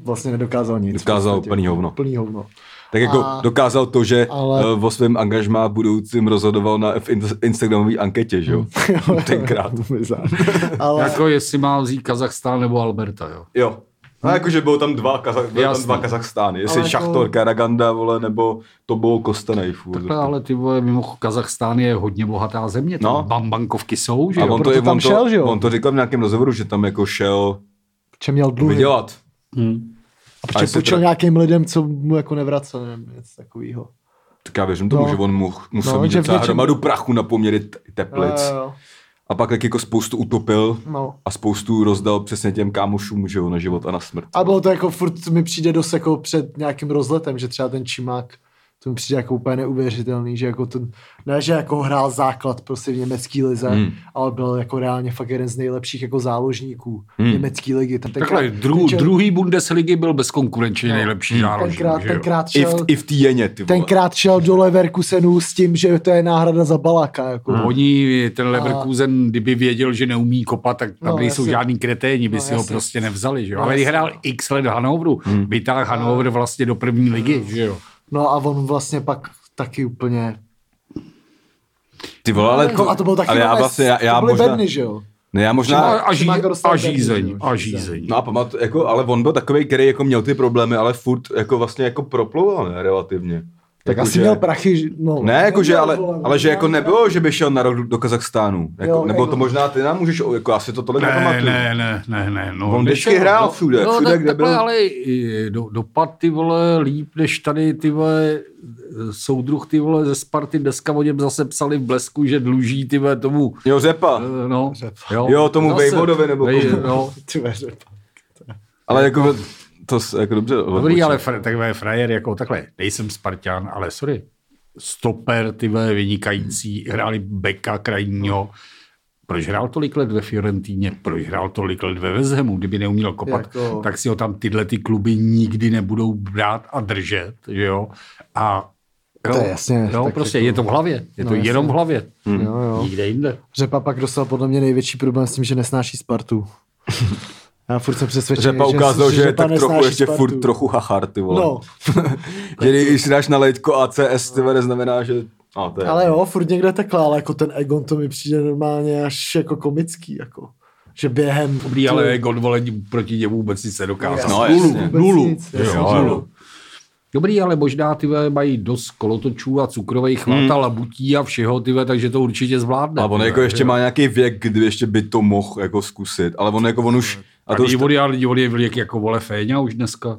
Speaker 1: vlastně nedokázal nic.
Speaker 2: Dokázal
Speaker 1: v podstatě.
Speaker 2: plný hovno.
Speaker 1: Plný hovno. (laughs)
Speaker 2: Tak jako
Speaker 1: A-
Speaker 2: a... dokázal to, že
Speaker 1: ale-
Speaker 2: ale... o svém angažmá budoucím rozhodoval na v in- Instagramové anketě, že jo,
Speaker 1: Mhm.
Speaker 2: (laughs) tenkrát.
Speaker 1: Bizar. ale
Speaker 4: Jako jestli má vzít Kazachstán nebo Alberta, jo.
Speaker 2: Jo. No jakože bylo tam dva, Kazach, bylo tam
Speaker 4: Jasný.
Speaker 2: dva Kazachstány, jestli
Speaker 1: Hmm. Ale
Speaker 2: ale
Speaker 1: jako-
Speaker 2: Šachtor, Karaganda, vole, nebo to bylo Kostanejf.
Speaker 4: Takhle, ale ty vole, mimo Kazachstán je hodně bohatá země, tam
Speaker 2: No.
Speaker 4: bambankovky jsou, že
Speaker 2: A
Speaker 4: jo.
Speaker 2: on
Speaker 1: proto
Speaker 2: to, i-
Speaker 1: tam
Speaker 2: on, to,
Speaker 1: šel, že jo?
Speaker 2: on to říkal v nějakém rozhovoru, že tam jako šel
Speaker 1: Če měl dluhy.
Speaker 2: vydělat.
Speaker 1: A
Speaker 2: A
Speaker 1: protože
Speaker 2: jestli
Speaker 1: půjčil
Speaker 2: teda-
Speaker 1: nějakým lidem, co mu jako nevracel, nevím, něco takového.
Speaker 2: Tak já věřím tomu,
Speaker 1: No.
Speaker 2: že on mu, musel
Speaker 1: No,
Speaker 2: mít
Speaker 1: že v
Speaker 2: docela
Speaker 1: něčem-
Speaker 2: hromadu prachu na poměry te- teplic.
Speaker 1: Eh, Jo, jo, jo.
Speaker 2: A pak tak jako spoustu utopil
Speaker 1: No.
Speaker 2: a spoustu rozdal přesně těm kámošům, že jo, na život a na smrt.
Speaker 1: A bylo to jako furt mi přijde dost jako před nějakým rozletem, že třeba ten Čimák, To mi přijde jako úplně neuvěřitelný, že jako to, ne, že jako hrál základ prostě v německý lize,
Speaker 2: Hmm.
Speaker 1: hmm. ale byl jako reálně fakt jeden z nejlepších jako záložníků
Speaker 2: Hmm.
Speaker 1: hmm. německý ligy. Ten
Speaker 4: Takhle, dru,
Speaker 1: ten,
Speaker 4: druhý Bundesligy byl bezkonkurenčně nejlepší záložník.
Speaker 1: No. Hmm. tenkrát,
Speaker 4: že jo?
Speaker 1: tenkrát,
Speaker 2: I
Speaker 1: šel,
Speaker 2: v, I v té jeně, ty vole.
Speaker 1: tenkrát šel do Leverkusenu s tím, že to je náhrada za Balaka. Jako.
Speaker 4: Hmm.
Speaker 2: Hmm.
Speaker 4: Oni, ten Leverkusen, kdyby věděl, že neumí kopat, tak tam
Speaker 1: No,
Speaker 4: no, nejsou
Speaker 1: jasně.
Speaker 4: žádný kreténi, by
Speaker 1: No,
Speaker 4: no, si ho
Speaker 1: jasně.
Speaker 4: prostě nevzali, že jo.
Speaker 1: No,
Speaker 4: Ale
Speaker 1: jasně.
Speaker 4: hrál x let Hanovru, hmm. vytáhl Hanover vlastně do první ligy, že jo.
Speaker 1: No a on vlastně pak taky úplně...
Speaker 2: Ty vole, ale,
Speaker 1: Jako, a to bylo taky
Speaker 2: ale já
Speaker 1: nové-
Speaker 2: vlastně, já,
Speaker 1: to
Speaker 2: já
Speaker 1: byly
Speaker 2: možná,
Speaker 1: bedny, že jo?
Speaker 2: ne, já
Speaker 4: A,
Speaker 2: možná,
Speaker 4: a, ží,
Speaker 1: Schumacher dostal
Speaker 4: a
Speaker 1: Berlín, že
Speaker 4: žízeň,
Speaker 1: jo,
Speaker 4: a
Speaker 1: žízeň.
Speaker 4: žízeň.
Speaker 2: no a pamatuju, jako, ale on byl takový, který jako měl ty problémy, ale furt jako vlastně jako proplouval, ne, relativně.
Speaker 1: Tak
Speaker 2: Jako,
Speaker 1: asi
Speaker 2: že-
Speaker 1: měl prachy, že- no.
Speaker 2: Ne, jakože,
Speaker 1: Neměl,
Speaker 2: ale,
Speaker 1: vole,
Speaker 2: ale že
Speaker 1: neměl
Speaker 2: jako
Speaker 1: prachy.
Speaker 2: nebylo, že by šel na rok do- do Kazachstánu. Jako,
Speaker 1: Jo,
Speaker 2: nebo to
Speaker 1: jako-
Speaker 2: možná ty nám můžeš, jako asi to tolik
Speaker 4: Ne,
Speaker 2: nepamatuju.
Speaker 4: ne, ne, ne, ne. No,
Speaker 2: On vždycky
Speaker 4: nešel,
Speaker 2: hrál
Speaker 4: no.
Speaker 2: všude,
Speaker 4: no,
Speaker 2: všude,
Speaker 4: tak,
Speaker 2: kde
Speaker 4: takhle,
Speaker 2: byl.
Speaker 4: ale i do, dopad ty vole líp, než tady ty vole soudruh ty vole ze Sparty dneska o něm zase psali v blesku, že dluží ty vole tomu
Speaker 2: Jo, Řepa.
Speaker 4: eh, no, jo,
Speaker 2: Jo, tomu
Speaker 4: zase,
Speaker 2: Vejvodovi nebo
Speaker 4: vej-
Speaker 2: komu.
Speaker 4: no,
Speaker 1: Ty veře,
Speaker 2: Ale jako, to s- jako dobře.
Speaker 4: Dobrý,
Speaker 2: odbočil.
Speaker 4: ale fra, takové frajer jako takhle, nejsem Spartan, ale sorry, stoper, ty vole, vynikající, hráli beka krajního. Proč hrál tolik let ve Fiorentíně? Proč hrál tolik let ve Vezhemu? Kdyby neuměl kopat,
Speaker 1: Jako-
Speaker 4: jako... tak si ho tam tyhle ty kluby nikdy nebudou brát a držet, že jo? A jo,
Speaker 1: To je jasně,
Speaker 4: Jo,
Speaker 1: tak
Speaker 4: prostě
Speaker 1: jako-
Speaker 4: je to v hlavě.
Speaker 1: No
Speaker 4: Je no, to
Speaker 1: jasně. No.
Speaker 4: jenom v hlavě.
Speaker 2: Hmm.
Speaker 1: jo, jo.
Speaker 4: Nikde jinde.
Speaker 1: Řepa pak dostal podle mě největší problém s tím, že nesnáší
Speaker 2: (laughs)
Speaker 1: Spartu. Já furt jsem přesvědčený,
Speaker 2: Řepa ukázal, že, je
Speaker 1: Řepa
Speaker 2: tak trochu
Speaker 1: nesnáší
Speaker 2: ještě
Speaker 1: Spartu.
Speaker 2: furt trochu chachar, ty vole.
Speaker 1: No,
Speaker 2: (laughs) že když si dáš na lejtko ACS, ty vole, neznamená, že... A, to je.
Speaker 1: ale jo, furt někde takhle, ale jako ten Egon to mi přijde normálně až jako komický, jako. Že během...
Speaker 4: Dobrý, ale Godvolení proti němu vůbec nic nedokázal.
Speaker 2: No, jasně.
Speaker 1: Vůbec
Speaker 4: nulu.
Speaker 1: nic,
Speaker 4: Jo,
Speaker 1: jasně,
Speaker 4: jo.
Speaker 1: že
Speaker 4: Dobrý, ale možná ty vole, mají dost kolotočů a cukrových vat a labutí a všeho, ty vole, takže to určitě zvládne.
Speaker 2: Hmm. A on jako ještě má nějaký věk, kdy ještě by to mohl jako zkusit, ale on jako on už...
Speaker 4: A
Speaker 2: A to už,
Speaker 4: vody, ale vody je velik jako vole Féňa už dneska.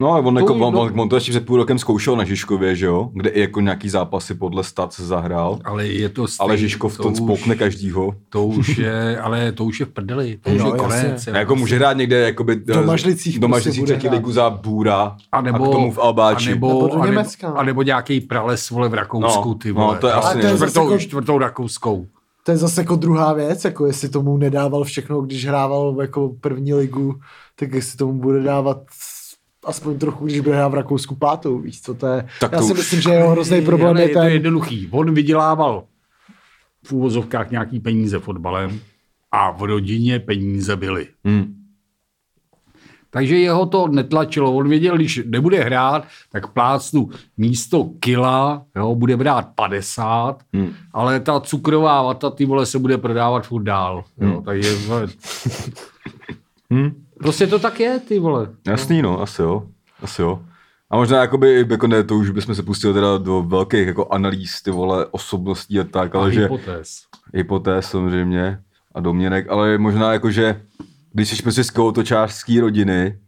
Speaker 2: no, on, jako,
Speaker 4: už
Speaker 2: on,
Speaker 4: do-
Speaker 2: on, on, to ještě před půl rokem zkoušel na Žižkově, že jo? Kde i jako nějaký zápasy podle stat se zahrál.
Speaker 4: Ale je to stejný,
Speaker 2: Ale Žižkov
Speaker 4: to
Speaker 2: to
Speaker 4: už-
Speaker 2: spolkne každýho.
Speaker 4: To už je, ale to už je v prdeli, to už
Speaker 1: Jo,
Speaker 4: je konec.
Speaker 1: No, jasně.
Speaker 2: A jako může hrát někde jakoby,
Speaker 1: Mažlicích
Speaker 2: do
Speaker 1: prostě
Speaker 2: Mažlicích
Speaker 1: bude
Speaker 2: třetí
Speaker 1: hrát.
Speaker 2: ligu za Bůra
Speaker 4: A nebo,
Speaker 2: a k tomu v Albáči.
Speaker 4: A
Speaker 1: Nebo
Speaker 4: nebo,
Speaker 1: do
Speaker 4: a nebo,
Speaker 1: Německa. no.
Speaker 4: a nebo nějaký prales vole v Rakousku,
Speaker 2: No,
Speaker 4: ty
Speaker 2: no,
Speaker 4: vole.
Speaker 2: to je
Speaker 4: Ale
Speaker 2: asi
Speaker 4: to je
Speaker 1: něco.
Speaker 4: čtvrtou,
Speaker 1: jako-
Speaker 4: čtvrtou Rakouskou.
Speaker 1: To je zase jako druhá věc, jako jestli tomu nedával všechno, když hrával jako první ligu, tak jestli tomu bude dávat aspoň trochu, když bude hrát v Rakousku pátou, víš co, to je,
Speaker 2: Tak
Speaker 1: já
Speaker 2: to
Speaker 1: si
Speaker 2: už-
Speaker 1: myslím, že jeho hrozný problém
Speaker 4: Ale
Speaker 1: je
Speaker 4: to
Speaker 1: ten,
Speaker 4: jednoduchý. On vydělával v úvozovkách nějaký peníze fotbalem a v rodině peníze byly.
Speaker 2: Hmm.
Speaker 4: Takže jeho to netlačilo. On věděl, když nebude hrát, tak plácnu místo kila, jo, bude brát 50,
Speaker 2: Hmm.
Speaker 4: ale ta cukrová vata, ty vole, se bude prodávat furt dál. Jo, takže, vole,
Speaker 2: Hmm.
Speaker 4: prostě to tak je, ty vole.
Speaker 2: Jasný, no, asi jo. Asi jo. A možná jakoby, jako ne, to už bychom se pustili teda do velkých jako analýz, ty vole, osobností a tak, ale
Speaker 4: A
Speaker 2: že
Speaker 4: hypotéz.
Speaker 2: hypotéz samozřejmě a domněnek, ale možná jako, že když jsi prostě z koutočářský rodiny,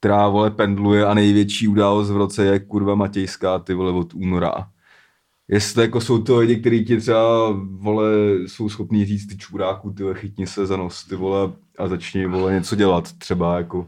Speaker 2: která vole pendluje a největší událost v roce je kurva Matějská, ty vole od února. Jestli jako jsou to lidi, kteří ti třeba vole, jsou schopní říct ty čuráku, ty vole, chytni se za nos, ty vole, a začni vole něco dělat třeba jako.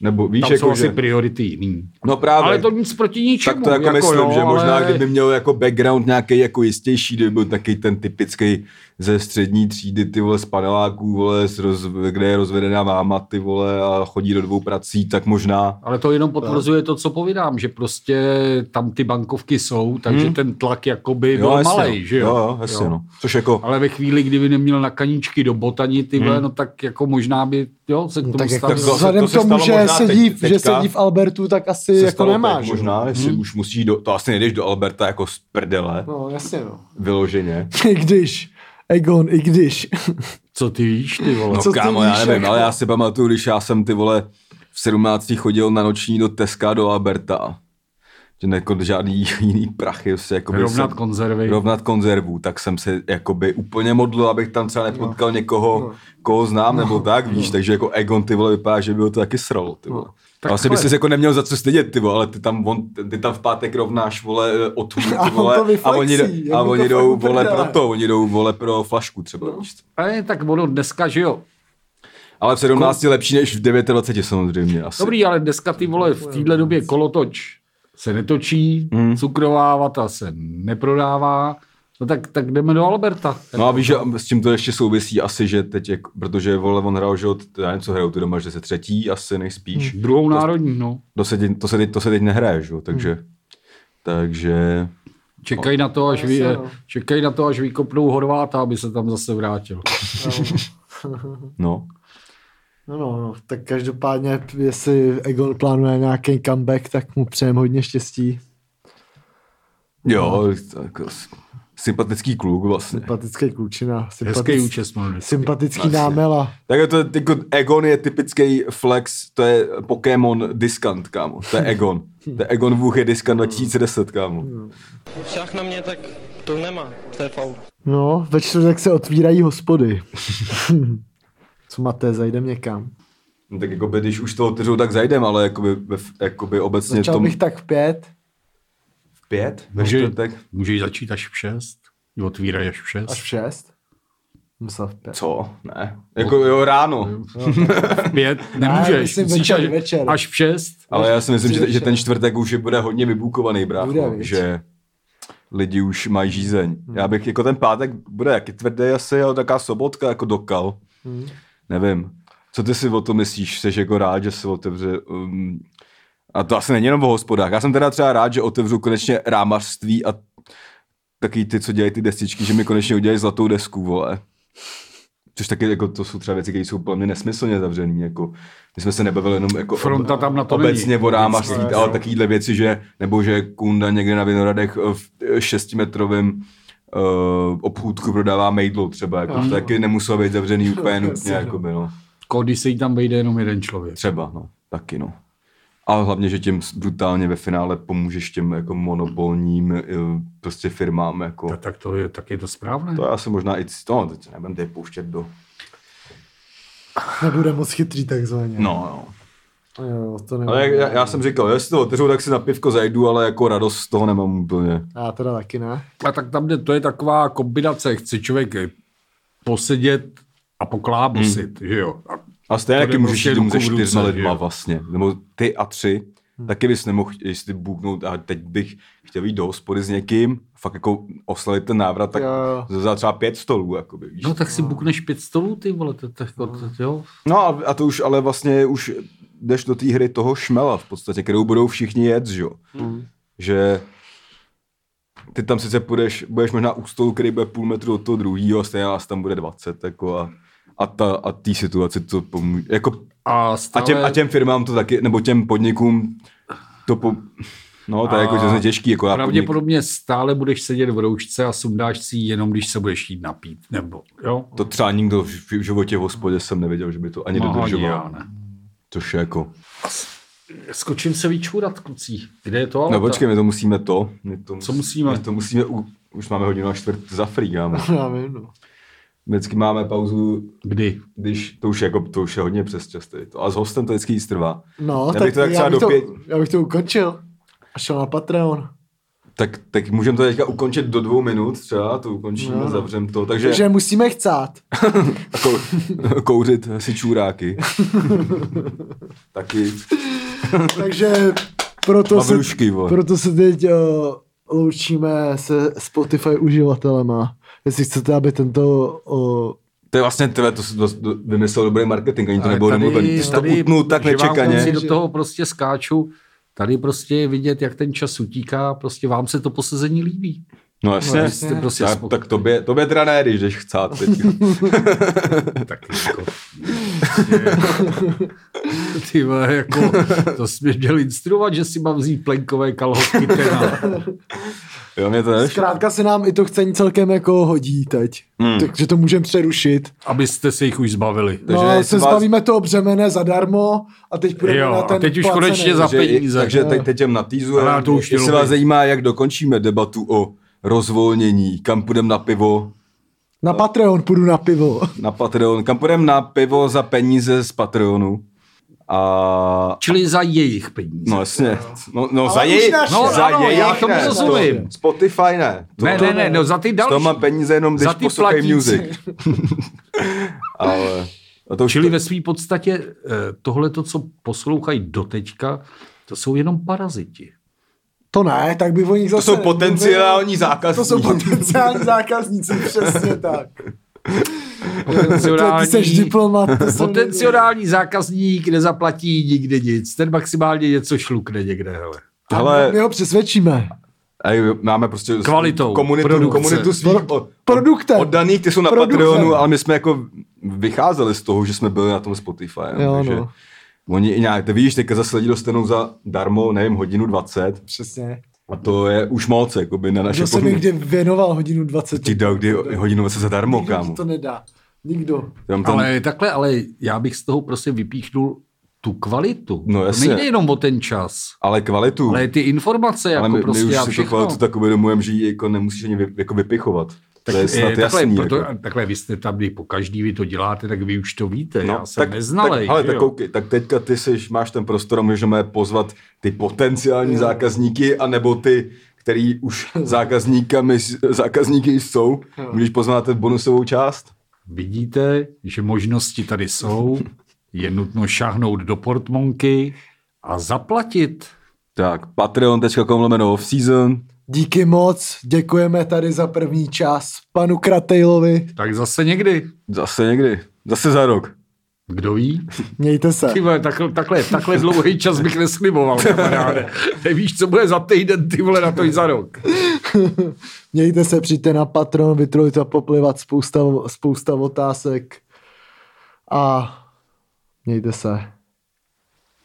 Speaker 2: Nebo víš,
Speaker 4: Tam
Speaker 2: jako,
Speaker 4: jsou asi
Speaker 2: že...
Speaker 4: priority jiný.
Speaker 2: No právě.
Speaker 4: Ale to nic proti ničemu.
Speaker 2: Tak to jako, myslím,
Speaker 4: jo,
Speaker 2: že možná
Speaker 4: ale-
Speaker 2: kdyby měl jako background nějaký jako jistější, kdyby byl taky ten typický ze střední třídy, ty vole z paneláků, vole, z roz, kde je rozvedená máma, ty vole, a chodí do dvou prací, tak možná.
Speaker 4: Ale to jenom potvrzuje to, co povídám, že prostě tam ty bankovky jsou, takže
Speaker 2: Hmm.
Speaker 4: hmm. ten tlak jakoby byl
Speaker 2: jasně,
Speaker 4: malej, že jo?
Speaker 2: Jo, jo, jasně, no. Což jako,
Speaker 4: Ale ve chvíli, kdyby neměl na kaníčky do botani, ty
Speaker 2: Hmm.
Speaker 4: vole, no tak jako možná by, jo,
Speaker 2: No
Speaker 4: se k tomu
Speaker 1: tak jako
Speaker 4: stavil.
Speaker 2: to- to
Speaker 1: vzhledem
Speaker 2: se
Speaker 1: k tomu,
Speaker 2: stalo
Speaker 1: že
Speaker 2: možná
Speaker 1: sedí,
Speaker 2: teď-
Speaker 1: že
Speaker 2: teďka.
Speaker 1: sedí v Albertu, tak asi
Speaker 2: se
Speaker 1: jako
Speaker 2: stalo
Speaker 1: nemá,
Speaker 2: tak
Speaker 1: že?
Speaker 2: možná, jestli
Speaker 4: Mhm.
Speaker 2: už musíš do, to asi nejdeš do Alberta jako z prdele,
Speaker 1: No, jasně, no.
Speaker 2: vyloženě.
Speaker 1: (laughs) I když, Egon, i když.
Speaker 4: Co ty víš, ty vole?
Speaker 2: No
Speaker 1: Co ty
Speaker 2: kámo,
Speaker 1: víš,
Speaker 2: já nevím,
Speaker 1: jako?
Speaker 2: ale já si pamatuju, když já jsem ty vole v 17. chodil na noční do Teska do Alberta. Že jako žádný (laughs) jiný prachy se jako
Speaker 4: Rovnat konzervy.
Speaker 2: rovnat konzervu, tak jsem se jakoby úplně modlil, abych tam třeba nepotkal no. někoho, no. koho znám no. nebo tak, víš, no. takže jako Egon ty vole vypadá, že by ho to taky sralo, ty vole. No.
Speaker 4: Tak
Speaker 2: Vlastně
Speaker 4: hele.
Speaker 2: bys jako neměl za co stydět, ty vole, ale ty tam, on, ty tam v pátek rovnáš, vole,
Speaker 1: (laughs)
Speaker 2: otmů,
Speaker 1: A
Speaker 2: ty
Speaker 1: on
Speaker 2: vole,
Speaker 1: to
Speaker 2: a
Speaker 1: vyflexí,
Speaker 2: oni,
Speaker 1: jak
Speaker 2: a
Speaker 1: mu to
Speaker 2: oni
Speaker 1: fakt No.
Speaker 2: jdou,
Speaker 1: uprdele.
Speaker 2: vole, pro to, oni jdou, vole, pro flašku třeba, víš.
Speaker 4: Ale tak ono dneska, že jo,
Speaker 2: Ale v 17 lepší než v 29 samozřejmě asi.
Speaker 4: Dobrý, ale dneska ty vole v téhle době kolotoč se netočí, hmm. cukrová vata se neprodává, no tak, tak jdeme do Alberta.
Speaker 2: No a víš, že s tím to ještě souvisí asi, že teď, jak, protože vole, on hrál, že od, já nevím, co hrajou ty doma, že se třetí, asi nejspíš. Hmm.
Speaker 4: Druhou národní, no.
Speaker 2: To, se, teď- to, se teď, to se teď nehraje, že? jo, takže, hmm. takže
Speaker 4: Čekají na to, až, vy, čekají na to, až vykopnou Horváta, aby se tam zase vrátil.
Speaker 2: no.
Speaker 1: (laughs) No, no, no, tak každopádně, jestli Egon plánuje nějaký comeback, tak mu přejem hodně štěstí.
Speaker 2: Jo, tak, s- sympatický kluk vlastně.
Speaker 1: Sympatický klučina,
Speaker 4: Hezký
Speaker 1: sympatický,
Speaker 4: účest, mám dnes.
Speaker 1: sympatický námela.
Speaker 2: Tak to, jako Egon je typický flex, to je Pokémon diskant, kámo. To je Egon. To je Egon Vůch je diskant 2010, kámo.
Speaker 7: Však na mě, tak to nemá, to je faul.
Speaker 1: No, ve čtvrtek se otvírají
Speaker 2: (laughs)
Speaker 1: hospody. Co máte, zajdem někam.
Speaker 2: No, tak jakoby, když už to otevřou, tak zajdem, ale jakoby, ve- jakoby obecně
Speaker 1: Začal
Speaker 2: tom...
Speaker 1: bych tak v pět.
Speaker 2: v pět?
Speaker 4: Takže-
Speaker 2: Takže... Tak,
Speaker 4: Můžeš začít až v 6? Otvírají až v 6?
Speaker 1: Až v šest? Myslel v pět.
Speaker 2: co? Ne. Jako jo, ráno.
Speaker 4: v 5?
Speaker 1: já
Speaker 4: Nemůžeš.
Speaker 1: myslím
Speaker 4: musíš
Speaker 1: večer,
Speaker 4: až,
Speaker 1: večer.
Speaker 4: až v 6?
Speaker 2: Ale já si myslím, že,
Speaker 1: Večer.
Speaker 2: že ten čtvrtek už je bude hodně vybukovaný,
Speaker 1: Bude,
Speaker 2: brácho,
Speaker 1: viď?
Speaker 2: že lidi už mají žízeň. Já bych, jako ten pátek bude jaký tvrdý asi, ale taká sobotka jako dokal. Nevím. Co ty si o to myslíš? Jsi jako rád, že se otevře... Um, a to asi není jenom o hospodách. Já jsem teda třeba rád, že otevřu konečně rámařství a taky ty, co dělají ty destičky, že mi konečně udělají zlatou desku, vole. Což taky jako, to jsou třeba věci, které jsou plně nesmyslně zavřený. Jako, my jsme se nebavili jenom jako
Speaker 4: Fronta tam na to
Speaker 2: obecně
Speaker 4: není.
Speaker 2: o rámařství, ale takovýhle věci, že, nebo že Kunda někde na Vinohradech eh, v eh, šestimetrovém uh, obchůdku prodává mejdlo třeba, jako, to taky nemuselo být zavřený úplně nutně, jako by, no.
Speaker 4: Kody se jí tam vejde jenom jeden člověk.
Speaker 2: Třeba, no, taky, no. A hlavně, že tím brutálně ve finále pomůžeš těm jako monopolním eh, prostě firmám, jako.
Speaker 4: No, Tak, tak to je, tak je to správné.
Speaker 2: To je asi možná i c- to, teď se nebudem tady pouštět do...
Speaker 1: Nebude moc chytrý takzvaně.
Speaker 2: No, no.
Speaker 1: Jo, to nebude.
Speaker 2: Ale jak, já, já, jsem říkal, jestli to otevřu, tak si na pivko zajdu, ale jako radost z toho nemám úplně.
Speaker 1: Já teda taky ne. (laughs)
Speaker 4: A tak tam jde, to je taková kombinace, chce člověk eh, posedět a poklábosit, že jo. A
Speaker 2: A stejně
Speaker 4: To
Speaker 2: taky
Speaker 4: jde
Speaker 2: můžeš
Speaker 4: prostě
Speaker 2: jít domů se
Speaker 4: ruku v ruce,
Speaker 2: čtyřma
Speaker 4: že
Speaker 2: lidma
Speaker 4: jo? Hm.
Speaker 2: vlastně. Nebo ty a tři. Hmm. Taky bys nemohl, jestli buknout a teď bych chtěl jít do hospody s někým, fakt jako oslavit ten návrat, tak
Speaker 1: Jo, jo.
Speaker 2: za třeba pět stolů, jakoby, víš.
Speaker 4: No tak si bukneš pět stolů, ty vole, to, to, to, to, jo.
Speaker 2: No a, a to už ale vlastně už jdeš do té hry toho šmela v podstatě, kterou budou všichni jet, že jo?
Speaker 4: Hmm.
Speaker 2: Že ty tam sice půjdeš, budeš možná u stolu, který bude půl metru od toho druhého, a stejně nás tam bude 20, jako a, a, ta, a té situaci to pomůže. Jako,
Speaker 4: A,
Speaker 2: a,
Speaker 4: stále,
Speaker 2: těm, a těm firmám to taky, nebo těm podnikům to po, No, to je jako že těžký, jako já podnik,
Speaker 4: Pravděpodobně stále budeš sedět v roušce a sundáš si ji jenom, když se budeš jít napít. Nebo, jo?
Speaker 2: to třeba nikdo v v životě v hospodě jsem nevěděl, že by to ani
Speaker 4: No,
Speaker 2: dodržoval.
Speaker 4: já ne.
Speaker 2: Což je jako,
Speaker 4: Skočím se vyčůrat, kluci. Kde je to ale?
Speaker 2: No počkej, my to musíme to. My to
Speaker 4: Co musíme?
Speaker 2: My to musíme, u, už máme hodinu a čtvrt za free, kámo.
Speaker 1: Já vím, no.
Speaker 2: Vždycky máme pauzu,
Speaker 4: Kdy?
Speaker 2: když to už, jako, to už je hodně přes čas tady to. A s hostem to vždycky jíst trvá.
Speaker 1: No,
Speaker 2: já
Speaker 1: tak,
Speaker 2: bych to tak
Speaker 1: já,
Speaker 2: třeba
Speaker 1: bych
Speaker 2: do
Speaker 1: to,
Speaker 2: pět,
Speaker 1: já bych to ukončil. A šel na Patreon.
Speaker 2: tak, tak můžeme to teďka ukončit do dvou minut třeba, to ukončíme,
Speaker 1: No.
Speaker 2: no. zavřem to. Takže,
Speaker 1: Takže musíme
Speaker 2: (laughs)
Speaker 1: chcát.
Speaker 2: Kou, kouřit
Speaker 1: (laughs)
Speaker 2: si čůráky. Taky
Speaker 1: Takže proto se,
Speaker 2: pavrušky, vole.
Speaker 1: proto se teď uh, loučíme se Spotify uživatelema. Jestli chcete, aby tento uh,
Speaker 2: To je vlastně, tyhle, to, to, to vymyslel dobrý marketing, ani to
Speaker 4: Ale
Speaker 2: nebylo
Speaker 4: tady-
Speaker 2: domluvený. Ty jsi to
Speaker 4: tady-
Speaker 2: utnul tak
Speaker 4: že vám kluci
Speaker 2: nečekaně.
Speaker 4: do toho prostě skáču. Tady prostě je vidět, jak ten čas utíká. Prostě vám se to posezení líbí.
Speaker 2: No jasně.
Speaker 4: Vy jste prostě
Speaker 2: tak,
Speaker 4: spoko-
Speaker 2: tak tobě, tobě teda ne, když jdeš chcát teďka.
Speaker 4: (laughs) tak jako... (laughs) Ty vole, jako, to jsi mě měl instruovat, že si mám vzít plenkové
Speaker 2: (laughs)
Speaker 4: kalhotky tena.
Speaker 2: Jo, mě to nevyšlo.
Speaker 1: Zkrátka se nám i to chcení celkem jako hodí teď. Hmm. Takže to můžeme přerušit.
Speaker 4: abyste se jich už zbavili.
Speaker 1: No,
Speaker 2: jestli
Speaker 1: se
Speaker 2: vás-
Speaker 1: zbavíme toho břemene zadarmo a teď půjdeme
Speaker 4: Jo,
Speaker 1: na
Speaker 4: a
Speaker 1: ten
Speaker 4: teď už
Speaker 1: placený.
Speaker 4: konečně za-
Speaker 2: Takže,
Speaker 4: peníze.
Speaker 2: takže teď, teď těm natýzujeme.
Speaker 4: Ale to už
Speaker 2: Jestli
Speaker 4: mělo
Speaker 2: vás
Speaker 4: být.
Speaker 2: zajímá, jak dokončíme debatu o rozvolnění, kam půjdeme na pivo,
Speaker 1: Na Patreon půjdu na pivo.
Speaker 2: na Patreon, kam půjdeme na pivo za peníze z Patreonu. A...
Speaker 4: Čili za jejich peníze.
Speaker 2: No jasně. No, no za
Speaker 1: už
Speaker 2: jej,
Speaker 1: naše.
Speaker 2: no,
Speaker 4: No,
Speaker 2: za
Speaker 4: ano,
Speaker 2: jejich
Speaker 4: já tomu
Speaker 2: ne,
Speaker 4: rozumím.
Speaker 2: to- Spotify ne. To,
Speaker 4: ne, ne, ne, no za ty
Speaker 2: Z toho má
Speaker 4: další.
Speaker 2: peníze jenom, když
Speaker 4: Za ty
Speaker 2: poslouchají
Speaker 4: platící.
Speaker 2: music. Ale... A to už
Speaker 4: Čili ve své eh,
Speaker 2: (laughs)
Speaker 4: podstatě tohle, to, co poslouchají doteďka, to jsou jenom paraziti.
Speaker 1: To ne, tak by o nich
Speaker 2: To
Speaker 1: zase...
Speaker 2: jsou
Speaker 1: (laughs)
Speaker 2: potenciální
Speaker 1: To
Speaker 2: zákazníci.
Speaker 1: jsou potenciální zákazníci, přesně tak. Ty
Speaker 4: Potenciální,
Speaker 1: jsi diplomat. to jsem
Speaker 4: potenciální zákazník nezaplatí nikde nic. Ten maximálně něco šlukne někde, hele.
Speaker 1: nevěděl.
Speaker 2: Hele,
Speaker 1: My ho přesvědčíme.
Speaker 2: a máme prostě s-
Speaker 4: Kvalitou
Speaker 2: komunitu,
Speaker 4: produkce.
Speaker 2: komunitu svých od,
Speaker 1: produktem.
Speaker 2: oddaných, ty jsou na
Speaker 1: Produktem.
Speaker 2: Patreonu, ale my jsme jako vycházeli z toho, že jsme byli na tom Spotify.
Speaker 1: Jo,
Speaker 2: takže
Speaker 1: no.
Speaker 2: Oni i nějak, ty víš, teďka zase lidi dostanou za darmo, nevím, hodinu 20
Speaker 1: Přesně.
Speaker 2: a to je už moc, jakoby na naše
Speaker 1: Kdo se mi kde věnoval hodinu 20?
Speaker 2: Ti dal kdy hodinu 20 zadarmo,
Speaker 1: Nikdo ti
Speaker 2: kámo.
Speaker 1: to nedá. Nikdo.
Speaker 2: Tam, tam,
Speaker 4: Ale takhle, ale já bych z toho prostě vypíchnul tu kvalitu.
Speaker 2: No
Speaker 4: To
Speaker 2: jasně.
Speaker 4: Nejde jenom o ten čas,
Speaker 2: ale kvalitu.
Speaker 4: ale ty informace, jako
Speaker 2: ale my,
Speaker 4: prostě
Speaker 2: my
Speaker 4: a
Speaker 2: už si tu
Speaker 4: všechno.
Speaker 2: kvalitu tak uvědomujeme, že ji jako nemusíš ani vy, jako vypichovat. Tak to je snad
Speaker 4: Eh, takhle,
Speaker 2: jasný.
Speaker 4: proto,
Speaker 2: jako.
Speaker 4: takhle vy jste tam, kdy po každý vy to děláte, tak vy už to víte. No, já jsem tak,
Speaker 2: tak,
Speaker 4: neznalej.
Speaker 2: hele,
Speaker 4: že
Speaker 2: tak,
Speaker 4: jo?
Speaker 2: koukej, tak teďka ty seš, máš ten prostor a můžeme pozvat ty potenciální jo. zákazníky, anebo ty, který
Speaker 4: (laughs)
Speaker 2: už zákazníkami, zákazníky jsou, když poznáte bonusovou část.
Speaker 4: Vidíte, že možnosti
Speaker 2: (laughs)
Speaker 4: tady jsou. Je nutno šáhnout do portmonky a zaplatit.
Speaker 2: Tak, patreon.com lomeno off-season.
Speaker 1: Díky moc, děkujeme tady za první čas panu Kratejlovi.
Speaker 4: Tak zase někdy.
Speaker 2: Zase někdy. Zase za rok.
Speaker 4: Kdo ví?
Speaker 1: Mějte se.
Speaker 4: Ty vole, takhle, takhle, takhle dlouhý čas bych nesliboval,
Speaker 2: (laughs)
Speaker 4: kamaráde. Nevíš, co bude za týden, ty vole, na to i za rok.
Speaker 1: Mějte se, přijďte na Patron, vytrojit a poplivat spousta, spousta otázek. A mějte se.